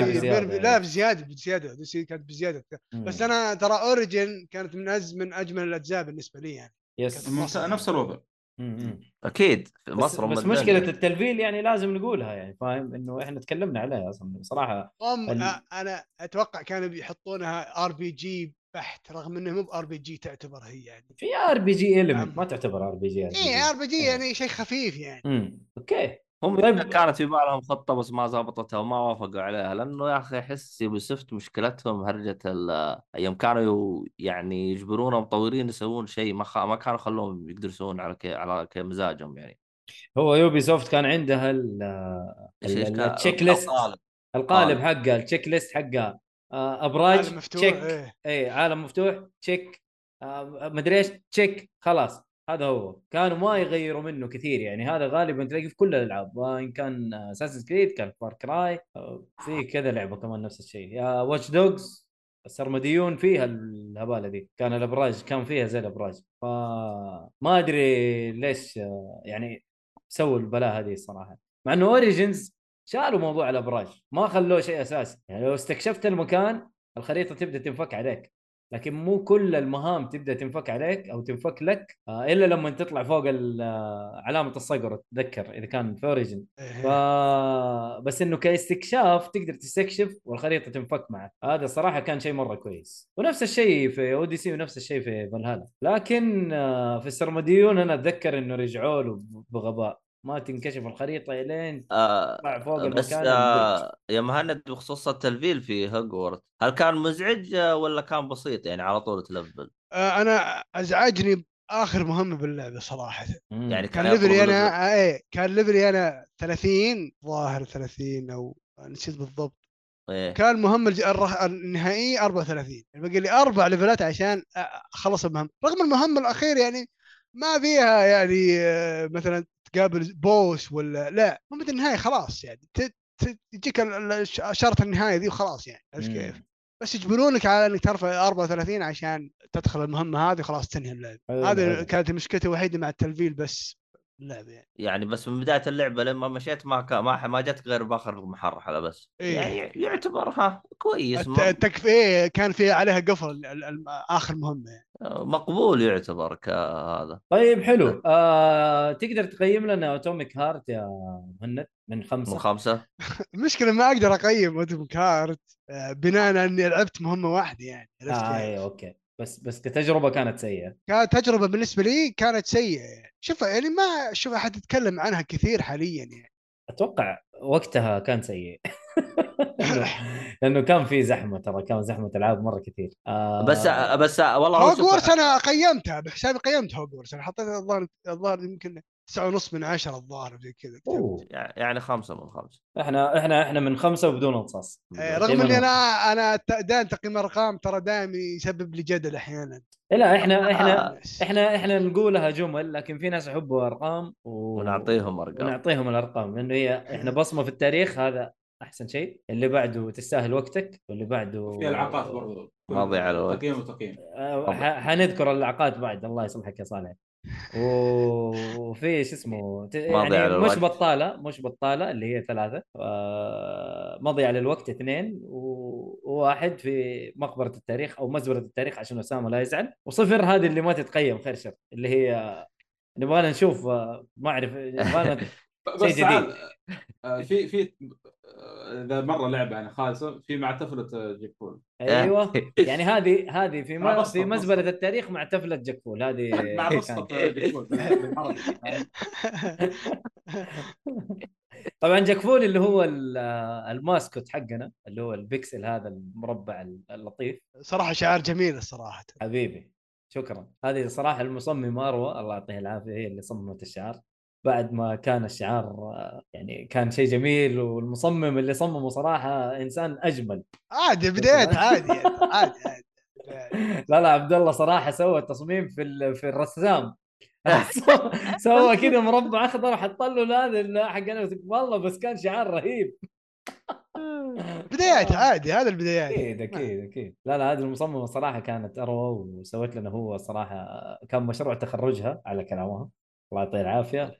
[SPEAKER 2] أوديسي
[SPEAKER 6] بزيادة
[SPEAKER 4] بزيادة،
[SPEAKER 6] لا
[SPEAKER 4] إيه.
[SPEAKER 6] بزياده بزياده اوديسي كانت بزياده
[SPEAKER 4] مم.
[SPEAKER 6] بس انا ترى اوريجن كانت من أز من اجمل الاجزاء بالنسبه لي يعني
[SPEAKER 4] يس
[SPEAKER 2] ممس- نفس الوضع
[SPEAKER 4] مم، مم.
[SPEAKER 5] اكيد في
[SPEAKER 4] بس,
[SPEAKER 5] مصر أم
[SPEAKER 4] بس
[SPEAKER 5] الدنيا.
[SPEAKER 4] مشكله التلفيل يعني لازم نقولها يعني فاهم انه احنا تكلمنا عليها اصلا صراحه
[SPEAKER 6] هم
[SPEAKER 4] ال-
[SPEAKER 6] أ- انا اتوقع كانوا بيحطونها ار بي جي بحت رغم انه مو ار بي جي تعتبر هي يعني
[SPEAKER 4] في ار بي جي
[SPEAKER 6] نعم.
[SPEAKER 4] ايلمنت ما تعتبر ار بي جي
[SPEAKER 6] اي ار بي جي
[SPEAKER 4] آه.
[SPEAKER 6] يعني شيء خفيف يعني
[SPEAKER 4] اوكي
[SPEAKER 5] هم
[SPEAKER 4] طيب.
[SPEAKER 5] يمكن كانت في بالهم خطه بس ما زبطتها وما وافقوا عليها لانه يا اخي احس يوبيسوفت مشكلتهم هرجه ال- آه، يوم كانوا يو- يعني يجبرون المطورين يسوون شيء ما خ... ما كانوا خلوهم يقدروا يسوون على ك... على كمزاجهم يعني
[SPEAKER 4] هو يوبي سوفت كان عندها ال-
[SPEAKER 5] إيش- إيش
[SPEAKER 4] ال-
[SPEAKER 5] كان-
[SPEAKER 4] التشيك ليست.
[SPEAKER 5] الطالب.
[SPEAKER 4] القالب حقها التشيك ليست حقها آه، ابراج
[SPEAKER 6] عالم مفتوح
[SPEAKER 4] تشيك
[SPEAKER 6] إيه.
[SPEAKER 4] اي عالم مفتوح تشيك آه، مدري ايش تشيك خلاص هذا هو كانوا ما يغيروا منه كثير يعني هذا غالبا تلاقيه في كل الالعاب آه، ان كان اساسن كريد كان فار كراي في كذا لعبه كمان نفس الشيء واتش دوجز السرمديون فيها الهباله دي كان الابراج كان فيها زي الابراج فما ادري ليش آه، يعني سووا البلاء هذه الصراحه مع انه اوريجنز شالوا موضوع الابراج ما خلوه شيء اساسي يعني لو استكشفت المكان الخريطه تبدا تنفك عليك لكن مو كل المهام تبدا تنفك عليك او تنفك لك آه، الا لما تطلع فوق ال- آه، علامه الصقر تتذكر اذا كان في اوريجن ف...
[SPEAKER 6] إيه.
[SPEAKER 4] بس انه كاستكشاف تقدر تستكشف والخريطه تنفك معك هذا صراحه كان شيء مره كويس ونفس الشيء في اوديسي ونفس الشيء في فالهالا لكن آه، في السرمديون انا اتذكر انه رجعوا له بغباء ما تنكشف الخريطه الين
[SPEAKER 5] آه
[SPEAKER 4] تطلع فوق المكان
[SPEAKER 5] بس
[SPEAKER 4] البرج.
[SPEAKER 5] آه يا مهند بخصوص التلفيل في هوجورت هل كان مزعج آه، ولا كان بسيط يعني على طول تلفل
[SPEAKER 6] آه، انا ازعجني اخر مهمه باللعبه صراحه
[SPEAKER 4] مم.
[SPEAKER 5] يعني
[SPEAKER 6] كان
[SPEAKER 5] كانوا
[SPEAKER 6] ليفلي
[SPEAKER 5] يطلبوا
[SPEAKER 6] انا ايه كان ليفلي انا 30 ظاهر 30 او نسيت بالضبط
[SPEAKER 5] إيه.
[SPEAKER 6] كان مهمة الج- الره- النهائية 34 يعني باقي لي اربع ليفلات عشان أ- اخلص المهمة رغم المهمة الاخير يعني ما فيها يعني آه، مثلا تقابل بوس ولا لا مهمة النهاية خلاص يعني ت- ت- تجيك ال- ال- الش- اشارة النهاية دي وخلاص يعني عرفت كيف؟
[SPEAKER 4] مم.
[SPEAKER 6] بس يجبرونك على انك ترفع 34 عشان تدخل المهمة هذه خلاص تنهي اللعبة
[SPEAKER 4] حلو،
[SPEAKER 6] هذه
[SPEAKER 4] حلو.
[SPEAKER 6] كانت مشكلتي الوحيدة مع التلفيل بس اللعبة يعني
[SPEAKER 5] يعني بس من بدايه اللعبه لما مشيت ما كان ما, ما جتك غير باخر محرحله بس
[SPEAKER 6] إيه.
[SPEAKER 5] يعني يعتبر ها كويس
[SPEAKER 6] الت-
[SPEAKER 5] ما-
[SPEAKER 6] التكفية إيه، كان فيها عليها قفل ال- ال- اخر مهمة يعني.
[SPEAKER 5] مقبول يعتبر كهذا
[SPEAKER 4] طيب حلو آه، تقدر تقيم لنا اتوميك هارت يا مهند من خمسه
[SPEAKER 5] من خمسه
[SPEAKER 6] المشكله ما اقدر اقيم ادم كارت آه، بناء على اني لعبت مهمه واحده يعني عرفت
[SPEAKER 4] آه
[SPEAKER 6] كيف؟
[SPEAKER 4] ايوه اوكي بس بس كتجربه كانت سيئه
[SPEAKER 6] كانت تجربه بالنسبه لي كانت سيئه يعني. شوف يعني ما اشوف احد يتكلم عنها كثير حاليا يعني
[SPEAKER 4] اتوقع وقتها كان سيء لأنه- لانه كان في زحمه ترى كان زحمه العاب مره كثير آه
[SPEAKER 5] بس بس والله هو شوف-
[SPEAKER 6] هوجورتس انا قيمتها بحسابي قيمت هوجورتس انا حطيتها الظاهر الظاهر يمكن تسعة ونص من عشرة الظاهر زي كذا آه،
[SPEAKER 4] أوه.
[SPEAKER 5] يعني خمسه من خمسه
[SPEAKER 4] احنا احنا احنا من خمسه وبدون رصاص
[SPEAKER 6] آه، رغم
[SPEAKER 4] دايماً
[SPEAKER 6] اني
[SPEAKER 4] هو.
[SPEAKER 6] انا انا ت- دائما تقييم ارقام ترى دائما يسبب لي جدل آه، احيانا
[SPEAKER 4] لا احنا
[SPEAKER 5] آه.
[SPEAKER 4] احنا
[SPEAKER 6] الناس.
[SPEAKER 4] احنا احنا نقولها جمل لكن في ناس يحبوا ارقام و...
[SPEAKER 5] ونعطيهم ارقام
[SPEAKER 4] نعم. ونعطيهم الارقام لانه هي احنا بصمه في التاريخ هذا احسن شيء اللي بعده تستاهل وقتك واللي بعده
[SPEAKER 2] في العاقات برضو
[SPEAKER 5] ما ضيع الوقت.
[SPEAKER 2] تقييم وتقييم
[SPEAKER 4] آه، ح- حنذكر اللعقات بعد الله يصلحك يا صالح و- وفي شو اسمه ت-
[SPEAKER 5] مضيع
[SPEAKER 4] يعني مش
[SPEAKER 5] للوقت.
[SPEAKER 4] بطاله مش بطاله اللي هي ثلاثه آه، مضيع للوقت اثنين و- وواحد في مقبره التاريخ او مزبره التاريخ عشان اسامه لا يزعل وصفر هذه اللي ما تتقيم خير شر اللي هي نبغى نشوف آه، ما اعرف نبغى
[SPEAKER 2] بس
[SPEAKER 4] شيء جديد.
[SPEAKER 2] تعال آه، في في آه، اذا مره لعبه يعني خالصه في مع آه، طفله جيكول
[SPEAKER 5] إيه.
[SPEAKER 4] ايوه يعني هذه هذه في
[SPEAKER 2] مع
[SPEAKER 4] م-
[SPEAKER 2] بسطة-
[SPEAKER 4] في مزبله التاريخ مع تفله جكفول هذه
[SPEAKER 2] مع آه، قصه
[SPEAKER 4] إيه،
[SPEAKER 2] جيكول بالعربي.
[SPEAKER 4] طبعا جاكفول اللي هو ال- الماسكوت حقنا اللي هو البكسل هذا المربع اللطيف
[SPEAKER 6] صراحه شعار جميل الصراحه
[SPEAKER 4] حبيبي شكرا هذه صراحه المصممه اروى الله يعطيها العافيه هي اللي صممت الشعار بعد ما كان الشعار آه، يعني كان شيء جميل والمصمم اللي صممه صراحه انسان اجمل
[SPEAKER 6] عادي بدايات عادي يعني عادي عادي
[SPEAKER 4] لا لا عبد الله صراحه سوى التصميم في ال- في الرسام سوى كذا مربع اخضر وحط له هذا ال- حق أنا- والله بس كان شعار رهيب آه.
[SPEAKER 6] بدايات عادي هذا البدايات
[SPEAKER 4] اكيد اكيد اكيد لا لا هذه المصممه صراحه كانت اروى وسوت لنا هو صراحه كان مشروع تخرجها على كلامها الله يعطيها العافيه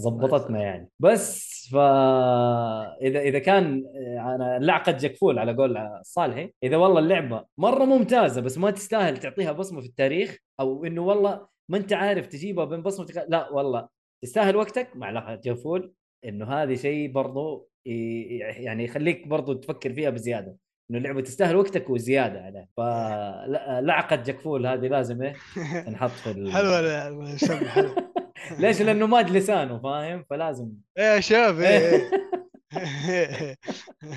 [SPEAKER 4] ظبطتنا يعني بس فا اذا اذا كان آه، انا لعقه جكفول على قول صالحي اذا والله اللعبه مره ممتازه بس ما تستاهل تعطيها بصمه في التاريخ او انه والله ما انت عارف تجيبها بين بصمتك لا والله تستاهل وقتك مع لعقه جكفول انه هذه شيء برضو ي- يعني يخليك برضو تفكر فيها بزياده انه اللعبه تستاهل وقتك وزياده عليه فلعقه جكفول هذه لازم ايه تنحط في ال...
[SPEAKER 6] حلوه ال- المسمى حلو
[SPEAKER 4] ليش؟ لانه ماد لسانه فاهم فلازم
[SPEAKER 6] ايه شوف إيه. ايه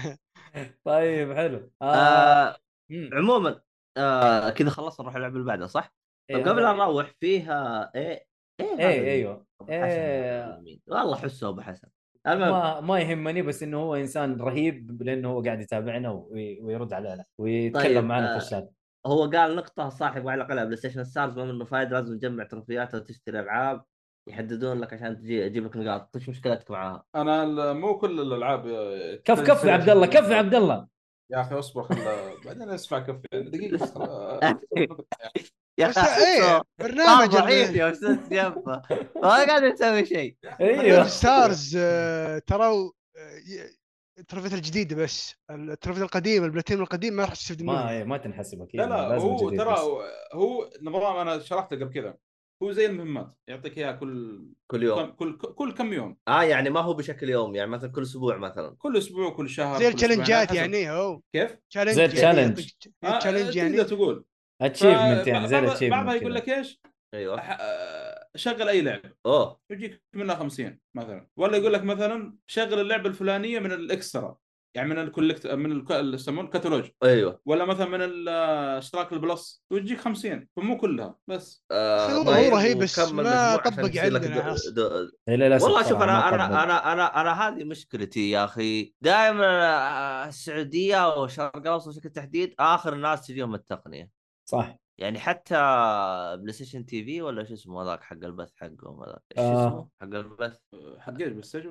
[SPEAKER 4] طيب حلو
[SPEAKER 5] آه
[SPEAKER 4] مم.
[SPEAKER 5] عموما آه كذا خلصنا نروح اللعبه اللي بعدها صح؟
[SPEAKER 4] إيه،
[SPEAKER 5] طب قبل
[SPEAKER 4] هذا-
[SPEAKER 5] لا نروح فيها ايه ايه هذا
[SPEAKER 4] ايه ايوه
[SPEAKER 5] أبو
[SPEAKER 4] إيه.
[SPEAKER 5] حسن مين؟ والله حسه ابو حسن المهم
[SPEAKER 4] ما ما يهمني بس انه هو انسان رهيب لانه هو قاعد يتابعنا وي- ويرد علينا ويتكلم
[SPEAKER 5] طيب،
[SPEAKER 4] معنا
[SPEAKER 5] آه،
[SPEAKER 4] في الشات
[SPEAKER 5] هو قال نقطة صاحب على على بلاي ستيشن ستارز ما منه فايدة لازم تجمع تروفيات وتشتري العاب يحددون لك عشان تجي تجيب لك نقاط، ايش مشكلتك معاها؟
[SPEAKER 2] انا ال- مو كل آه، الالعاب
[SPEAKER 4] كف
[SPEAKER 5] طيب،
[SPEAKER 4] كف يا عبد الله كف يا عبد الله
[SPEAKER 2] يا اخي اصبر خل بعدين اسمع كف دقيقه خل-
[SPEAKER 5] يا
[SPEAKER 6] بس
[SPEAKER 5] اخي
[SPEAKER 6] ايه
[SPEAKER 5] أحسه
[SPEAKER 6] برنامج
[SPEAKER 5] ضعيف
[SPEAKER 6] ال-
[SPEAKER 5] يا استاذ جنبه ما قاعد يسوي شيء
[SPEAKER 4] ايوه
[SPEAKER 6] برنامج ستارز آه، ترى التروفيات الجديدة بس التروفيات القديم البلاتين القديم ما راح تستفيد
[SPEAKER 4] ما
[SPEAKER 6] منه
[SPEAKER 4] إيه، ما تنحسب اكيد
[SPEAKER 2] لا لا
[SPEAKER 4] لازم
[SPEAKER 2] هو
[SPEAKER 4] جديد
[SPEAKER 2] ترى
[SPEAKER 4] بس.
[SPEAKER 2] هو نظام انا شرحته قبل كذا هو زي المهمات يعطيك اياها كل
[SPEAKER 5] كل يوم
[SPEAKER 2] كم- كل كل كم يوم
[SPEAKER 5] اه يعني ما هو بشكل يوم يعني مثلا كل اسبوع مثلا
[SPEAKER 2] كل اسبوع كل شهر
[SPEAKER 6] زي
[SPEAKER 2] كل أسبوعين،
[SPEAKER 6] التشالنجات
[SPEAKER 2] حسب.
[SPEAKER 6] يعني هو
[SPEAKER 2] كيف؟
[SPEAKER 6] تشالنج
[SPEAKER 4] زي
[SPEAKER 6] يعني
[SPEAKER 4] التشالنج.
[SPEAKER 6] يعطيك
[SPEAKER 2] آه،
[SPEAKER 6] تشالنج يعني
[SPEAKER 2] تقدر تقول آه،
[SPEAKER 4] اتشيفمنت يعني زي
[SPEAKER 2] بعض- بعضها
[SPEAKER 4] الاتشيفمنت
[SPEAKER 2] يقول لك ايش؟
[SPEAKER 5] ايوه
[SPEAKER 2] أح- آه، شغل اي لعبه
[SPEAKER 5] اوه
[SPEAKER 2] يجيك منها 50 مثلا ولا يقول لك مثلا شغل اللعبه الفلانيه من الاكسترا يعني من الكولكت من الك- اللي يسمونه الكتالوج
[SPEAKER 5] ايوه
[SPEAKER 2] ولا مثلا من الاشتراك البلس ويجيك 50 فمو كلها بس
[SPEAKER 5] آه،
[SPEAKER 6] هو- هو
[SPEAKER 5] طيب،
[SPEAKER 6] رهيب بس
[SPEAKER 5] وكمل
[SPEAKER 6] ما
[SPEAKER 5] مجموعة عشان
[SPEAKER 6] طبق
[SPEAKER 5] يصير لك
[SPEAKER 6] عندنا
[SPEAKER 5] دو-
[SPEAKER 6] أصلاً.
[SPEAKER 5] دو-
[SPEAKER 4] للاسف
[SPEAKER 5] والله شوف
[SPEAKER 4] صراحة
[SPEAKER 5] انا
[SPEAKER 4] إيه، ما
[SPEAKER 5] انا
[SPEAKER 4] طبق.
[SPEAKER 5] انا انا انا هذه مشكلتي يا آه، اخي دائما السعوديه والشرق الاوسط بشكل تحديد اخر الناس تجيهم التقنيه
[SPEAKER 4] صح
[SPEAKER 5] يعني حتى بلاي ستيشن تي في ولا شو اسمه هذاك حق البث حقهم هذاك ايش
[SPEAKER 4] آه.
[SPEAKER 5] اسمه حق البث
[SPEAKER 2] حق ايش بس ايش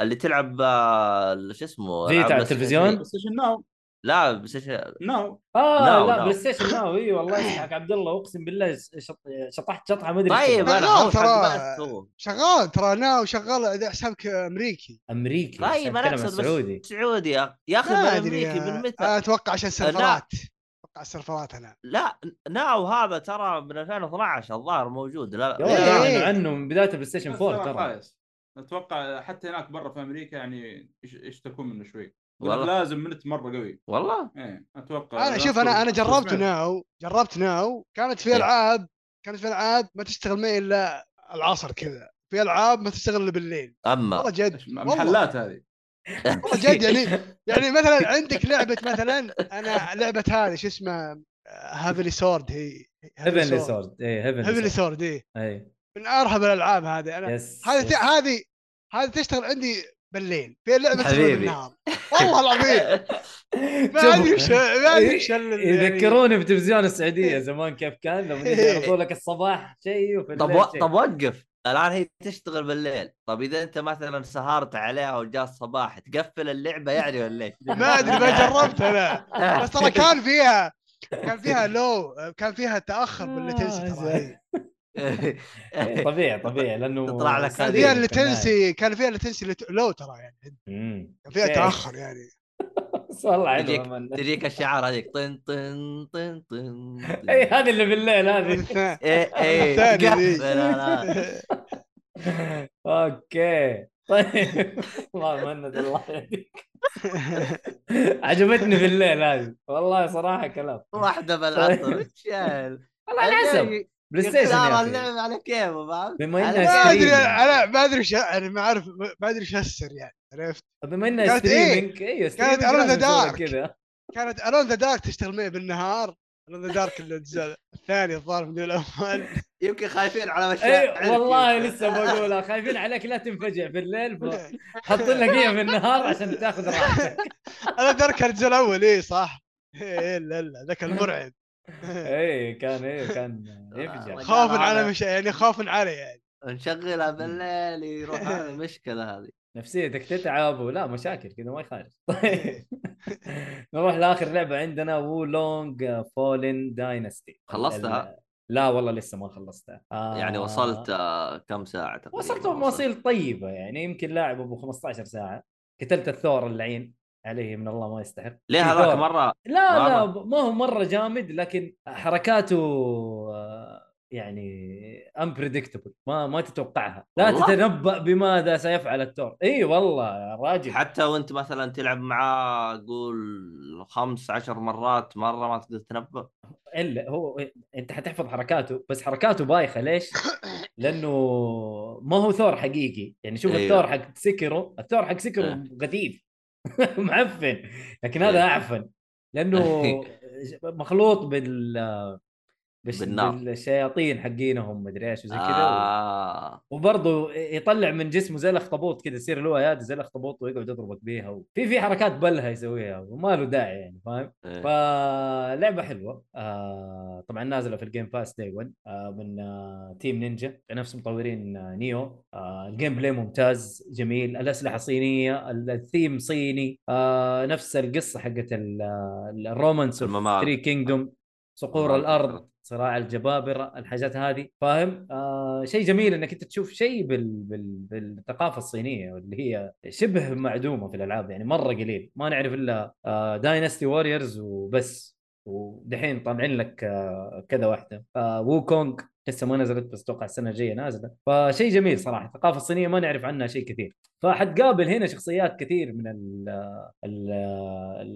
[SPEAKER 5] اللي تلعب آه، شو اسمه
[SPEAKER 4] زي
[SPEAKER 5] ألعاب
[SPEAKER 4] تاع
[SPEAKER 5] بلاي ستيشن
[SPEAKER 4] التلفزيون؟
[SPEAKER 5] 3.
[SPEAKER 2] ناو
[SPEAKER 5] لا بلاي ستيشن
[SPEAKER 2] ناو
[SPEAKER 4] اه
[SPEAKER 5] ناو،
[SPEAKER 4] لا
[SPEAKER 5] ناو.
[SPEAKER 4] بلاي ستيشن ناو اي والله يسحق عبد الله اقسم بالله شط- شطحت شطحه ما ادري إيش
[SPEAKER 5] طيب
[SPEAKER 4] شطحت.
[SPEAKER 5] انا
[SPEAKER 6] لا،
[SPEAKER 5] أول حق
[SPEAKER 6] ترى-
[SPEAKER 5] بث هو.
[SPEAKER 6] شغال ترى انا وشغال اذا حسابك امريكي
[SPEAKER 4] امريكي
[SPEAKER 5] طيب انا اقصد
[SPEAKER 4] سعودي
[SPEAKER 5] بس سعودي يا يا اخي
[SPEAKER 6] ما
[SPEAKER 5] من
[SPEAKER 6] ادري
[SPEAKER 5] امريكي من
[SPEAKER 6] آه،
[SPEAKER 5] متى
[SPEAKER 6] آه، اتوقع عشان السيرفرات اتوقع السيرفرات انا
[SPEAKER 5] لا ناو هذا ترى من 2012 الظاهر موجود لا
[SPEAKER 4] يا ولد
[SPEAKER 6] إيه،
[SPEAKER 4] اعلنوا
[SPEAKER 6] إيه.
[SPEAKER 4] عنه من بدايه البلاي ستيشن 4 ترى
[SPEAKER 2] ترى خايس اتوقع حتى هناك برا في امريكا يعني يش- يشتكون منه شوي يقول لك
[SPEAKER 5] والله
[SPEAKER 2] لازم منت مره قوي
[SPEAKER 5] والله
[SPEAKER 2] ايه اتوقع
[SPEAKER 6] انا
[SPEAKER 2] لا
[SPEAKER 6] شوف انا انا
[SPEAKER 2] تكون-
[SPEAKER 6] جربت
[SPEAKER 2] سمعت.
[SPEAKER 6] ناو جربت ناو كانت في
[SPEAKER 5] إيه.
[SPEAKER 6] العاب كانت في العاب ما تشتغل معي الا العصر كذا في العاب ما تشتغل الا بالليل
[SPEAKER 5] اما
[SPEAKER 6] والله جد
[SPEAKER 2] إيش-
[SPEAKER 6] والله
[SPEAKER 2] محلات هذه
[SPEAKER 6] والله جد يعني يعني مثلا عندك لعبه مثلا انا لعبه هذه شو اسمها هافلي سورد هي
[SPEAKER 4] هيفنلي سورد اي
[SPEAKER 6] هافلي
[SPEAKER 4] هيفنلي سورد
[SPEAKER 6] سورد اي
[SPEAKER 4] اي
[SPEAKER 6] إيه. من ارهب الالعاب هذه انا
[SPEAKER 4] يس
[SPEAKER 6] هذه
[SPEAKER 4] يس.
[SPEAKER 6] هذه هذه تشتغل عندي بالليل في لعبه تشتغل
[SPEAKER 5] حبيبي.
[SPEAKER 6] بالنهار والله العظيم ما
[SPEAKER 4] شوفوا.
[SPEAKER 6] ادري وش ما ادري
[SPEAKER 4] إيه،
[SPEAKER 6] وش ال- يعني
[SPEAKER 4] يذكروني
[SPEAKER 5] إيه.
[SPEAKER 4] بتلفزيون السعوديه زمان كيف كان لما يجي يعرضوا لك الصباح شيء وفي
[SPEAKER 5] طب
[SPEAKER 4] الليل
[SPEAKER 5] و...
[SPEAKER 4] شيء.
[SPEAKER 5] طب وقف الان هي تشتغل بالليل طب اذا انت مثلا سهرت عليها وجاء الصباح تقفل اللعبه يعني ولا ايش؟
[SPEAKER 6] ما ادري ما جربت انا بس ترى كان فيها كان فيها لو كان فيها تاخر باللاتنسي ترى يعني هي.
[SPEAKER 4] إيه، طبيعي طبيعي لانه
[SPEAKER 5] تطلع لك
[SPEAKER 6] كان
[SPEAKER 4] سادة
[SPEAKER 5] هذه
[SPEAKER 6] فيها
[SPEAKER 5] هذه
[SPEAKER 6] اللاتنسي كان فيها اللاتنسي لو ترى يعني
[SPEAKER 4] أمم.
[SPEAKER 6] كان فيها
[SPEAKER 4] إيه.
[SPEAKER 6] تاخر يعني
[SPEAKER 4] بس والله
[SPEAKER 5] يجيك-
[SPEAKER 4] حلو أمانة.
[SPEAKER 5] تجيك الشعار هذيك طن طن طن طن
[SPEAKER 4] اي إيه، هذه اللي بالليل هذه
[SPEAKER 6] الثاني-
[SPEAKER 5] ايه ايه
[SPEAKER 6] الثانية ذي.
[SPEAKER 5] قفل الآن.
[SPEAKER 4] اوكي طيب الله مهند الله يهديك عجبتني بالليل هذه والله صراحه كلام
[SPEAKER 5] واحده بالعصر ايش شايل؟
[SPEAKER 4] والله على حسب
[SPEAKER 5] الجاي
[SPEAKER 4] بلاي
[SPEAKER 5] يختار
[SPEAKER 4] ستيشن يا أخي.
[SPEAKER 5] اللعبه على كيفه فاهم؟
[SPEAKER 4] بما
[SPEAKER 5] على-
[SPEAKER 6] ما
[SPEAKER 4] انها
[SPEAKER 6] ادري
[SPEAKER 4] ستريمينج
[SPEAKER 6] انا ما ادري ايش يعني ما اعرف ما ادري ايش هالسر يعني عرفت
[SPEAKER 4] بما انها
[SPEAKER 6] كانت إيه؟
[SPEAKER 4] ستريمينج ايوه
[SPEAKER 6] كانت
[SPEAKER 4] ستريمينج
[SPEAKER 6] Around
[SPEAKER 4] لازم
[SPEAKER 6] the
[SPEAKER 4] يسوي لك
[SPEAKER 6] Dark.
[SPEAKER 4] كذا
[SPEAKER 6] كانت الون ذا دارك تشتغل معي بالنهار الون ذا دارك الجزء الثاني الظاهر من الاول
[SPEAKER 5] يمكن خايفين على مشاعرك
[SPEAKER 4] اي أيوة، إيه، والله لسه بقولها خايفين عليك لا تنفجع بالليل حاطين لك اياها في النهار عشان تاخذ راحتك
[SPEAKER 6] انا ذكر الجزء الاول اي صح إيه، لا لا ذاك المرعب
[SPEAKER 4] اي إيه، كان اي كان يفجع
[SPEAKER 6] خوفا على مش يعني خوفا علي يعني
[SPEAKER 5] نشغلها بالليل يروح على المشكله هذه
[SPEAKER 4] نفسيتك تتعب ولا مشاكل كذا ما يخالف
[SPEAKER 6] إيه.
[SPEAKER 4] طيب نروح لاخر لعبه عندنا وو لونج فولن داينستي
[SPEAKER 5] خلصتها؟
[SPEAKER 4] لا والله لسه ما خلصتها آه،
[SPEAKER 5] يعني وصلت يعني آه، كم ساعه تقريبا
[SPEAKER 4] وصلت مواصيل طيبه يعني يمكن لاعب ابو 15 ساعه قتلت الثور اللعين عليه من الله ما يستحق
[SPEAKER 5] ليه
[SPEAKER 4] في
[SPEAKER 5] هذاك
[SPEAKER 4] ثور.
[SPEAKER 5] مره
[SPEAKER 4] لا لا
[SPEAKER 5] مرة.
[SPEAKER 4] ما هو مره جامد لكن حركاته آه، يعني امبريدكتبل ما ما تتوقعها لا
[SPEAKER 5] والله؟
[SPEAKER 4] تتنبا بماذا سيفعل الثور اي والله يا راجل
[SPEAKER 5] حتى وانت مثلا تلعب معاه قول خمس عشر مرات مره ما تقدر تنبأ
[SPEAKER 4] الا هو انت حتحفظ حركاته بس حركاته بايخه ليش؟ لانه ما هو ثور حقيقي يعني شوف
[SPEAKER 5] أيوه.
[SPEAKER 4] أيوه. الثور حق سكرو الثور حق سكرو
[SPEAKER 5] أه. أيوه.
[SPEAKER 4] غثيث معفن لكن هذا اعفن لانه مخلوط بال بال-
[SPEAKER 5] بالنار.
[SPEAKER 4] بالشياطين حقينهم مدري ايش وزي كذا آه.
[SPEAKER 5] آه.
[SPEAKER 4] وبرضه يطلع من جسمه زي الاخطبوط كذا يصير له ايادي زي الاخطبوط ويقعد يضربك بيها وفي في حركات بلها يسويها وما له داعي يعني فاهم؟
[SPEAKER 5] إيه.
[SPEAKER 4] فلعبه حلوه آه طبعا نازله في الجيم باس داي 1 آه من آه تيم نينجا نفس مطورين آه نيو آه الجيم بلاي ممتاز جميل الاسلحه صينيه ال- الثيم صيني آه نفس القصه حقت ال- آه، ال- الرومانس
[SPEAKER 5] الممالك.
[SPEAKER 4] ثري كينجدوم صقور
[SPEAKER 5] الممالك.
[SPEAKER 4] الارض صراع الجبابره الحاجات هذه فاهم آه شيء جميل انك انت تشوف شيء بال... بال... بالثقافه الصينيه واللي هي شبه معدومه في الالعاب يعني مره قليل ما نعرف الا داينستي ووريرز وبس ودحين طالعين لك آه، كذا واحده آه، وو كونغ لسه ما نزلت بس اتوقع السنه الجايه نازله فشيء جميل صراحه الثقافه الصينيه ما نعرف عنها شيء كثير فحتقابل هنا شخصيات كثير من ال ال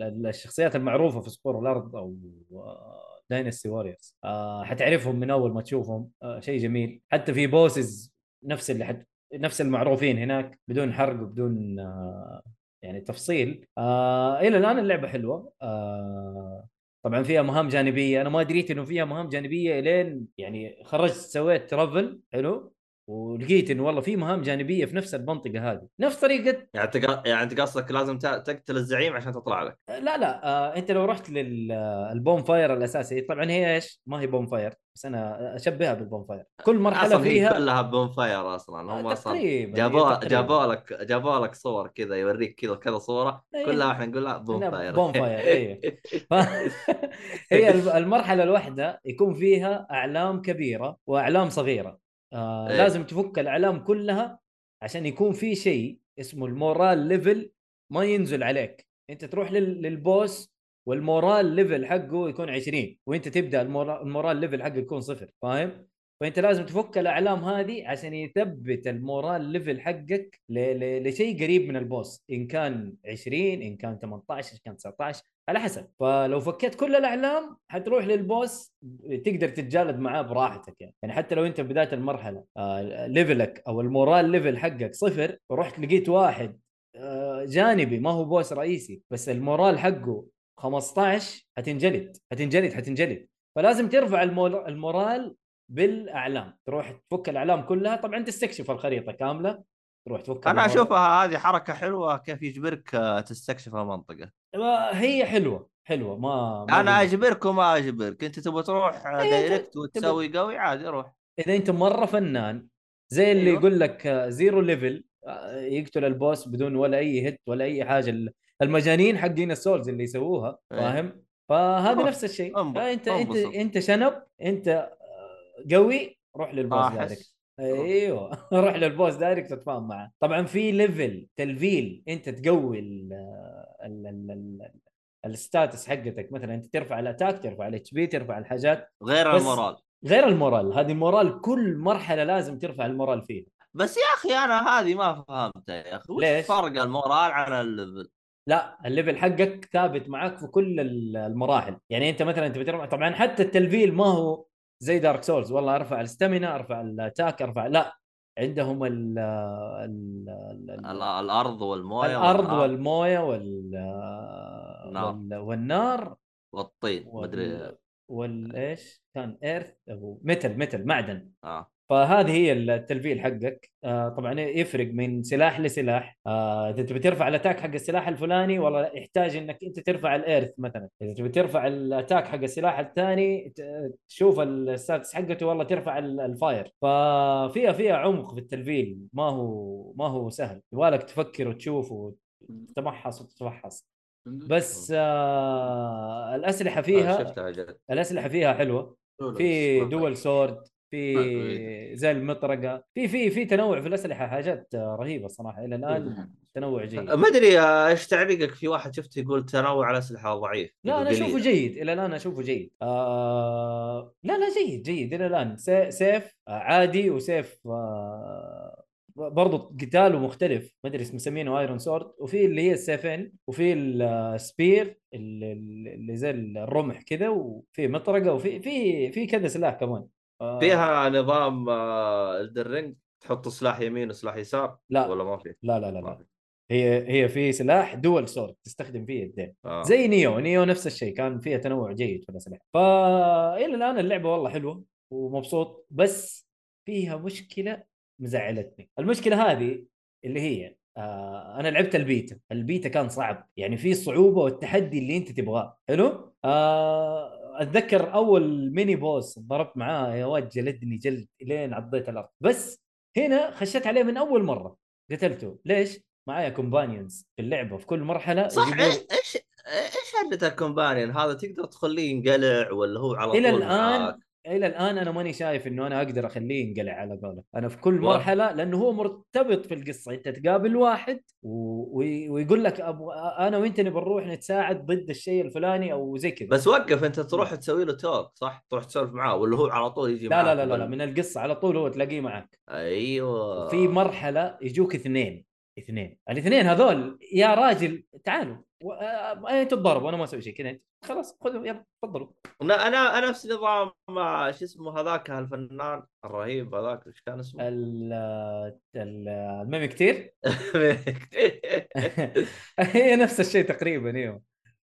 [SPEAKER 4] ال الشخصيات المعروفه في صقور الارض او آه، داينستي ووريرز آه، حتعرفهم من اول ما تشوفهم آه، شيء جميل حتى في بوسز نفس اللي حت نفس المعروفين هناك بدون حرق وبدون آه، يعني تفصيل آه الى الان اللعبه حلوه آه طبعا فيها مهام جانبيه انا ما دريت انه فيها مهام جانبيه الين يعني خرجت سويت ترافل حلو ولقيت انه والله في مهام جانبيه في نفس المنطقه هذه نفس طريقه
[SPEAKER 5] يعني انت قا- يعني انت قصدك لازم ت- تقتل الزعيم عشان تطلع لك
[SPEAKER 4] لا لا آه انت لو رحت للبوم فاير الاساسي طبعا هي ايش ما هي بوم فاير بس انا اشبهها بالبوم فاير كل مرحله
[SPEAKER 5] اصلا هي
[SPEAKER 4] فيها
[SPEAKER 5] كلها بون فاير اصلا هم اصلا
[SPEAKER 4] تقريبا هي
[SPEAKER 5] جابوها
[SPEAKER 4] تقريباً.
[SPEAKER 5] جابوا لك جابوا لك صور كذا يوريك كذا كذا صوره
[SPEAKER 4] إيه.
[SPEAKER 5] كلها احنا نقولها بون
[SPEAKER 4] لا،
[SPEAKER 5] فاير
[SPEAKER 4] بون فاير، إيه. ف- هي الم- المرحله الواحده يكون فيها اعلام كبيره واعلام صغيره آه
[SPEAKER 5] إيه.
[SPEAKER 4] لازم تفك الاعلام كلها عشان يكون في شيء اسمه المورال ليفل ما ينزل عليك انت تروح لل- للبوس والمورال ليفل حقه يكون 20 وانت تبدا المورا- المورال ليفل حقه يكون صفر فاهم فانت لازم تفك الاعلام هذه عشان يثبت المورال ليفل حقك ل... ل... لشيء قريب من البوس ان كان 20 ان كان 18 ان كان 19 على حسب فلو فكيت كل الاعلام حتروح للبوس تقدر تتجالد معاه براحتك يعني, يعني حتى لو انت بدايه المرحله آه ليفلك او المورال ليفل حقك صفر ورحت لقيت واحد آه جانبي ما هو بوس رئيسي بس المورال حقه 15 حتنجلد حتنجلد حتنجلد فلازم ترفع المول- المورال بالاعلام تروح تفك الاعلام كلها طبعا تستكشف الخريطه كامله تروح تفك
[SPEAKER 5] انا
[SPEAKER 4] المورال.
[SPEAKER 5] اشوفها هذه حركه حلوه كيف يجبرك آه، تستكشف المنطقه
[SPEAKER 4] ما- آه، هي حلوه حلوه ما, ما
[SPEAKER 5] انا
[SPEAKER 4] قلنا.
[SPEAKER 5] اجبرك وما اجبرك انت تبغى تروح آه،
[SPEAKER 4] إيه،
[SPEAKER 5] دايركت وتسوي قوي عادي روح
[SPEAKER 4] اذا انت مره فنان زي اللي
[SPEAKER 2] أيوة.
[SPEAKER 4] يقول لك آه، زيرو ليفل آه، يقتل البوس بدون ولا اي هيت ولا اي حاجه ال- المجانين حقين السولز اللي يسووها
[SPEAKER 5] أيه.
[SPEAKER 4] فاهم فهذا
[SPEAKER 5] خلاص،
[SPEAKER 4] نفس الشيء
[SPEAKER 5] انبسط،
[SPEAKER 4] آه، انت انت
[SPEAKER 5] انبسط.
[SPEAKER 4] انت شنب انت آه، قوي روح للبوس دايركت
[SPEAKER 5] احس
[SPEAKER 4] ايوه روح للبوس دايركت تتفاهم معه طبعا في ليفل تلفيل انت تقوي ال آه، ال ال ال الستاتس حقتك مثلا انت ترفع الاتاك ترفع الاتش بي ترفع الحاجات
[SPEAKER 5] غير
[SPEAKER 4] بس-
[SPEAKER 5] المورال
[SPEAKER 4] غير المورال هذه المورال كل مرحله لازم ترفع المورال فيها
[SPEAKER 5] بس يا اخي انا هذه ما فهمتها يا اخي
[SPEAKER 4] ليش؟
[SPEAKER 5] وش فرق المورال عن الليفل؟
[SPEAKER 4] لا الليفل حقك ثابت معاك في كل ال- المراحل يعني انت مثلا انت بترفع طبعا حتى التلفيل ما هو زي دارك سولز والله ارفع الستامينا ارفع الاتاك ارفع لا عندهم ال ال
[SPEAKER 5] ال-
[SPEAKER 4] ال
[SPEAKER 5] الارض والمويه
[SPEAKER 4] الارض
[SPEAKER 5] والنار
[SPEAKER 4] والمويه وال
[SPEAKER 5] نار.
[SPEAKER 4] وال- والنار
[SPEAKER 5] والطين
[SPEAKER 4] وال-
[SPEAKER 5] مدري
[SPEAKER 4] وال ايش كان ايرث او ميتل ميتل معدن
[SPEAKER 5] اه
[SPEAKER 4] فهذه هي التلفيل حقك آه طبعا يفرق من سلاح لسلاح آه اذا تبي ترفع الاتاك حق السلاح الفلاني والله يحتاج انك انت ترفع الايرث مثلا اذا تبي ترفع الاتاك حق السلاح الثاني ت- تشوف الستاتس حقته والله ترفع ال- الفاير ففيها فيها عمق في التلفيل ما هو ما هو سهل يبغالك تفكر وتشوف وتتمحص وتتفحص بس آه الاسلحه
[SPEAKER 5] آه،
[SPEAKER 4] فيها
[SPEAKER 5] شفتها جد
[SPEAKER 4] الاسلحه فيها حلوه في دول سورد في
[SPEAKER 2] طيب.
[SPEAKER 4] زي المطرقه في في في تنوع في الاسلحه حاجات رهيبه صراحه الى
[SPEAKER 2] إيه.
[SPEAKER 4] الان تنوع جيد
[SPEAKER 5] ما ادري آه، ايش تعليقك في واحد شفته يقول تنوع الاسلحه ضعيف
[SPEAKER 4] لا انا
[SPEAKER 5] قليل.
[SPEAKER 4] اشوفه جيد الى الان اشوفه جيد آه لا لا جيد جيد الى الان سي- سيف آه، عادي وسيف آه برضه قتاله مختلف ما ادري اسمه مسمينه ايرون سورد وفي اللي هي السيفين وفي آه، السبير اللي, اللي زي الرمح كذا وفي مطرقه وفي في في كذا سلاح كمان آه،
[SPEAKER 5] فيها نظام الدرينج تحط سلاح يمين وسلاح يسار
[SPEAKER 4] لا.
[SPEAKER 5] ولا ما في؟
[SPEAKER 4] لا لا لا,
[SPEAKER 5] ما
[SPEAKER 4] لا.
[SPEAKER 5] في
[SPEAKER 4] هي هي في سلاح دول سورد تستخدم فيه الدين
[SPEAKER 5] آه.
[SPEAKER 4] زي نيو نيو نفس الشيء كان فيها تنوع جيد في الاسلحه فا الى الان اللعبه والله حلوه ومبسوط بس فيها مشكله مزعلتني المشكله هذه اللي هي آه انا لعبت البيتا البيتا كان صعب يعني في الصعوبه والتحدي اللي انت تبغاه حلو آه اتذكر اول ميني بوس ضربت معاه يا واد جلدني جلد لين عضيت الارض بس هنا خشيت عليه من اول مره قتلته ليش معايا كومبانيونز في اللعبه في كل مرحله
[SPEAKER 5] صح
[SPEAKER 4] يجيبوا-
[SPEAKER 5] إيش- ايش ايش حقة الكومبانيون هذا تقدر تخليه ينقلع ولا هو على طول
[SPEAKER 4] الى الان
[SPEAKER 5] معاك؟
[SPEAKER 4] الى الان انا ماني شايف انه انا اقدر اخليه ينقلع على قولك انا في كل
[SPEAKER 5] واو.
[SPEAKER 4] مرحله لانه هو مرتبط في القصه انت تقابل واحد و... وي- ويقول لك أبو... انا وانت نبي نروح نتساعد ضد الشيء الفلاني او زي كذا
[SPEAKER 5] بس وقف انت تروح تسوي له توك صح؟ تروح تسولف معاه ولا هو على طول يجي
[SPEAKER 4] لا
[SPEAKER 5] معاك
[SPEAKER 4] لا لا, لا, لا
[SPEAKER 5] بال-
[SPEAKER 4] من القصه على طول هو تلاقيه معك
[SPEAKER 5] ايوه
[SPEAKER 4] في مرحله يجوك اثنين اثنين الاثنين هذول يا راجل تعالوا و... آه، انتوا تضربوا انا ما اسوي شيء كذا خلاص خذوا يلا تفضلوا
[SPEAKER 5] لا انا انا نفس نظام آه، شو اسمه هذاك الفنان الرهيب هذاك ايش كان اسمه؟
[SPEAKER 4] ال... ال... الميمي كتير هي نفس الشيء تقريبا ايوه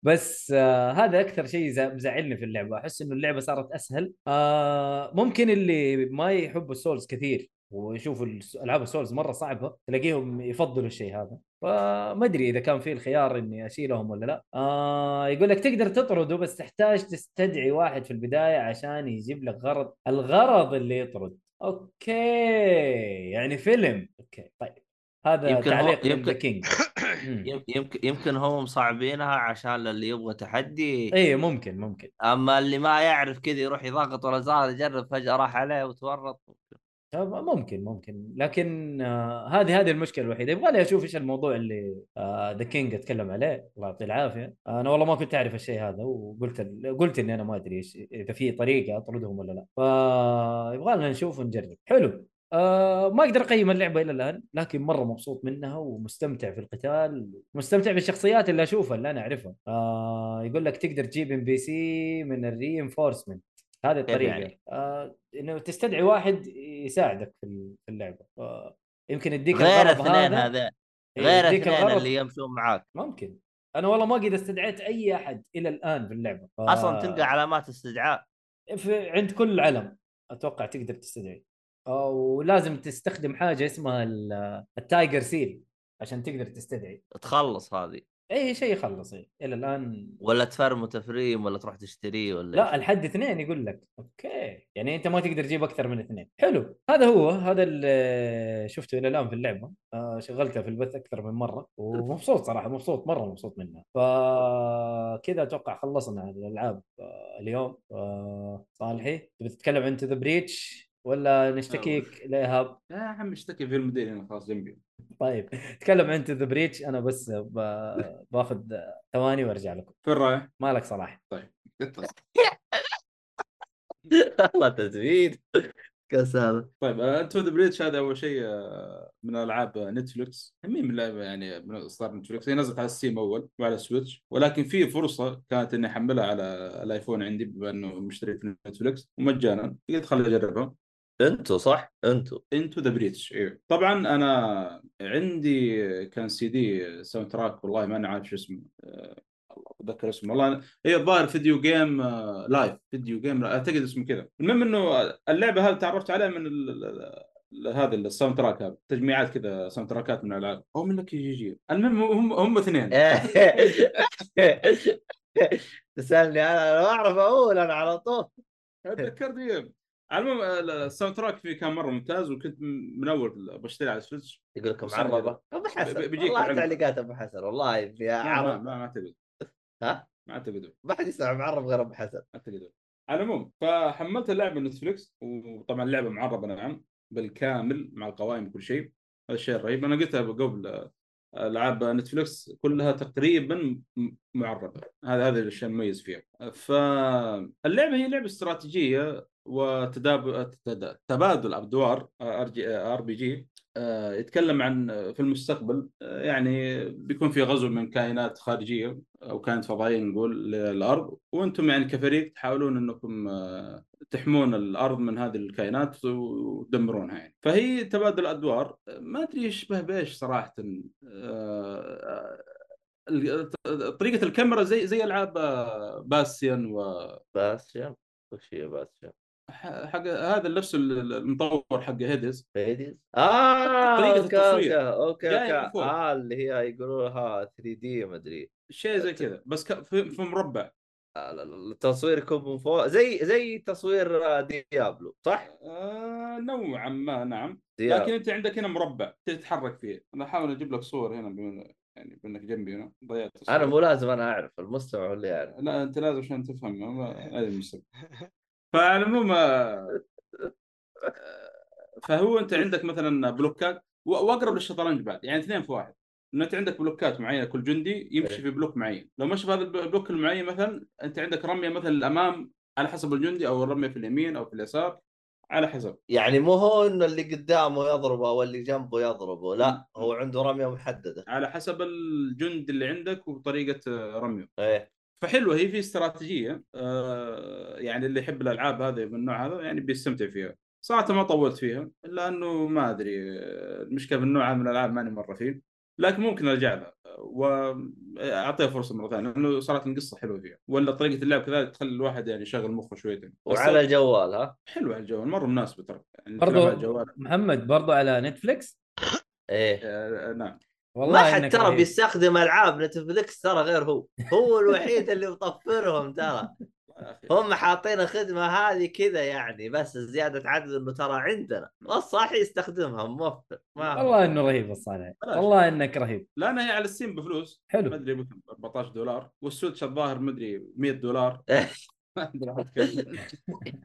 [SPEAKER 4] بس آه هذا اكثر شيء زع- مزعلني في اللعبه احس انه اللعبه صارت اسهل آه ممكن اللي ما يحبوا السولز كثير ويشوفوا الس- العاب السولز مره صعبه تلاقيهم يفضلوا الشيء هذا فما ادري اذا كان في الخيار اني اشيلهم ولا لا آه يقول لك تقدر تطرده بس تحتاج تستدعي واحد في البدايه عشان يجيب لك غرض الغرض اللي يطرد اوكي يعني فيلم اوكي طيب هذا
[SPEAKER 5] يمكن هو-
[SPEAKER 4] تعليق
[SPEAKER 5] يمكن-
[SPEAKER 4] يمكن كينج
[SPEAKER 5] يم- يمكن يمكن هم مصعبينها عشان اللي يبغى تحدي
[SPEAKER 4] اي إيه، ممكن ممكن
[SPEAKER 5] اما اللي ما يعرف كذا يروح يضغط ولا زال يجرب فجاه راح عليه وتورط
[SPEAKER 4] طب ممكن ممكن لكن آه، هذه هذه المشكله الوحيده يبغى لي اشوف ايش الموضوع اللي ذا كينج اتكلم عليه الله يعطيه العافيه انا والله ما كنت اعرف الشيء هذا وقلت قلت اني انا ما ادري ايش اذا في طريقه اطردهم ولا لا فيبغى لنا نشوف ونجرب حلو آه ما اقدر اقيم اللعبه الى الان لكن مره مبسوط منها ومستمتع في القتال مستمتع بالشخصيات اللي اشوفها اللي انا اعرفها آه يقول لك تقدر تجيب ام بي سي من الرينفورسمنت هذه الطريقه
[SPEAKER 5] يعني؟
[SPEAKER 4] آه انه تستدعي واحد يساعدك في ال- في اللعبه آه يمكن يديك
[SPEAKER 5] غير
[SPEAKER 4] الغرض
[SPEAKER 5] اثنين
[SPEAKER 4] هذا-
[SPEAKER 5] هذا
[SPEAKER 4] إيه،
[SPEAKER 5] غير
[SPEAKER 4] يديك
[SPEAKER 5] اثنين
[SPEAKER 4] الغرض.
[SPEAKER 5] اللي يمشون معاك
[SPEAKER 4] ممكن انا والله ما قد استدعيت اي احد الى الان في اللعبه ف-
[SPEAKER 5] اصلا تلقى علامات استدعاء
[SPEAKER 4] في عند كل علم اتوقع تقدر تستدعي آه، ولازم تستخدم حاجه اسمها ال- التايجر سيل عشان تقدر تستدعي
[SPEAKER 5] تخلص هذه
[SPEAKER 4] اي شيء يخلص إيه. الى الان
[SPEAKER 5] ولا تفرمه تفريم ولا تروح تشتريه ولا
[SPEAKER 4] لا الحد اثنين يقول لك اوكي يعني انت ما تقدر تجيب اكثر من اثنين حلو هذا هو هذا اللي شفته الى الان في اللعبه آه، شغلتها في البث اكثر من مره ومبسوط صراحه مبسوط مره مبسوط منها فكذا اتوقع خلصنا الالعاب آه، اليوم آه، صالحي تبي تتكلم عن ذا بريتش ولا نشتكيك
[SPEAKER 5] نعم.
[SPEAKER 4] لايهاب
[SPEAKER 2] يا عم اشتكي في المدير هنا خلاص جنبي
[SPEAKER 4] طيب تكلم عن ذا بريتش انا بس ب... باخذ ثواني وارجع لكم
[SPEAKER 2] فين رايح؟
[SPEAKER 4] مالك صلاح
[SPEAKER 2] قطع.
[SPEAKER 5] والله تزويد كسر
[SPEAKER 2] طيب انتو ذا بريتش هذا اول شيء آه، من العاب نتفلكس مين من اللعبه يعني من اصدار نتفلكس هي نزلت على ستيم اول وعلى سويتش ولكن في فرصه كانت اني احملها على الايفون عندي بما انه مشتري في نتفلكس ومجانا قلت خليني اجربها
[SPEAKER 5] انتو صح انتو
[SPEAKER 2] انتو ذا بريتش ايوه طبعا انا عندي كان سي دي ساوند تراك والله ما انا عارف شو اسمه آه، الله اتذكر اسمه والله هي الظاهر فيديو جيم آه، لايف فيديو جيم اعتقد اسمه كذا المهم انه اللعبه هذه تعرفت عليها من ال- ال- ال- هذا الساوند تراك هذا تجميعات كذا ساوند تراكات من الالعاب او من لك جي جي المهم هم هم اثنين
[SPEAKER 5] إيه. تسالني انا انا ما اعرف اقول انا على طول
[SPEAKER 2] تذكرني إيه. على المهم آه، الساوند تراك فيه كان مره ممتاز وكنت م- من اول بشتري على السويتش
[SPEAKER 5] يقول لكم
[SPEAKER 2] بس-
[SPEAKER 5] معربه ابو حسن
[SPEAKER 2] ب- بيجيك
[SPEAKER 5] والله
[SPEAKER 2] العنف.
[SPEAKER 5] تعليقات ابو حسن والله يا
[SPEAKER 2] ما ما-
[SPEAKER 5] عرب
[SPEAKER 2] ما اعتقد
[SPEAKER 5] ها؟
[SPEAKER 2] ما اعتقد
[SPEAKER 5] ما حد يسمع معرب غير ابو حسن
[SPEAKER 2] اعتقد على العموم فحملت اللعبه من نتفلكس وطبعا اللعبه معربه نعم بالكامل مع القوائم وكل شيء هذا الشيء الرهيب انا قلتها قبل آه، العاب نتفلكس كلها تقريبا م- معربه هذا هذا الشيء المميز فيها فاللعبه هي لعبه استراتيجيه وتداب تد- تبادل ادوار ار بي جي يتكلم عن آه، في المستقبل آه، يعني بيكون في غزو من كائنات خارجيه او كانت فضائيه نقول للارض وانتم يعني كفريق تحاولون انكم آه، تحمون الارض من هذه الكائنات وتدمرونها يعني فهي تبادل ادوار ما ادري يشبه بايش صراحه آه، ال- طريقه الكاميرا زي زي العاب آه، باسيان و
[SPEAKER 5] باسشن وش هي باسشن
[SPEAKER 2] ح- حق هذا نفس المطور حق هيدز
[SPEAKER 5] فيديز اه
[SPEAKER 2] طريقة
[SPEAKER 5] أوكي،
[SPEAKER 2] التصوير.
[SPEAKER 5] اوكي
[SPEAKER 2] جاية
[SPEAKER 5] اوكي
[SPEAKER 2] من
[SPEAKER 5] اوكي
[SPEAKER 2] فوق.
[SPEAKER 5] اه اللي هي يقولوا لها 3 دي مدري
[SPEAKER 2] شيء زي كذا بس ك- في في مربع
[SPEAKER 5] آه، ال- ال- التصوير يكون من فوق زي زي تصوير آه، ديابلو صح؟
[SPEAKER 2] آه، نوعا ما نعم لكن
[SPEAKER 5] ديابلو
[SPEAKER 2] انت عندك هنا مربع تتحرك فيه انا احاول اجيب لك صور هنا بما يعني بانك جنبي هنا ضيعت الصور.
[SPEAKER 5] انا مو لازم انا اعرف المستمع هو اللي يعرف
[SPEAKER 2] لا انت لازم عشان تفهم ما- هذا المشكله فعلى العموم آه، فهو انت عندك مثلا بلوكات و- واقرب للشطرنج بعد يعني اثنين في واحد انه انت عندك بلوكات معينه كل جندي يمشي في بلوك معين لو مشى في هذا البلوك المعين مثلا انت عندك رميه مثلا للامام على حسب الجندي او رميه في اليمين او في اليسار على حسب
[SPEAKER 5] يعني مو هو انه اللي قدامه يضربه او اللي جنبه يضربه لا هو عنده رميه محدده
[SPEAKER 2] على حسب الجند اللي عندك وطريقه آه، رميه
[SPEAKER 5] ايه
[SPEAKER 2] فحلوه هي في استراتيجيه آه، يعني اللي يحب الالعاب هذه من النوع هذا يعني بيستمتع فيها صراحه ما طولت فيها الا انه ما ادري آه، المشكله بالنوع هذا من الالعاب ماني مره فيه لكن ممكن ارجع لها واعطيها فرصه مره ثانيه لانه صراحه القصه حلوه فيها ولا طريقه اللعب كذلك تخلي الواحد يعني يشغل مخه شويتين بس
[SPEAKER 5] وعلى الجوال ها
[SPEAKER 2] حلوه على الجوال مره مناسبه ترى يعني
[SPEAKER 4] برضو-
[SPEAKER 2] تلعب على الجوال
[SPEAKER 4] محمد برضو على نتفلكس
[SPEAKER 5] ايه
[SPEAKER 2] آه، آه، نعم
[SPEAKER 5] ما
[SPEAKER 4] والله
[SPEAKER 5] حد
[SPEAKER 4] إنك
[SPEAKER 5] ترى
[SPEAKER 4] رهيب.
[SPEAKER 5] بيستخدم العاب نتفلكس ترى غير هو هو الوحيد اللي مطفرهم ترى
[SPEAKER 2] يا أخي.
[SPEAKER 5] هم حاطين الخدمه هذه كذا يعني بس زياده عدد انه ترى عندنا الصح يستخدمها موفر ما
[SPEAKER 2] آه.
[SPEAKER 5] هو.
[SPEAKER 4] والله انه رهيب الصالح
[SPEAKER 2] بلاش.
[SPEAKER 4] والله انك رهيب
[SPEAKER 2] لا انا هي على السيم بفلوس طيب. ما
[SPEAKER 4] حلو
[SPEAKER 2] ادري بكم 14 دولار والسويتش الظاهر ما ادري 100 دولار
[SPEAKER 5] إيه.
[SPEAKER 2] ما ادري أحط كم.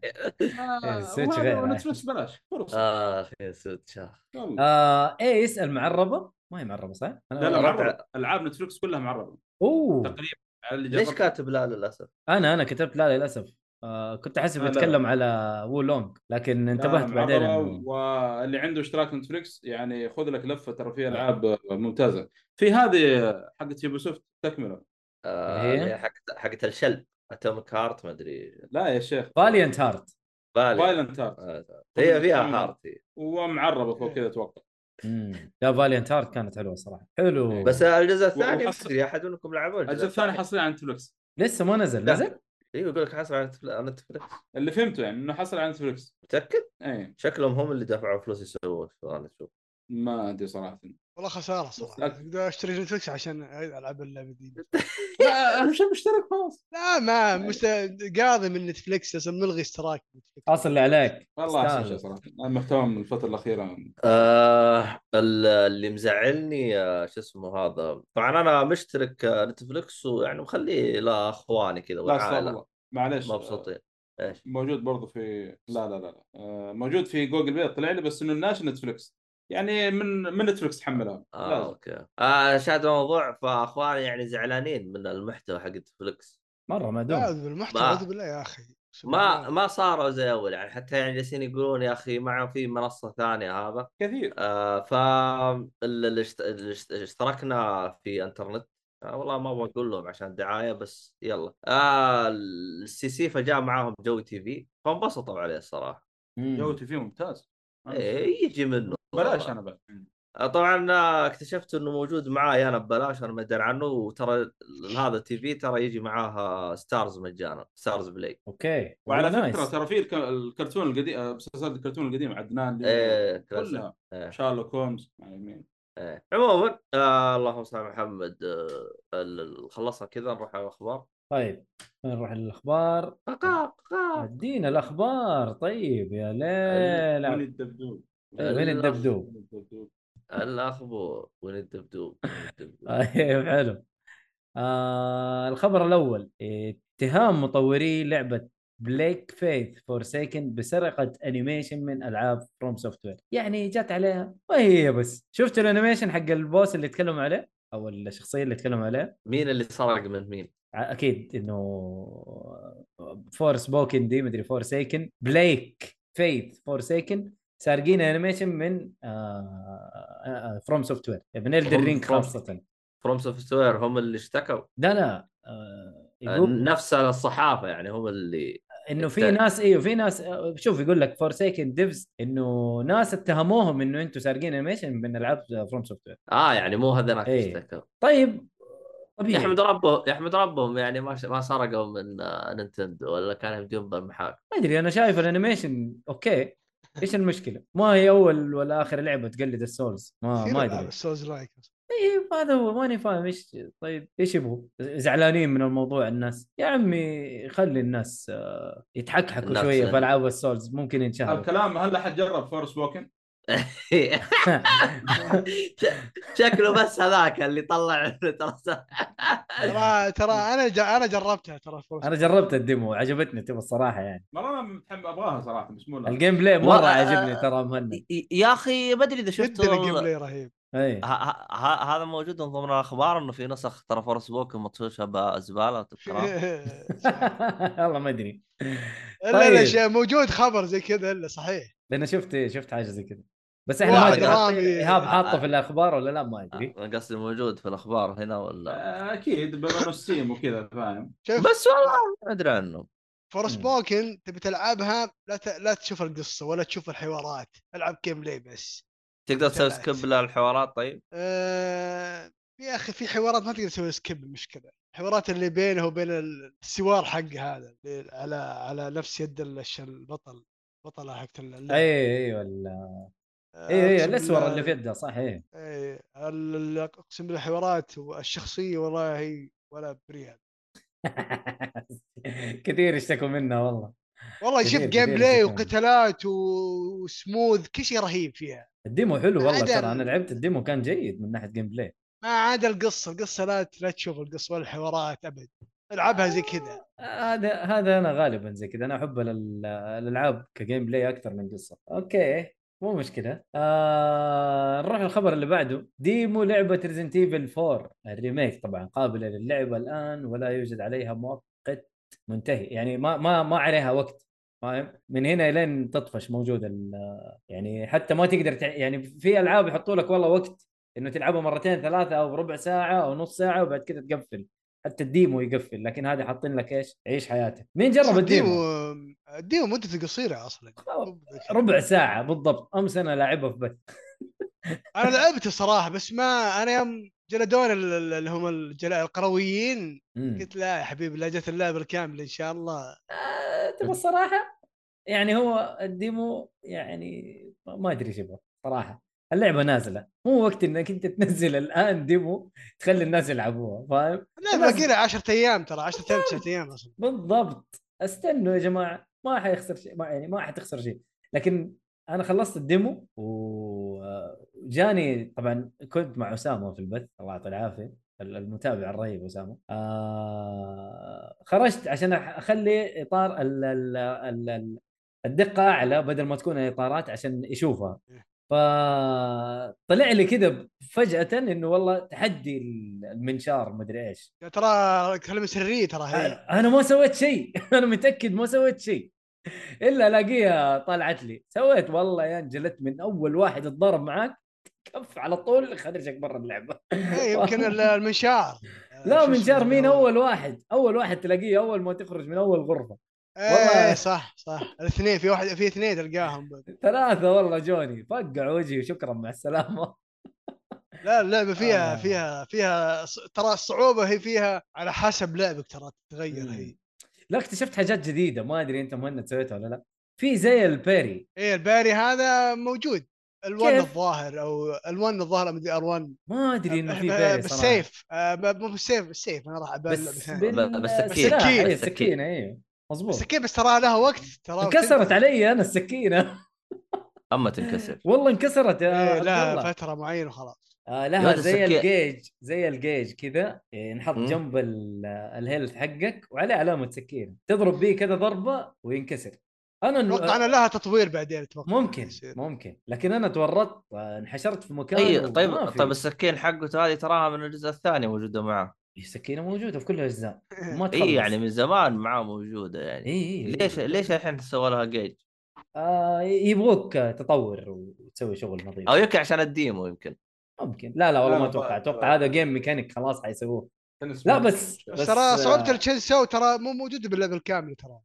[SPEAKER 4] إيه،
[SPEAKER 2] آه،
[SPEAKER 4] يعني السويتش
[SPEAKER 2] وهذا
[SPEAKER 4] غير
[SPEAKER 2] وأنا
[SPEAKER 4] رايح.
[SPEAKER 2] سويتش بلاش
[SPEAKER 5] آه.
[SPEAKER 2] فرصة
[SPEAKER 5] اخ يا سود شهر
[SPEAKER 2] والله.
[SPEAKER 4] آه ايه اسال معربه ما هي معربه صح؟ أنا-
[SPEAKER 2] لا لا
[SPEAKER 5] ربع. آه.
[SPEAKER 2] معربة. العاب نتفلكس كلها معربه
[SPEAKER 4] اوه
[SPEAKER 2] تقريبا على اللي
[SPEAKER 5] ليش
[SPEAKER 2] جربت.
[SPEAKER 5] كاتب لا للاسف؟
[SPEAKER 4] انا انا كتبت لا للاسف آه كنت احسب
[SPEAKER 2] لا، لا.
[SPEAKER 4] بتكلم على وولونج لكن
[SPEAKER 2] لا،
[SPEAKER 4] انتبهت
[SPEAKER 2] معربة
[SPEAKER 4] بعدين انه
[SPEAKER 2] واللي عنده اشتراك نتفلكس يعني خذ لك لفه ترى
[SPEAKER 4] آه.
[SPEAKER 2] فيها العاب ممتازه في هذه حقت يوبيسوفت تكمله
[SPEAKER 5] آه
[SPEAKER 4] اللي هي؟
[SPEAKER 5] اللي هي حقت حقت الشلب اتوميك هارت ما ادري
[SPEAKER 2] لا يا شيخ
[SPEAKER 4] فاليانت هارت
[SPEAKER 5] بالي
[SPEAKER 2] فايلنت هارت
[SPEAKER 5] آه، هي فيها
[SPEAKER 2] مم.
[SPEAKER 5] هارت هي.
[SPEAKER 2] ومعربه فوق كذا اتوقع
[SPEAKER 4] لا فاليانت هارت كانت حلوه صراحه
[SPEAKER 2] إيه.
[SPEAKER 4] حلو
[SPEAKER 5] بس الجزء الثاني ما
[SPEAKER 2] وحصل-
[SPEAKER 5] ادري احد منكم لعبوه
[SPEAKER 2] الجزء الثاني حصري على نتفلكس
[SPEAKER 4] لسه ما نزل
[SPEAKER 5] لا.
[SPEAKER 4] نزل؟
[SPEAKER 5] ايوه يقول لك حصل على نتفل- على نتفلكس
[SPEAKER 2] اللي فهمته يعني انه حصل على نتفلكس إيه،
[SPEAKER 5] متاكد؟
[SPEAKER 2] اي
[SPEAKER 5] شكلهم هم اللي دفعوا فلوس يسوون الشغل، انا اشوف
[SPEAKER 2] ما ادري صراحه
[SPEAKER 6] والله خساره صراحه اقدر اشتري نتفلكس عشان العب اللعبه دي
[SPEAKER 2] لا اهم شيء مشترك خلاص
[SPEAKER 6] لا ما مست... قاضي من نتفلكس لازم نلغي اشتراك نتفلكس.
[SPEAKER 4] خلاص اللي عليك
[SPEAKER 2] والله احسن شيء
[SPEAKER 4] استاهل.
[SPEAKER 2] صراحه المحتوى من الفتره الاخيره
[SPEAKER 5] آه ال- اللي مزعلني آه، شو اسمه هذا طبعا انا مشترك آه، نتفلكس ويعني مخليه لاخواني كذا
[SPEAKER 2] لا استغفر
[SPEAKER 5] والعائله
[SPEAKER 2] الله معليش آه،
[SPEAKER 5] مبسوطين ايش
[SPEAKER 2] موجود برضو في لا لا لا, لا. آه، موجود في جوجل بلاي طلع لي بس انه الناشر نتفلكس يعني من من نتفلكس تحملها
[SPEAKER 5] آه
[SPEAKER 2] لازم.
[SPEAKER 5] اوكي آه شاهد الموضوع فاخواني يعني زعلانين من المحتوى حق نتفلكس
[SPEAKER 4] مره معدوم
[SPEAKER 6] لا بالمحتوى
[SPEAKER 5] ما-
[SPEAKER 6] اعوذ بالله يا اخي
[SPEAKER 5] ما ما صاروا زي اول يعني حتى يعني جالسين يقولون يا اخي ما في منصه ثانيه هذا
[SPEAKER 2] كثير
[SPEAKER 5] آه ف ال- ال- اشت- ال- اشت- اشتركنا في انترنت آه والله ما ابغى اقول لهم عشان دعايه بس يلا آه السي سي فجاء معاهم جوي تي في فانبسطوا عليه الصراحه
[SPEAKER 2] جودتي فيه ممتاز
[SPEAKER 5] إيه يجي منه
[SPEAKER 2] آه. بلاش
[SPEAKER 5] والله.
[SPEAKER 2] انا بعد
[SPEAKER 5] آه، طبعا آه، اكتشفت انه موجود معاي انا ببلاش انا ما ادري عنه وترى ال- هذا التي في ترى يجي معاه ستارز مجانا ستارز بلاي
[SPEAKER 4] اوكي
[SPEAKER 2] وعلى
[SPEAKER 4] والله
[SPEAKER 2] فكره
[SPEAKER 4] نايس.
[SPEAKER 2] ترى في الك- الكرتون القديم آه، مسلسلات الكرتون القديمه عدنان اللي-
[SPEAKER 5] إيه، كلاسيك.
[SPEAKER 2] كلها
[SPEAKER 5] إيه.
[SPEAKER 2] شارلوك هولمز يعني مين.
[SPEAKER 5] إيه. عموما آه اللهم صل على محمد آه ال- ال- خلصنا كذا نروح على الاخبار
[SPEAKER 4] طيب نروح للاخبار
[SPEAKER 2] آه.
[SPEAKER 5] قاق قاق
[SPEAKER 4] ادينا الاخبار طيب يا
[SPEAKER 2] من
[SPEAKER 5] إيه،
[SPEAKER 4] ليل
[SPEAKER 2] الدبدوب
[SPEAKER 4] وين الدبدوب
[SPEAKER 2] من الدبدوب
[SPEAKER 5] الاخبار وين الدبدوب وين الدبدوب؟
[SPEAKER 4] طيب حلو آه الخبر الاول اتهام مطوري لعبه بليك فيث فورسيكن بسرقه انيميشن من العاب فروم سوفت وير يعني جت عليها وهي بس شفت الانيميشن حق البوس اللي تكلموا عليه او الشخصيه اللي تكلموا عليه
[SPEAKER 5] مين اللي سرق من مين؟
[SPEAKER 4] ع- اكيد انه فورس بوكن دي مدري فورسيكن بليك فيث فورسيكن سارقين انيميشن من آه، فروم سوفت وير من
[SPEAKER 5] From-
[SPEAKER 4] الدر رينج
[SPEAKER 5] From-
[SPEAKER 4] خاصه
[SPEAKER 5] فروم سوفت وير هم اللي اشتكوا
[SPEAKER 4] لا لا آه،
[SPEAKER 5] آه،
[SPEAKER 4] يقول
[SPEAKER 5] نفس الصحافه يعني هم اللي
[SPEAKER 4] انه في ناس ايوه في ناس آه، شوف يقول لك فورسيكن ديفز انه ناس اتهموهم انه انتم سارقين انيميشن من العاب فروم سوفت وير
[SPEAKER 5] اه يعني مو هذاك
[SPEAKER 4] إيه.
[SPEAKER 5] اشتكوا
[SPEAKER 4] طيب طبيعي
[SPEAKER 5] يحمد ربهم يحمد ربهم يعني ما ش- ما سرقوا من آه، نينتندو ولا كانوا يبدون بالمحاكم
[SPEAKER 4] ما ادري انا شايف الانيميشن اوكي ايش المشكله؟ ما هي اول ولا اخر لعبه تقلد السولز ما ما ادري
[SPEAKER 6] سولز لايك
[SPEAKER 4] اي هذا هو ماني فاهم ايش طيب ايش يبغوا؟ زعلانين من الموضوع الناس يا عمي خلي الناس آه، يتحكحكوا
[SPEAKER 5] الناس
[SPEAKER 4] شويه
[SPEAKER 5] يعني.
[SPEAKER 4] في العاب السولز ممكن ينشهروا
[SPEAKER 2] الكلام هلا حد جرب فورس ووكن
[SPEAKER 5] ش- شكله بس هذاك اللي طلع ترى
[SPEAKER 6] ترى ترى انا ج... انا جربتها ترى فرصة.
[SPEAKER 4] انا جربت الديمو عجبتني تبى الصراحه يعني
[SPEAKER 2] والله انا متحمل ابغاها صراحه بس مو لا
[SPEAKER 4] الجيم بلاي مره
[SPEAKER 5] والله،
[SPEAKER 4] عجبني ترى مهند
[SPEAKER 5] يا اخي ما ادري اذا شفت
[SPEAKER 6] جدا الجيم بلاي رهيب
[SPEAKER 4] اي
[SPEAKER 5] ه- ه- هذا موجود من ضمن الاخبار انه في نسخ ترى فورس بوكن مطفشه بزباله وتذكرها
[SPEAKER 4] والله ما ادري
[SPEAKER 6] الا
[SPEAKER 4] طيب.
[SPEAKER 6] لا شيء موجود خبر زي كذا الا صحيح
[SPEAKER 4] لان شفت شفت حاجه زي كذا بس احنا ما
[SPEAKER 6] واحد
[SPEAKER 4] ادري
[SPEAKER 6] رامي
[SPEAKER 4] ايهاب حاطه في الاخبار ولا لا ما ادري
[SPEAKER 5] آه، أنا قصدي موجود في الاخبار هنا ولا
[SPEAKER 2] آه، اكيد بما انه ستيم وكذا فاهم
[SPEAKER 6] شوف
[SPEAKER 5] بس والله ما ادري عنه
[SPEAKER 6] فورس
[SPEAKER 4] مم.
[SPEAKER 6] بوكن تبي تلعبها لا ت... لا تشوف القصه ولا تشوف الحوارات العب جيم بلاي بس
[SPEAKER 5] تقدر تسوي
[SPEAKER 6] تابعت.
[SPEAKER 5] سكيب للحوارات طيب
[SPEAKER 6] أه... يا اخي في حوارات ما تقدر تسوي سكيب المشكله الحوارات اللي بينه وبين السوار حق هذا اللي على على نفس يد الش- البطل بطله حقت اللعبه
[SPEAKER 4] اي اي ولا
[SPEAKER 6] آه،
[SPEAKER 4] اي اي الاسور اللي في يده صح اي
[SPEAKER 6] اي ال- ال- اقسم بالله حوارات والشخصيه والله ولا بريال
[SPEAKER 4] كثير يشتكوا منها والله
[SPEAKER 6] والله
[SPEAKER 4] كثير-
[SPEAKER 6] شوف
[SPEAKER 4] كثير
[SPEAKER 6] جيم بلاي
[SPEAKER 4] يشتكون.
[SPEAKER 6] وقتالات و- وسموث كل شيء رهيب فيها
[SPEAKER 4] الديمو حلو والله
[SPEAKER 6] عدم.
[SPEAKER 4] ترى انا لعبت الديمو كان جيد من ناحيه جيم بلاي
[SPEAKER 6] ما عدا القصه القصه لا ت- لا تشوف القصه ولا الحوارات ابد العبها زي كذا
[SPEAKER 4] هذا هذا انا غالبا زي كذا انا احب الال- الالعاب كجيم بلاي اكثر من قصه اوكي مو مشكله آه نروح الخبر اللي بعده ديمو لعبه ريزنت ايفل 4 الريميك طبعا قابله للعب الان ولا يوجد عليها مؤقت منتهي يعني ما ما ما عليها وقت فاهم من هنا لين تطفش موجود ال- يعني حتى ما تقدر تع... يعني في العاب يحطوا لك والله وقت انه تلعبها مرتين ثلاثه او ربع ساعه او نص ساعه وبعد كذا تقفل حتى الديمو يقفل لكن هذه حاطين لك ايش؟ عيش حياتك مين جرب الديمو؟
[SPEAKER 6] الديمو الديمو مدته قصيره اصلا
[SPEAKER 4] ربع ساعه بالضبط امس انا لاعبها في بث
[SPEAKER 6] انا لعبته صراحه بس ما انا يوم جلدون ال- ال- اللي هم الجلاء القرويين
[SPEAKER 4] مم.
[SPEAKER 6] قلت لا يا حبيبي لا جت اللعبه الكامله ان شاء الله
[SPEAKER 4] آه، تبى الصراحه يعني هو الديمو يعني ما ادري ايش يبغى صراحه اللعبه نازله مو وقت انك انت تنزل الان ديمو تخلي الناس يلعبوها فاهم
[SPEAKER 6] لا باقي لها 10 ايام ترى 10 ايام 9 ايام اصلا
[SPEAKER 4] بالضبط استنوا يا جماعه ما حيخسر شيء ما يعني ما حتخسر شيء لكن انا خلصت الديمو وجاني طبعا كنت مع اسامه في البث الله يعطيه العافيه المتابع الرهيب اسامه آه خرجت عشان أح- اخلي اطار ال ال ال ال الدقه اعلى بدل ما تكون الاطارات عشان يشوفها فطلع لي كذا فجاه انه والله تحدي المنشار مدري ايش
[SPEAKER 6] يا يعني ترى كلمه سريه ترى هي
[SPEAKER 4] أنا- انا ما سويت شيء انا متاكد ما سويت شيء الا الاقيها طلعت لي سويت والله يا انجلت من اول واحد اتضارب معاك كف على طول خرجك برا اللعبه
[SPEAKER 6] إيه، يمكن ال- المنشار
[SPEAKER 4] أيوة. لا
[SPEAKER 6] شو
[SPEAKER 4] من
[SPEAKER 6] اسمه؟
[SPEAKER 4] شهر مين اول واحد اول واحد تلاقيه اول ما تخرج من اول غرفه والله.
[SPEAKER 6] ايه صح صح الاثنين في واحد في اثنين تلقاهم
[SPEAKER 4] ثلاثه والله جوني فقع وجهي وشكرا مع السلامه
[SPEAKER 6] لا اللعبه فيها
[SPEAKER 4] آه.
[SPEAKER 6] فيها فيها ص- ترى الصعوبه هي فيها على حسب لعبك ترى تتغير هي
[SPEAKER 4] لا اكتشفت حاجات جديده ما ادري انت مهند سويتها ولا لا في زي البيري
[SPEAKER 6] ايه الباري هذا موجود الوان
[SPEAKER 4] كيف؟
[SPEAKER 6] الظاهر او الوان الظاهر مدري ار 1
[SPEAKER 4] ما ادري انه في بيري صراحه
[SPEAKER 6] أه، بالسيف آه، ب- مو بالسيف بالسيف انا راح ابالي لعبه
[SPEAKER 4] بس
[SPEAKER 6] ثانيه
[SPEAKER 5] بال- بالسكين.
[SPEAKER 4] بالسكينه
[SPEAKER 6] بالسكين.
[SPEAKER 4] اي السكينه اي إيه. مظبوط
[SPEAKER 6] السكين بس ترى لها وقت ترى
[SPEAKER 4] انكسرت علي انا السكينه
[SPEAKER 5] اما تنكسر
[SPEAKER 4] والله انكسرت يا
[SPEAKER 6] إيه
[SPEAKER 4] عبد
[SPEAKER 6] لا
[SPEAKER 4] الله
[SPEAKER 6] فتره معينه وخلاص
[SPEAKER 4] آه
[SPEAKER 5] يا
[SPEAKER 4] لها
[SPEAKER 5] ولد
[SPEAKER 4] زي
[SPEAKER 5] السكين.
[SPEAKER 4] الجيج زي الجيج كذا إيه، ينحط
[SPEAKER 5] مم.
[SPEAKER 4] جنب ال- الهيلث حقك وعليه علامه سكينه تضرب به كذا ضربه وينكسر انا
[SPEAKER 6] اتوقع انا لها تطوير بعدين اتوقع
[SPEAKER 4] ممكن
[SPEAKER 6] يصير.
[SPEAKER 4] ممكن لكن انا تورطت آه، انحشرت في مكان
[SPEAKER 5] طيب طيب
[SPEAKER 4] وما في.
[SPEAKER 5] طيب السكين حقته هذه تراها من الجزء الثاني موجوده معاه
[SPEAKER 4] السكينه موجوده إيه، في كل الاجزاء
[SPEAKER 2] إيه.
[SPEAKER 6] إيه.
[SPEAKER 4] ما تخلص
[SPEAKER 5] اي يعني من زمان معاه موجوده يعني
[SPEAKER 4] اي
[SPEAKER 5] ليش ليش الحين سوى لها جيج؟
[SPEAKER 4] آه يبغوك آه، تطور وتسوي شغل نظيف
[SPEAKER 5] او يمكن عشان الديمو يمكن
[SPEAKER 4] ممكن لا لا والله ما
[SPEAKER 2] لا، لا،
[SPEAKER 4] اتوقع
[SPEAKER 2] ما-
[SPEAKER 4] اتوقع هذا جيم ميكانيك خلاص حيسووه
[SPEAKER 2] تنس
[SPEAKER 4] لا
[SPEAKER 2] ما-
[SPEAKER 4] بس آه.
[SPEAKER 6] بس ترى صعوبه التشينسو ترى مو موجوده باللعبه الكامله ترى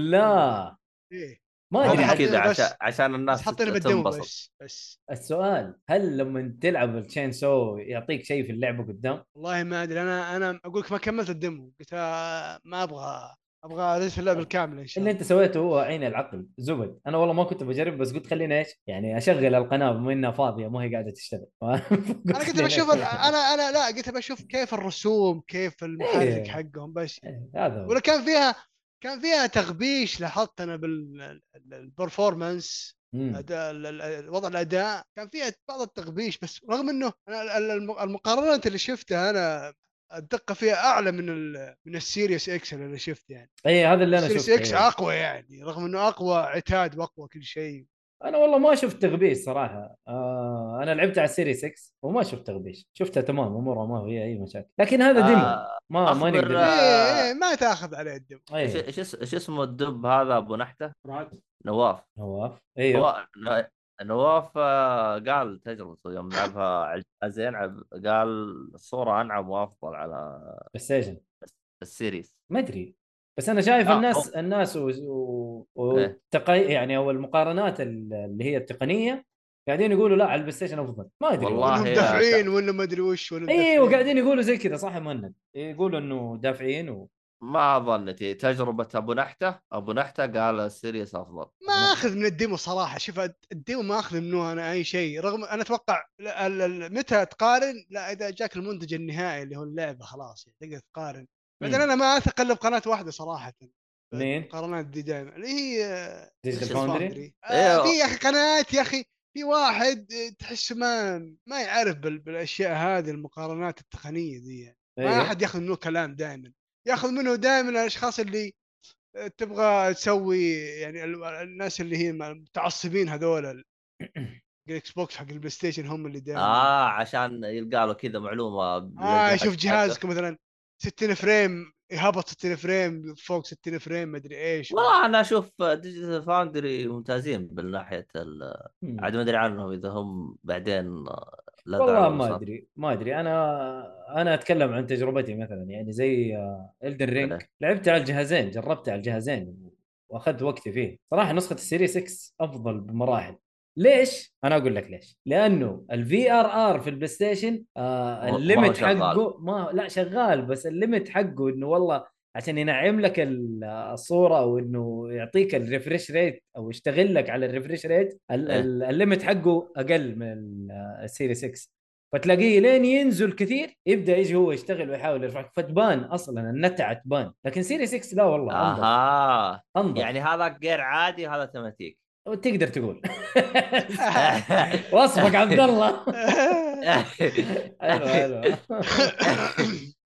[SPEAKER 4] بالله
[SPEAKER 6] ايه
[SPEAKER 4] ما
[SPEAKER 6] هذا
[SPEAKER 4] ادري
[SPEAKER 6] حق-
[SPEAKER 4] عاد-
[SPEAKER 6] حاطينه
[SPEAKER 5] كذا
[SPEAKER 6] بس-
[SPEAKER 5] عشان عشان
[SPEAKER 6] بس
[SPEAKER 5] الناس
[SPEAKER 6] حاطينه بالدمو
[SPEAKER 5] تنبسط
[SPEAKER 6] بس بس
[SPEAKER 4] السؤال هل لما تلعب التشين سو يعطيك شيء في اللعبه قدام؟
[SPEAKER 6] والله ما ادري انا انا اقول لك ما كملت الدمو قلت آه، ما ابغى ابغى ليش اللعبه الكامله ان شاء
[SPEAKER 4] اللي
[SPEAKER 6] الله
[SPEAKER 4] انت سويته هو عين العقل زبد انا والله ما كنت بجرب بس قلت خلينا ايش؟ يعني اشغل القناه بما انها فاضيه ما هي قاعده تشتغل
[SPEAKER 6] انا قلت بشوف ال- انا انا لا قلت بشوف كيف الرسوم كيف المحرك
[SPEAKER 4] إيه.
[SPEAKER 6] حقهم بس
[SPEAKER 4] هذا هو.
[SPEAKER 6] ولا كان فيها كان فيها تغبيش لاحظت انا بالبرفورمانس
[SPEAKER 4] مم.
[SPEAKER 6] اداء ال- ال- ال- وضع الاداء كان فيها بعض التغبيش بس رغم انه انا ال- ال- الم- المقارنات اللي شفتها انا الدقه فيها اعلى من ال- من السيريس اكس اللي شفت يعني
[SPEAKER 4] اي هذا اللي انا
[SPEAKER 6] سيريس
[SPEAKER 4] شفته
[SPEAKER 6] اكس
[SPEAKER 4] إيه.
[SPEAKER 6] اقوى يعني رغم انه اقوى عتاد واقوى كل شيء
[SPEAKER 4] انا والله ما شفت تغبيش صراحه آه انا لعبت على السيري 6 وما شفت تغبيش شفتها تمام امورها ما فيها اي مشاكل لكن هذا ديمو
[SPEAKER 5] آه،
[SPEAKER 4] ما ما
[SPEAKER 5] أخبر-
[SPEAKER 4] نقدر إيه،
[SPEAKER 6] ايه إيه، ما تاخذ عليه الدم
[SPEAKER 4] اي
[SPEAKER 5] إيش- ايش اس- ايش اسمه الدب هذا ابو نحته؟
[SPEAKER 2] رعد.
[SPEAKER 5] نواف
[SPEAKER 4] نواف ايوه
[SPEAKER 5] هو- ن- نواف آه، قال تجربته يوم لعبها على الجهاز يلعب قال الصوره انعم وافضل على
[SPEAKER 4] بلاي ستيشن
[SPEAKER 5] السيريس
[SPEAKER 4] ما ادري بس انا شايف
[SPEAKER 5] آه،
[SPEAKER 4] الناس الناس و... و...
[SPEAKER 5] إيه.
[SPEAKER 4] والتقي... يعني او المقارنات ال- اللي هي التقنيه قاعدين يقولوا لا على البلاي ستيشن افضل ما ادري
[SPEAKER 5] والله
[SPEAKER 6] ولا
[SPEAKER 5] يا-
[SPEAKER 6] مدافعين ولا ما ادري وش ولا
[SPEAKER 4] ايوه
[SPEAKER 6] مدافعين.
[SPEAKER 4] قاعدين يقولوا زي كذا صح يا مهند يقولوا انه دافعين و...
[SPEAKER 5] ما إيه، ظنتي تجربه ابو نحته ابو نحته قال السيريس أمم. افضل
[SPEAKER 6] ما اخذ من الديمو صراحه شوف الديمو ما اخذ منه انا اي شيء رغم انا اتوقع ال- ال- ال- متى تقارن لا اذا جاك المنتج النهائي اللي هو اللعبه خلاص يعني تقدر تقارن بعدين انا ما اثق الا بقناه واحده صراحه
[SPEAKER 4] مين؟
[SPEAKER 6] المقارنات دي دائما اللي هي
[SPEAKER 4] ديجيتال
[SPEAKER 5] إيش
[SPEAKER 4] فاوندري
[SPEAKER 6] فاوندري
[SPEAKER 5] إيه.
[SPEAKER 6] في يا اخي قنوات يا اخي في واحد آه، تحس ما ما يعرف بال- بالاشياء هذه المقارنات التقنيه ذي يعني. ما
[SPEAKER 4] أيوه.
[SPEAKER 6] احد ياخذ منه كلام دائما ياخذ منه دائما الاشخاص اللي آه، تبغى تسوي يعني ال- الناس اللي هي المتعصبين هذول ال- الاكس بوكس حق البلاي ستيشن هم اللي دائما
[SPEAKER 4] آه،
[SPEAKER 5] اه عشان يلقى له كذا معلومه
[SPEAKER 6] اه
[SPEAKER 5] بالجهاز
[SPEAKER 6] شوف
[SPEAKER 5] حقه.
[SPEAKER 6] جهازكم مثلا 60 فريم يهبط 60 فريم فوق 60 فريم مدري ايش
[SPEAKER 5] والله انا اشوف ديجيتال فاوندري ممتازين من ناحيه
[SPEAKER 6] أمم.
[SPEAKER 5] ال-
[SPEAKER 4] مم.
[SPEAKER 5] عاد ما ادري عنهم اذا هم بعدين لا
[SPEAKER 4] والله
[SPEAKER 5] دعوة
[SPEAKER 4] ما
[SPEAKER 5] صار.
[SPEAKER 4] ادري ما ادري انا انا اتكلم عن تجربتي مثلا يعني زي الدن رينج
[SPEAKER 5] إيه.
[SPEAKER 4] لعبت على الجهازين جربت على الجهازين واخذت وقتي فيه صراحه نسخه السيري 6 افضل بمراحل ليش؟ انا اقول لك ليش؟ لانه الفي ار ار في البلاي ستيشن
[SPEAKER 5] ما
[SPEAKER 4] آه
[SPEAKER 5] هو
[SPEAKER 4] الليمت
[SPEAKER 5] شغال.
[SPEAKER 4] حقه ما لا شغال بس الليمت حقه انه والله عشان ينعم لك ال- الصوره او انه يعطيك الريفرش ريت او يشتغل لك على الريفرش ريت ال-
[SPEAKER 5] إيه.
[SPEAKER 4] ال- الليمت حقه اقل من ال- السيري 6 فتلاقيه لين ينزل كثير يبدا يجي هو يشتغل ويحاول يرفعك فتبان اصلا النتعه تبان لكن سيري 6 لا والله انضف
[SPEAKER 5] اها
[SPEAKER 4] انضف يعني
[SPEAKER 5] يعني هذا غير عادي وهذا تماتيك
[SPEAKER 4] تقدر تقول وصفك عبد الله حلو حلو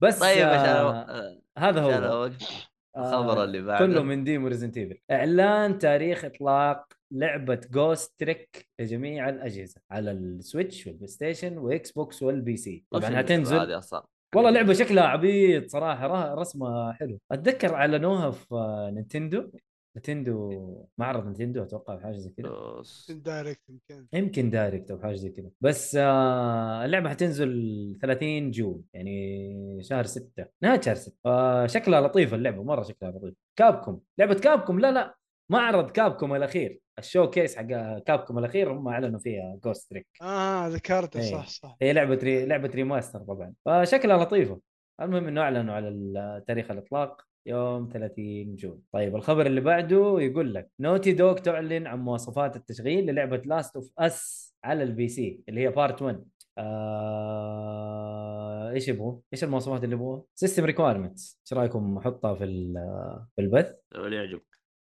[SPEAKER 4] بس
[SPEAKER 5] طيب
[SPEAKER 4] آه،
[SPEAKER 5] عشان أنا-
[SPEAKER 4] هذا
[SPEAKER 5] عشان
[SPEAKER 4] هو
[SPEAKER 5] اوقف
[SPEAKER 4] آه،
[SPEAKER 5] الخبر اللي بعده
[SPEAKER 4] كله من دي وريزنت ايفل اعلان تاريخ اطلاق لعبه جوست تريك لجميع الاجهزه على السويتش والبلاي ستيشن واكس بوكس والبي سي
[SPEAKER 5] وش
[SPEAKER 4] طبعا
[SPEAKER 5] اللعبة
[SPEAKER 4] يعني هتنزل
[SPEAKER 5] هذه اصلا
[SPEAKER 4] والله لعبه شكلها عبيط صراحه را- رسمها حلو اتذكر اعلنوها في آه، نينتندو نينتندو معرض نينتندو اتوقع أو حاجه زي كذا
[SPEAKER 5] أوس.
[SPEAKER 6] دايركت يمكن
[SPEAKER 4] يمكن دايركت او حاجه زي كذا بس آه اللعبه حتنزل 30 جون يعني شهر 6 نهايه شهر 6 آه شكلها لطيفه اللعبه مره شكلها لطيف كابكم لعبه كابكم لا لا معرض كابكم الاخير الشو كيس حق كابكم الاخير هم اعلنوا فيها جوست تريك
[SPEAKER 6] اه ذكرته
[SPEAKER 4] إيه.
[SPEAKER 6] صح صح
[SPEAKER 4] هي لعبه ري... لعبه ريماستر طبعا فشكلها لطيفه المهم انه اعلنوا على ال- تاريخ الاطلاق يوم 30 جون طيب الخبر اللي بعده يقول لك نوتي دوغ تعلن عن مواصفات التشغيل للعبه لاست اوف اس على البي سي اللي هي بارت 1 آه... ايش يبغوا؟ ايش المواصفات اللي يبغوها؟ سيستم ريكوايرمنتس ايش رايكم احطها في ال- في البث؟
[SPEAKER 5] اللي يعجبك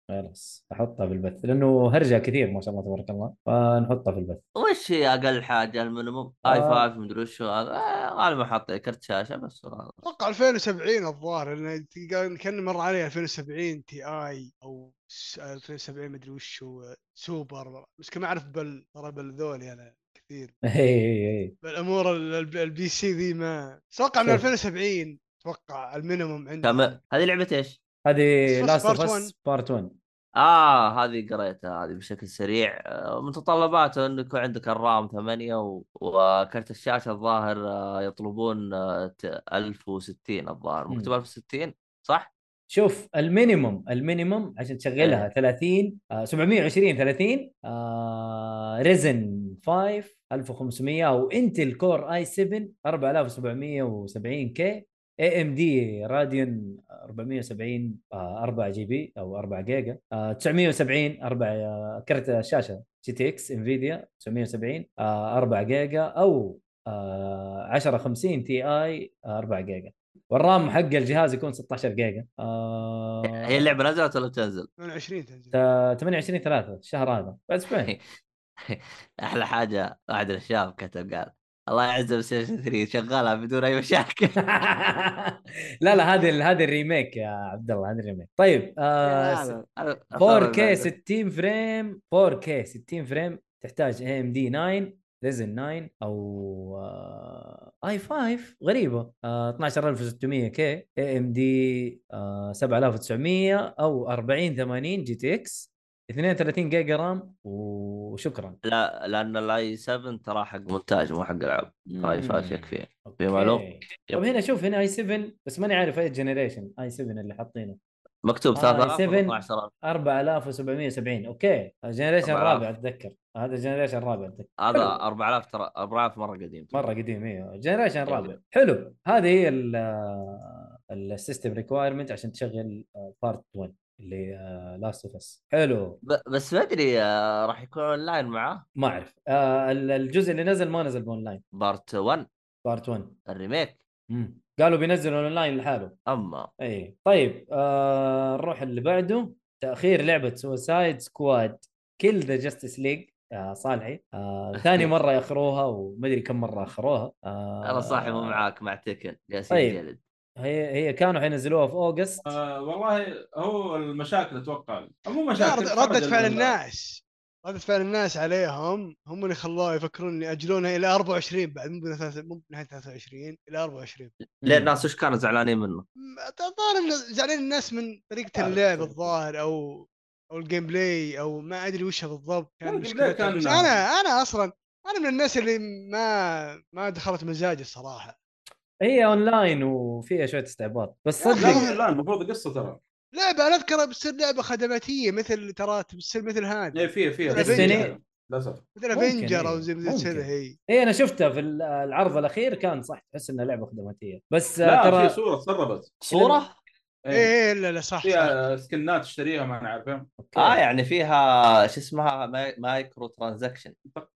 [SPEAKER 4] خلاص احطها في البث لانه هرجه كثير ما شاء الله تبارك الله فنحطها في البث
[SPEAKER 5] وش هي اقل حاجه المينيموم
[SPEAKER 4] آه.
[SPEAKER 5] اي 5 مدري وش هو هذا آه، غالبا حاطين كرت شاشه بس وهذا.
[SPEAKER 6] اتوقع 2070 الظاهر لان قال- كان مر عليه 2070 تي اي او س- 2070 مدري وش هو سوبر بس ما اعرف بل ترى بل ذولي انا كثير
[SPEAKER 4] اي
[SPEAKER 6] بالامور ال- ال- البي سي ذي ما اتوقع من
[SPEAKER 4] شوف.
[SPEAKER 6] 2070 اتوقع المينيموم عندي
[SPEAKER 5] كم- هذه لعبه ايش؟
[SPEAKER 4] هذه
[SPEAKER 6] Last
[SPEAKER 4] لاست
[SPEAKER 6] of
[SPEAKER 4] اوف
[SPEAKER 6] Us
[SPEAKER 4] اس بارت 1
[SPEAKER 5] اه هذه قريتها هذه بشكل سريع آه، متطلباته انه يكون عندك الرام 8 و... وكرت الشاشه الظاهر آه، يطلبون آه، ت- 1060 الظاهر
[SPEAKER 4] مم.
[SPEAKER 5] مكتوب 1060 صح؟
[SPEAKER 4] شوف المينيموم المينيموم عشان تشغلها 30 آه، 720 30 آه، ريزن 5 1500 او انتل كور اي 7 4770 كي اي ام دي راديون 470 آه، 4 جي بي او 4 جيجا آه، 970 4 آه، كرت الشاشه جي تي اكس انفيديا 970 آه، 4 جيجا او آه، 1050 تي اي 4 جيجا والرام حق الجهاز يكون 16 جيجا آه،
[SPEAKER 5] هي اللعبه نزلت ولا بتنزل؟
[SPEAKER 6] 28 تنزل
[SPEAKER 4] تا- 28 3 الشهر هذا بعد اسبوعين
[SPEAKER 5] احلى حاجه واحد الشباب كتب قال الله يعز بلاي ستيشن 3 شغالها بدون اي مشاكل
[SPEAKER 4] لا لا هذه ال- هذه الريميك يا عبد الله هذه الريميك طيب آه،
[SPEAKER 5] أنا- أنا-
[SPEAKER 4] 4K 60 فريم 4K 60 فريم تحتاج اي ام دي 9 ريزن آه، 9 او اي 5 غريبه آه، 12600 كي اي ام دي 7900 او 4080 جي تي اكس 32 جيجا رام وشكرا
[SPEAKER 5] لا لان الاي 7 ترى حق مونتاج مو حق العاب طيب، اي 5 يكفي
[SPEAKER 4] اوكي
[SPEAKER 5] معلومة؟
[SPEAKER 4] طب
[SPEAKER 5] يب.
[SPEAKER 4] طيب، هنا شوف هنا اي 7 بس ماني عارف اي جنريشن اي 7 اللي حاطينه
[SPEAKER 5] مكتوب
[SPEAKER 4] آه،
[SPEAKER 5] 3000
[SPEAKER 4] 7.
[SPEAKER 5] 12000
[SPEAKER 4] 4770 اوكي الجنريشن
[SPEAKER 5] أربعة آلاف.
[SPEAKER 4] الرابع اتذكر هذا الجنريشن الرابع اتذكر
[SPEAKER 5] هذا 4000 ترى 4000 مره قديم
[SPEAKER 4] مره قديم ايوه جنريشن
[SPEAKER 5] طيب.
[SPEAKER 4] الرابع حلو هذه هي ال- السيستم ريكوايرمنت عشان تشغل بارت 1 اللي آه، لاست اوف اس حلو
[SPEAKER 5] ب- بس ما ادري آه، راح يكون اون لاين معاه
[SPEAKER 4] ما اعرف آه، ال- الجزء اللي نزل ما نزل اونلاين
[SPEAKER 5] بارت 1
[SPEAKER 4] بارت 1
[SPEAKER 5] الريميك
[SPEAKER 4] مم. قالوا بينزلوا اونلاين لحاله
[SPEAKER 5] اما
[SPEAKER 4] اي طيب آه نروح اللي بعده تاخير لعبه سوسايد سكواد كل ذا جاستس ليج صالحي آه ثاني مره ياخروها ومدري كم مره اخروها آه
[SPEAKER 5] انا صاحي مو معاك مع تكن جالس
[SPEAKER 4] طيب.
[SPEAKER 5] يجلد
[SPEAKER 4] هي هي كانوا حينزلوها في اوغست
[SPEAKER 2] آه والله هو المشاكل اتوقع أو مو
[SPEAKER 6] لا،
[SPEAKER 2] مشاكل
[SPEAKER 6] رد-
[SPEAKER 2] فرج
[SPEAKER 6] ردة فعل
[SPEAKER 2] ال-
[SPEAKER 6] الناس ردة فعل الناس عليهم هم اللي خلوه يفكرون ان ياجلونها الى 24 بعد مو بنهاية- مو بنهايه 23 الى 24
[SPEAKER 5] ليه الناس وش كانوا زعلانين منه؟
[SPEAKER 6] م- الظاهر إن زعلان الناس من طريقه
[SPEAKER 2] عارف.
[SPEAKER 6] اللعب الظاهر او او الجيم بلاي او ما ادري وش بالضبط
[SPEAKER 2] لا،
[SPEAKER 6] كان
[SPEAKER 2] الجيم بلاي
[SPEAKER 6] مشكلتها.
[SPEAKER 2] كان-
[SPEAKER 6] بس انا انا اصلا انا من الناس اللي ما ما دخلت مزاجي الصراحه
[SPEAKER 4] هي اونلاين وفيها شويه استعباط بس
[SPEAKER 6] يا
[SPEAKER 2] لا
[SPEAKER 4] صدق
[SPEAKER 2] مو لا المفروض قصه ترى
[SPEAKER 6] لعبه انا اذكرها بتصير لعبه خدماتيه مثل ترى بتصير مثل هذا
[SPEAKER 2] إيه، في في
[SPEAKER 4] يعني
[SPEAKER 6] Destiny.
[SPEAKER 2] للاسف
[SPEAKER 6] مثل
[SPEAKER 4] ممكن،
[SPEAKER 6] افنجر او
[SPEAKER 4] إيه،
[SPEAKER 6] زي
[SPEAKER 4] ممكن.
[SPEAKER 6] مثل كذا هي
[SPEAKER 4] هي انا إيه، شفتها في ال- العرض الاخير كان صح تحس انها لعبه خدماتيه بس آه،
[SPEAKER 2] لا في
[SPEAKER 4] ترى
[SPEAKER 2] صوره تسربت
[SPEAKER 5] صوره؟
[SPEAKER 4] إيه.
[SPEAKER 6] ايه لا لا صح صح.
[SPEAKER 2] فيها سكنات تشتريها ما انا عارف
[SPEAKER 5] اه يعني فيها شو اسمها ماي- مايكرو ترانزاكشن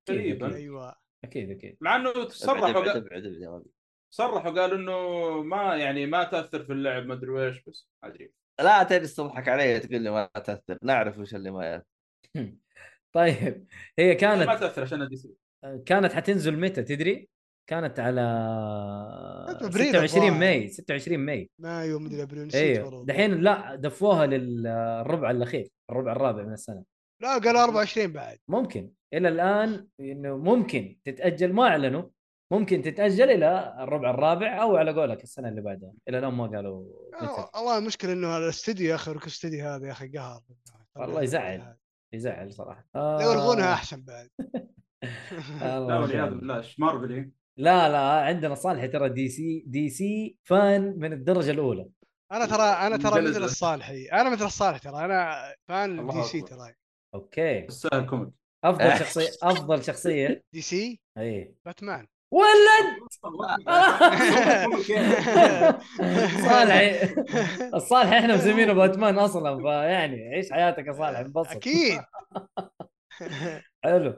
[SPEAKER 2] تقريبا
[SPEAKER 6] ايوه
[SPEAKER 4] اكيد اكيد
[SPEAKER 2] مع انه
[SPEAKER 5] ابعد
[SPEAKER 2] تصرحوا
[SPEAKER 5] ابعد
[SPEAKER 2] قال-
[SPEAKER 5] ابعد ابعد يا ولد.
[SPEAKER 2] صرحوا قالوا انه ما يعني ما تاثر في اللعب ما ادري ايش بس ما ادري
[SPEAKER 5] لا تجلس تضحك علي وتقول لي ما تاثر نعرف وش اللي ما يأثر.
[SPEAKER 4] طيب هي
[SPEAKER 2] يعني ما
[SPEAKER 4] كانت
[SPEAKER 2] تاثر عشان دي سي
[SPEAKER 4] كانت حتنزل متى تدري؟ كانت على
[SPEAKER 6] كانت أبريل
[SPEAKER 4] 26
[SPEAKER 6] الظاهر.
[SPEAKER 4] ماي 26 ماي
[SPEAKER 6] مايو مدري ابريل نسيت
[SPEAKER 4] ايوه
[SPEAKER 6] والله.
[SPEAKER 4] دحين لا دفوها للربع الاخير الربع الرابع من السنه
[SPEAKER 6] لا قالوا 24 بعد
[SPEAKER 4] ممكن الى الان انه ممكن تتاجل ما اعلنوا ممكن تتاجل الى الربع الرابع او على قولك السنه اللي بعدها الى الان ما قالوا متى
[SPEAKER 6] آه، والله المشكله انه الاستديو يا اخي ركن استديو هذا يا اخي قهر
[SPEAKER 4] والله يزعل. يزعل صراحه آه
[SPEAKER 6] لو يلغونها احسن بعد
[SPEAKER 2] لا
[SPEAKER 4] الله
[SPEAKER 2] والعياذ
[SPEAKER 4] يعين.
[SPEAKER 2] بالله ايش مارفل
[SPEAKER 4] لا لا عندنا صالح ترى دي سي دي سي فان من الدرجه الاولى
[SPEAKER 6] انا ترى انا ترى
[SPEAKER 2] مجلد.
[SPEAKER 6] مثل الصالحي انا مثل الصالح ترى انا فان
[SPEAKER 2] الله
[SPEAKER 6] دي سي
[SPEAKER 2] أكبر.
[SPEAKER 6] ترى
[SPEAKER 4] اوكي
[SPEAKER 2] السهل كوميك
[SPEAKER 4] افضل شخصيه افضل شخصيه
[SPEAKER 6] دي سي
[SPEAKER 4] اي
[SPEAKER 6] باتمان
[SPEAKER 4] ولد صالح الصالح احنا مسمينه باتمان اصلا فيعني عيش حياتك يا صالح انبسط
[SPEAKER 6] اكيد
[SPEAKER 4] حلو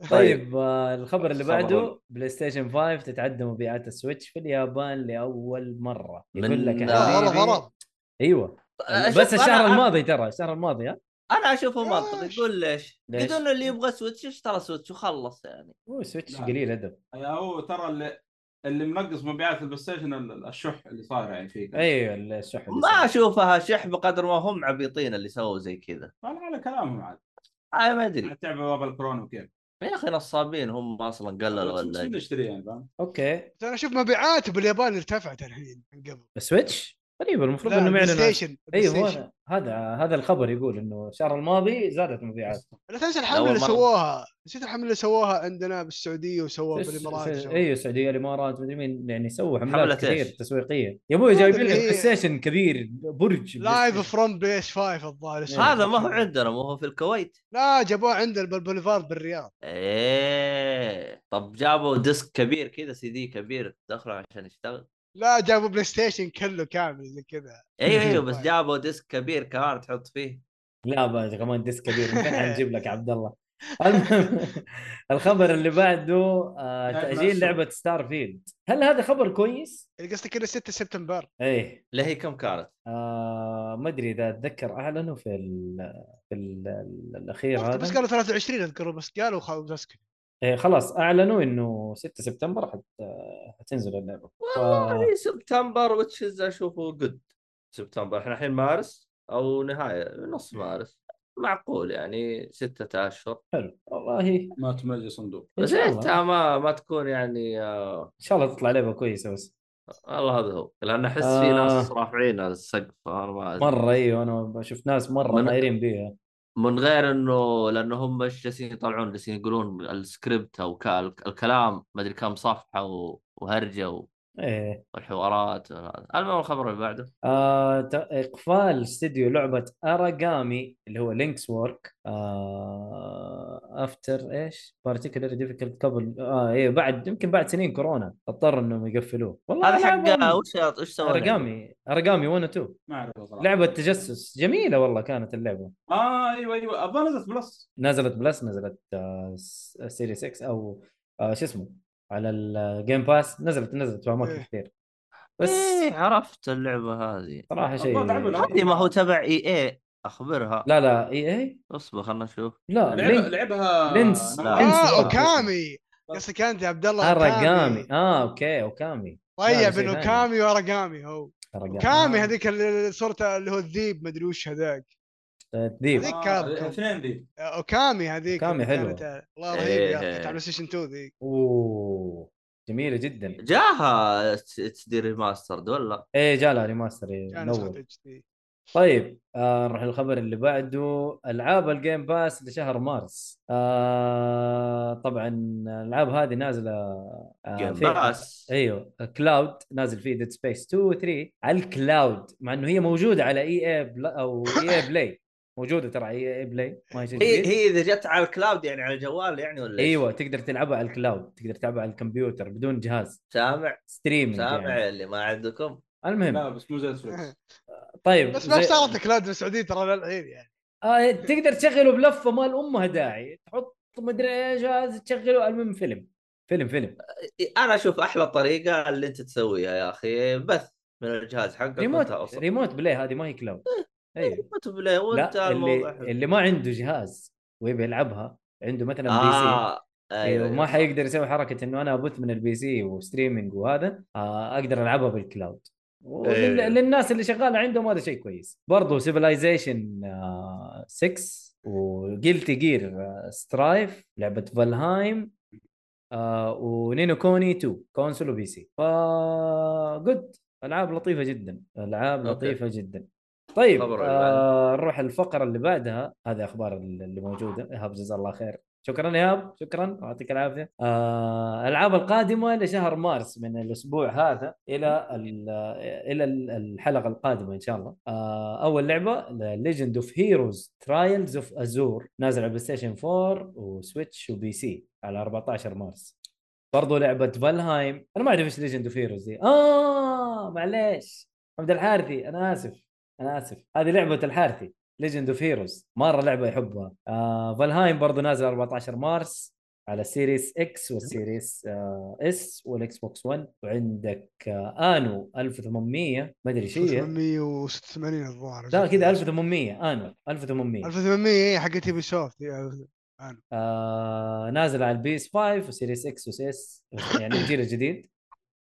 [SPEAKER 4] طيب آه، الخبر اللي
[SPEAKER 5] خبر
[SPEAKER 4] بعده بلاي ستيشن 5 تتعدى مبيعات السويتش في اليابان لاول مره يقول
[SPEAKER 5] من-
[SPEAKER 4] لك يا
[SPEAKER 5] لا،
[SPEAKER 6] هرب
[SPEAKER 4] حبيبي
[SPEAKER 6] هرب
[SPEAKER 4] ايوه
[SPEAKER 5] أشوف
[SPEAKER 4] بس الشهر
[SPEAKER 5] طيب، آه، أنا-
[SPEAKER 4] الماضي ترى الشهر الماضي ها
[SPEAKER 5] انا اشوفه منطقي
[SPEAKER 6] ليش؟
[SPEAKER 5] يقول ليش؟
[SPEAKER 4] ليش؟
[SPEAKER 5] يقول انه اللي يبغى سويتش اشترى سويتش وخلص يعني
[SPEAKER 4] هو سويتش
[SPEAKER 2] لا.
[SPEAKER 4] قليل ادب
[SPEAKER 2] يا يعني هو ترى اللي اللي منقص مبيعات البلاي ستيشن ال- الشح اللي صاير يعني فيه
[SPEAKER 4] ايوه الشح اللي
[SPEAKER 5] ما
[SPEAKER 4] صار.
[SPEAKER 5] اشوفها شح بقدر ما هم عبيطين اللي سووا زي كذا
[SPEAKER 2] والله على كلامهم عاد
[SPEAKER 5] انا ما ادري
[SPEAKER 2] حتى باب الكورونا وكيف
[SPEAKER 5] يا اخي نصابين هم اصلا قللوا
[SPEAKER 2] بس
[SPEAKER 5] ولا
[SPEAKER 2] مستحيل نشتريه يعني فاهم
[SPEAKER 4] اوكي
[SPEAKER 6] انا اشوف مبيعاته باليابان ارتفعت الحين من قبل
[SPEAKER 4] السويتش غريب المفروض انه معلن
[SPEAKER 6] بلاي ستيشن بلاي
[SPEAKER 4] ايوه
[SPEAKER 6] ستيشن.
[SPEAKER 4] هو هذا هذا الخبر يقول انه الشهر الماضي زادت مبيعات
[SPEAKER 6] لا
[SPEAKER 5] أول
[SPEAKER 6] تنسى الحمله اللي
[SPEAKER 5] مرة.
[SPEAKER 6] سووها نسيت الحمله اللي سووها عندنا بالسعوديه وسووها بالامارات وسووها.
[SPEAKER 4] ايوه السعوديه الامارات مدري مين يعني سووا
[SPEAKER 5] حملة
[SPEAKER 4] حملات كثير
[SPEAKER 5] إيش؟
[SPEAKER 4] تسويقيه يا ابوي جايبين لك
[SPEAKER 6] هذا اللي
[SPEAKER 4] بلاي
[SPEAKER 6] هي-
[SPEAKER 4] ستيشن كبير برج
[SPEAKER 6] لايف فروم بيس 5 الظاهر اسمه.
[SPEAKER 5] هذا ما هو عندنا ما هو في الكويت
[SPEAKER 6] لا جابوه عندنا بالبوليفارد بالرياض
[SPEAKER 5] ايه طب جابوا ديسك كبير كذا سي دي كبير دخله عشان يشتغل
[SPEAKER 6] لا جابوا بلاي ستيشن كله كامل زي كذا
[SPEAKER 5] ايوه ايوه بس جابوا ديسك كبير كمان تحط فيه
[SPEAKER 4] لا بس كمان ديسك كبير من فين حنجيب لك عبد الله المهم، الخبر اللي بعده آه،
[SPEAKER 2] لعبة
[SPEAKER 4] تاجيل
[SPEAKER 2] أسوأ.
[SPEAKER 4] لعبه ستار فيلد هل هذا خبر كويس؟
[SPEAKER 6] اللي قصدك انه 6 سبتمبر
[SPEAKER 4] ايه
[SPEAKER 5] لا هي كم كانت؟
[SPEAKER 4] آه ما ادري اذا اتذكر اعلنوا في ال في ال الاخير إيه، هذا
[SPEAKER 6] بس قالوا 23 اذكر بس قالوا خلاص اسكت
[SPEAKER 4] إيه خلاص اعلنوا انه 6 سبتمبر حت... آه، حتنزل اللعبه ف...
[SPEAKER 5] والله سبتمبر وتشز اشوفه قد سبتمبر احنا الحين مارس او نهايه نص مارس معقول يعني ستة اشهر
[SPEAKER 4] حلو والله
[SPEAKER 2] ما تملي صندوق
[SPEAKER 4] ان
[SPEAKER 5] بس إيه،
[SPEAKER 4] شاء
[SPEAKER 5] انت
[SPEAKER 4] الله
[SPEAKER 5] ما ما تكون يعني آه،
[SPEAKER 4] ان شاء الله تطلع لعبه كويسه بس
[SPEAKER 5] والله هذا هو لان احس في ناس
[SPEAKER 4] آه.
[SPEAKER 5] رافعين السقف انا ما أدري.
[SPEAKER 4] مره ايوه انا شفت ناس مره
[SPEAKER 5] من-
[SPEAKER 4] طايرين بيها
[SPEAKER 5] من غير انه لانه هم مش جالسين يطلعون جالسين يقولون السكريبت او ك- الكلام ما ادري كم صفحه و- وهرجه و-
[SPEAKER 4] ايه
[SPEAKER 5] والحوارات وهذا. المهم الخبر اللي بعده
[SPEAKER 4] آه ت- اقفال استديو لعبه اراجامي اللي هو لينكس وورك آه افتر ايش؟ بارتيكولر ديفيكلت كابل اه ايه بعد يمكن بعد سنين كورونا اضطروا انهم يقفلوه والله
[SPEAKER 5] هذا حق آه،
[SPEAKER 4] لعبة-
[SPEAKER 5] وش وش سوى
[SPEAKER 4] اراجامي اراجامي 1 و 2
[SPEAKER 2] ما اعرف صراحه
[SPEAKER 4] لعبه تجسس جميله والله كانت اللعبه
[SPEAKER 2] اه ايوه ايوه ابغى نزلت بلس
[SPEAKER 4] نزلت بلس نزلت آه، س- سيريس 6 او آه، شو اسمه على الجيم باس نزلت نزلت في اماكن
[SPEAKER 6] إيه.
[SPEAKER 4] كثير
[SPEAKER 5] بس
[SPEAKER 4] بس
[SPEAKER 5] إيه عرفت اللعبه هذه
[SPEAKER 4] صراحه شيء
[SPEAKER 2] أتوقع تعمل
[SPEAKER 5] هذه ما هو تبع اي
[SPEAKER 4] إيه.
[SPEAKER 5] اي اخبرها
[SPEAKER 4] لا لا اي اي
[SPEAKER 5] اصبر خلنا نشوف
[SPEAKER 4] لا
[SPEAKER 2] لعبها
[SPEAKER 4] لينك
[SPEAKER 2] لعبها آه، نعم.
[SPEAKER 4] لينس.
[SPEAKER 2] أنا-
[SPEAKER 5] لا.
[SPEAKER 6] اه
[SPEAKER 4] انسى.
[SPEAKER 6] اوكامي قصدك انت يا عبد الله
[SPEAKER 4] اراجامي اه اوكي اوكامي
[SPEAKER 6] طيب
[SPEAKER 4] شيء
[SPEAKER 6] بين
[SPEAKER 4] ثاني.
[SPEAKER 6] اوكامي واراجامي هو
[SPEAKER 4] أراجامي.
[SPEAKER 6] اوكامي هذيك اللي صورته اللي هو الذيب مدري وش هذاك
[SPEAKER 4] الذيب
[SPEAKER 6] هذيك
[SPEAKER 2] آه،
[SPEAKER 6] كابكوم.
[SPEAKER 2] اثنين ذي
[SPEAKER 6] آه، اوكامي هذيك
[SPEAKER 4] أوكامي
[SPEAKER 6] اللي
[SPEAKER 4] حلوة.
[SPEAKER 6] كانت- والله رهيب يا
[SPEAKER 5] إيه.
[SPEAKER 6] اخي على ستيشن 2 ذيك
[SPEAKER 4] اوه جميله جدا
[SPEAKER 5] جاها اتش دي ريماسترد ولا
[SPEAKER 4] ايه جالها ريماستر إيه،
[SPEAKER 6] كان
[SPEAKER 4] منور.
[SPEAKER 6] نسخة اتش دي
[SPEAKER 4] طيب آه نروح للخبر اللي بعده العاب الجيم باس لشهر مارس آه طبعا الالعاب هذه نازله آه
[SPEAKER 5] جيم
[SPEAKER 4] في-
[SPEAKER 5] باس.
[SPEAKER 4] ايوه كلاود نازل فيه ديد سبيس 2 و 3 على الكلاود مع انه هي موجوده على E اي اي بلا او اي اي بلاي موجوده ترى اي اي بلاي ما هي شيء
[SPEAKER 5] هي
[SPEAKER 4] جديد.
[SPEAKER 5] هي اذا جت على الكلاود يعني على الجوال يعني ولا إيش؟
[SPEAKER 4] ايوه تقدر تلعبها على الكلاود تقدر تلعبها على الكمبيوتر بدون جهاز
[SPEAKER 5] سامع
[SPEAKER 4] ستريمينج
[SPEAKER 5] سامع
[SPEAKER 4] يعني.
[SPEAKER 5] اللي ما عندكم
[SPEAKER 4] المهم
[SPEAKER 6] إيه.
[SPEAKER 2] لا بس مو زي نتفلكس
[SPEAKER 4] طيب
[SPEAKER 6] بس ما
[SPEAKER 4] زي-
[SPEAKER 6] اشتغلت كلاود في السعوديه ترى للحين يعني
[SPEAKER 4] آه تقدر تشغله بلفه مال امها داعي تحط مدري ايش هذا تشغله المهم فيلم فيلم فيلم
[SPEAKER 5] انا اشوف احلى طريقه اللي انت تسويها يا اخي بث من الجهاز حقك
[SPEAKER 4] ريموت
[SPEAKER 5] وانت أوصل.
[SPEAKER 4] ريموت بلاي هذه ما هي كلاود ايوه
[SPEAKER 5] ريموت بلاي وانت
[SPEAKER 4] لا اللي
[SPEAKER 5] الموضوع حلو.
[SPEAKER 4] اللي ما عنده جهاز ويبي يلعبها عنده مثلا بي سي
[SPEAKER 5] اه
[SPEAKER 4] ايوه ما حيقدر يسوي حركه انه انا ابث من البي سي وستريمينج وهذا آه، اقدر العبها بالكلاود ولل-
[SPEAKER 5] أيوة.
[SPEAKER 4] للناس اللي شغاله عندهم هذا شيء كويس آه، برضه سيفلايزيشن 6 وجلتي جير سترايف لعبه فالهايم آه ونينو كوني 2 كونسول وبي سي ف جود العاب لطيفه جدا العاب
[SPEAKER 5] أوكي.
[SPEAKER 4] لطيفه جدا طيب
[SPEAKER 5] خبر اللي
[SPEAKER 4] آه نروح الفقره اللي بعدها هذه اخبار اللي موجوده ايهاب جزاه الله خير شكرا ايهاب شكرا يعطيك العافيه آه، الالعاب القادمه لشهر مارس من الاسبوع هذا الى ال- الى ال- الحلقه القادمه ان شاء الله آه، اول لعبه ليجند اوف هيروز ترايلز اوف ازور نازل على بلاي ستيشن 4 وسويتش وبي سي على 14 مارس برضو لعبه فالهايم انا ما اعرف ايش ليجند اوف هيروز دي اه معليش حمد الحارثي انا اسف انا اسف هذه لعبه الحارثي ليجند اوف هيروز مره لعبه يحبها آه فالهايم برضه نازل 14 مارس على السيريس اكس والسيريس آه اس والاكس بوكس 1 وعندك آه انو 1800 ما ادري شو هي
[SPEAKER 6] 886 الظاهر
[SPEAKER 4] لا كذا 1800 انو 1800
[SPEAKER 6] 1800 هي حقت ايبي سوفت
[SPEAKER 4] آه نازل على البيس 5 وسيريس اكس وسيس يعني الجيل الجديد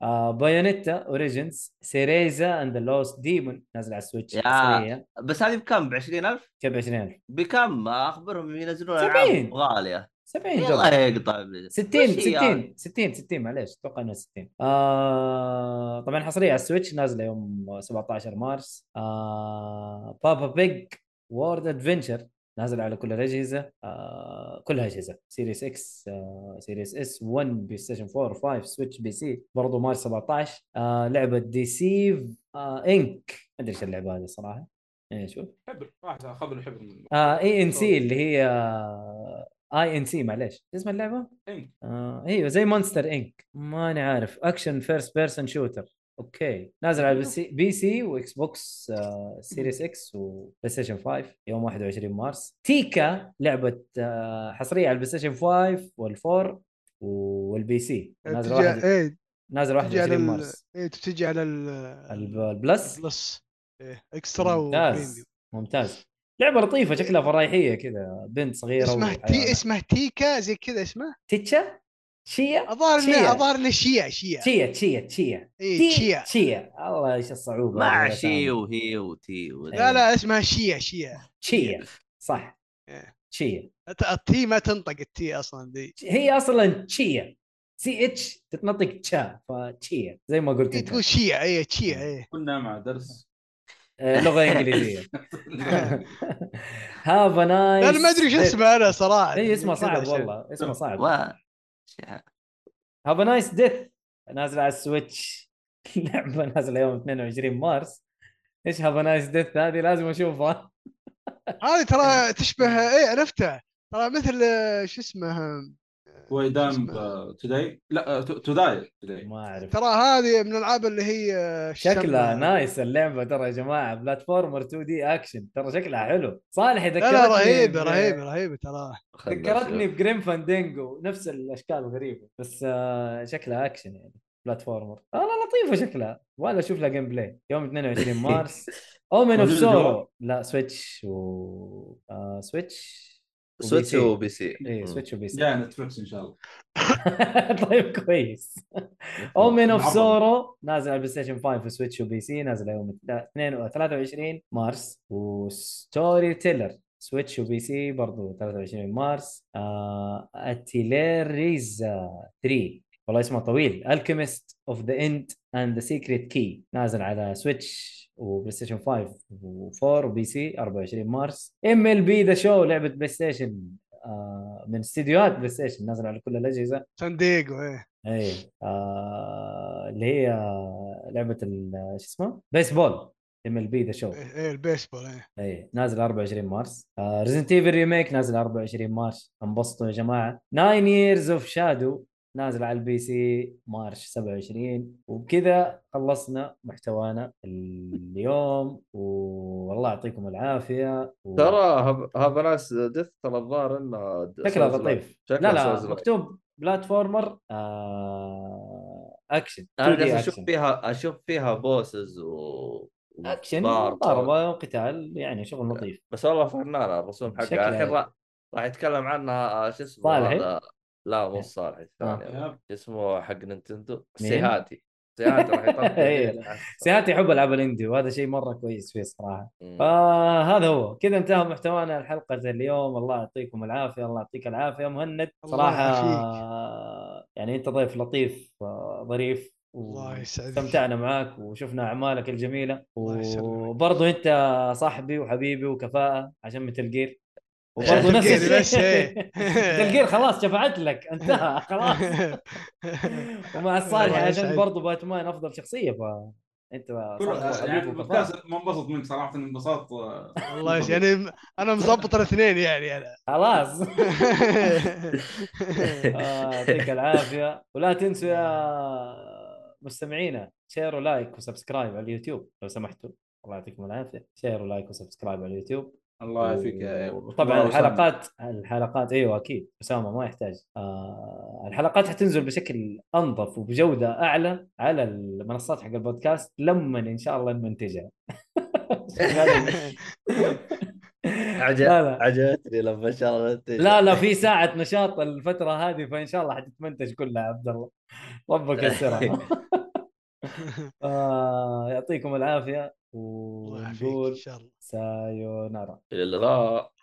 [SPEAKER 4] آه بايونيتا اوريجنز سيريزا اند ذا لوست ديمون نازل على السويتش
[SPEAKER 5] يا.
[SPEAKER 4] حصريا
[SPEAKER 5] بس هذه بكم؟ ب 20000
[SPEAKER 4] كيف 20000
[SPEAKER 5] بكم؟ اخبرهم ينزلون
[SPEAKER 4] سبعين.
[SPEAKER 5] العاب غاليه
[SPEAKER 4] 70
[SPEAKER 5] الله
[SPEAKER 4] دولار
[SPEAKER 5] يقطع بلي.
[SPEAKER 4] 60
[SPEAKER 5] وش هي هذه؟
[SPEAKER 4] 60 60 60 معليش اتوقع انه 60 آه طبعا حصريه على السويتش نازله يوم 17 مارس آه بابا بيج وورد ادفنشر نازل على كل الاجهزه آه كل الاجهزه سيريس اكس آه سيريس اس 1 بلاي ستيشن 4 5 سويتش بي سي برضه مارس 17 آه لعبه ديسيف آه انك ما ادري ايش اللعبه هذه صراحه يعني شوف آه،
[SPEAKER 2] حبر واحد اخذ له حبر من-
[SPEAKER 4] اي ان سي اللي هي آه، اي ان سي معليش إيش اسم اللعبه؟
[SPEAKER 2] إنك.
[SPEAKER 4] آه ايوه زي مونستر انك ماني عارف اكشن فيرست بيرسون شوتر اوكي نازل على بي سي, بي سي واكس بوكس آه سيريس اكس وبلاي ستيشن 5 يوم 21 مارس تيكا لعبه آه حصريه على البلاي ستيشن 5 والفور والبي سي نازل واحد
[SPEAKER 6] ايه
[SPEAKER 4] نازل
[SPEAKER 6] تجي على
[SPEAKER 4] 21
[SPEAKER 6] ال...
[SPEAKER 4] مارس
[SPEAKER 6] ايه تجي على ال...
[SPEAKER 4] الب- البلس
[SPEAKER 6] بلس إيه، اكسترا وبريميوم
[SPEAKER 4] ممتاز ممتاز لعبه لطيفه شكلها فرايحيه كذا بنت صغيره
[SPEAKER 6] اسمها
[SPEAKER 4] وحيوانات.
[SPEAKER 6] تي اسمها تيكا زي كذا اسمها
[SPEAKER 4] تيتشا شيا
[SPEAKER 6] الظاهر
[SPEAKER 4] شيا.
[SPEAKER 6] انه الظاهر انه شيا شيا
[SPEAKER 4] تشيا تشيا تشيا
[SPEAKER 6] اي
[SPEAKER 4] تشيا
[SPEAKER 6] شيا
[SPEAKER 4] تشيا الله ايش الصعوبه هذه
[SPEAKER 5] مع
[SPEAKER 4] يا
[SPEAKER 5] شي
[SPEAKER 4] سامي.
[SPEAKER 5] وهي وتي و-
[SPEAKER 4] إيه،
[SPEAKER 6] لا لا اسمها شيا شيا
[SPEAKER 4] تشيا صح
[SPEAKER 6] إيه.
[SPEAKER 4] تشيا
[SPEAKER 6] الت- التي ما تنطق التي اصلا ذي
[SPEAKER 4] هي اصلا تشيا سي اتش تتنطق تشا فتشيا زي ما قلت
[SPEAKER 6] إيه،
[SPEAKER 4] انت
[SPEAKER 6] تقول شيا اي شيا إيه. اي
[SPEAKER 2] كنا مع درس
[SPEAKER 4] آه، لغه انجليزيه هاف ا نايس
[SPEAKER 6] لا أنا إيه، ما ادري ايش اسمها انا صراحه
[SPEAKER 4] اي إيه، اسمه
[SPEAKER 6] كذا
[SPEAKER 4] صعب
[SPEAKER 6] عشان-
[SPEAKER 4] والله
[SPEAKER 5] آه.
[SPEAKER 4] اسمه صعب
[SPEAKER 5] ما-
[SPEAKER 4] هاف نايس ديث نازل على السويتش لعبه نازله يوم 22 مارس ايش هاف نايس ديث هذه لازم اشوفها
[SPEAKER 6] هذه
[SPEAKER 4] إيه.
[SPEAKER 6] ترى تشبه اي عرفتها ترى مثل آه، شو اسمه
[SPEAKER 2] ويدام توداي آه، لا آه، توداي
[SPEAKER 4] ما اعرف
[SPEAKER 6] ترى هذه من الالعاب اللي هي آه، شو
[SPEAKER 4] شكلها
[SPEAKER 6] يسمى؟
[SPEAKER 4] نايس اللعبه ترى يا جماعه بلاتفورمر 2 دي اكشن ترى شكلها حلو صالح
[SPEAKER 6] لا
[SPEAKER 4] ذكرتني
[SPEAKER 6] لا رهيبه
[SPEAKER 4] ب-
[SPEAKER 6] رهيبه رهيبه ترى
[SPEAKER 5] خلنا
[SPEAKER 4] ذكرتني
[SPEAKER 5] نشوف.
[SPEAKER 4] بجريم فاندينجو نفس الاشكال الغريبه بس آه، شكلها اكشن يعني بلاتفورمر والله لطيفه شكلها ولا اشوف لها جيم بلاي يوم 22 مارس اومن اوف
[SPEAKER 2] موجود الجوال؟
[SPEAKER 4] سورو لا سويتش و آه، سويتش
[SPEAKER 5] سويتش
[SPEAKER 4] وبي سي.
[SPEAKER 5] وبي سي
[SPEAKER 4] ايه
[SPEAKER 5] مم.
[SPEAKER 4] سويتش وبي سي
[SPEAKER 2] جاي نتفلكس ان شاء الله
[SPEAKER 4] طيب كويس اومن اوف
[SPEAKER 2] عظم.
[SPEAKER 4] سورو نازل على بلاي ستيشن 5 وسويتش وبي سي نازل يوم 2 23 مارس وستوري تيلر سويتش وبي سي برضو 23 مارس آه اتيليريزا 3 والله اسمه طويل الكيمست اوف ذا اند اند ذا سيكريت كي نازل على سويتش وبلاي ستيشن 5 و4 وبي سي 24 مارس ام ال بي ذا شو لعبه بلاي ستيشن آه من استديوهات بلاي ستيشن نازل على كل الاجهزه
[SPEAKER 6] سان دييغو ايه
[SPEAKER 4] ايه آه اللي هي لعبه ال- شو اسمه؟ بيسبول ام ال بي ذا شو
[SPEAKER 6] إيه، إيه، البيسبول ايه
[SPEAKER 4] ايه نازل 24 مارس آه ريزنت ايفل ريميك نازل 24 مارس انبسطوا يا جماعه 9 ييرز اوف شادو نازل على البي سي مارش 27 وبكذا خلصنا محتوانا اليوم والله يعطيكم العافيه و...
[SPEAKER 5] ترى هاف- هاف نايس ديث ترى الظاهر انها د-
[SPEAKER 4] شكلها
[SPEAKER 5] Souls-like.
[SPEAKER 4] لطيف
[SPEAKER 5] شكلها
[SPEAKER 4] لا لا
[SPEAKER 5] Souls-like.
[SPEAKER 4] مكتوب بلاتفورمر آه... اكشن
[SPEAKER 5] انا
[SPEAKER 4] 2D
[SPEAKER 5] جالس اشوف
[SPEAKER 4] أكشن.
[SPEAKER 5] فيها اشوف فيها بوسز و
[SPEAKER 4] اكشن
[SPEAKER 5] ضارب
[SPEAKER 4] ضربه وقتال يعني شغل لطيف
[SPEAKER 5] بس والله فنانه الرسوم حقها
[SPEAKER 4] شكلها-
[SPEAKER 5] الحين راح- راح يتكلم عنها آه، شو اسمه
[SPEAKER 4] صالحي؟
[SPEAKER 5] هذا لا مو صالح الثاني
[SPEAKER 2] يب.
[SPEAKER 5] شو اسمه حق نينتندو
[SPEAKER 4] إيه. آه. مين؟
[SPEAKER 5] سيهاتي سيهاتي راح
[SPEAKER 4] إيه.
[SPEAKER 5] يطلع
[SPEAKER 4] سيهاتي يحب العاب الاندي وهذا شيء مره كويس فيه صراحه
[SPEAKER 5] آه.
[SPEAKER 4] فهذا هو كذا انتهى محتوانا الحلقة اليوم الله يعطيكم العافية الله يعطيك العافية مهند
[SPEAKER 6] الله
[SPEAKER 4] صراحة
[SPEAKER 6] يعافيك.
[SPEAKER 4] يعني انت ضيف لطيف آه، ظريف
[SPEAKER 6] الله يسعدك.
[SPEAKER 4] استمتعنا معك وشفنا اعمالك الجميلة
[SPEAKER 6] الله يسلمك.
[SPEAKER 4] وبرضه انت صاحبي وحبيبي وكفاءة عشان متلقير
[SPEAKER 6] عشان
[SPEAKER 4] وبرضه نفس
[SPEAKER 6] تلقيني بس،
[SPEAKER 4] الشيء
[SPEAKER 6] إيه.
[SPEAKER 4] تلقير خلاص شفعت لك انتهى خلاص ومع الصالح
[SPEAKER 6] الله
[SPEAKER 4] عشان
[SPEAKER 6] يسعدك.
[SPEAKER 4] برضه باتمان افضل شخصية فانت صاحبي
[SPEAKER 2] يعني
[SPEAKER 4] وحبيبي وكفاءة
[SPEAKER 2] البودكاست منبسط منك صراحه انبساط آه،
[SPEAKER 6] الله يسعدك يعني انا مظبط الاثنين يعني انا
[SPEAKER 4] خلاص
[SPEAKER 6] Eh,
[SPEAKER 4] آه، يعطيك العافيه ولا تنسوا يا مستمعينا شير ولايك وسبسكرايب على اليوتيوب لو سمحتوا الله يعطيكم العافيه شير ولايك وسبسكرايب على اليوتيوب
[SPEAKER 2] الله يعافيك يا
[SPEAKER 4] وطبعا الحلقات الحلقات ايوه اكيد اسامه ما يحتاج آه الحلقات حتنزل بشكل انظف وبجوده اعلى على المنصات حق البودكاست لما ان شاء الله نمنتجها
[SPEAKER 6] eh.
[SPEAKER 4] لا لا
[SPEAKER 5] عجبتني لما ان شاء الله ننتج.
[SPEAKER 4] لا لا في ساعة نشاط الفترة هذه فإن شاء الله حتتمنتج كلها يا عبد الله ربك يسرها آه يعطيكم العافية
[SPEAKER 6] الله يعافيك ان
[SPEAKER 4] ونقول
[SPEAKER 6] شاء الله
[SPEAKER 4] سايونارا
[SPEAKER 5] الغاء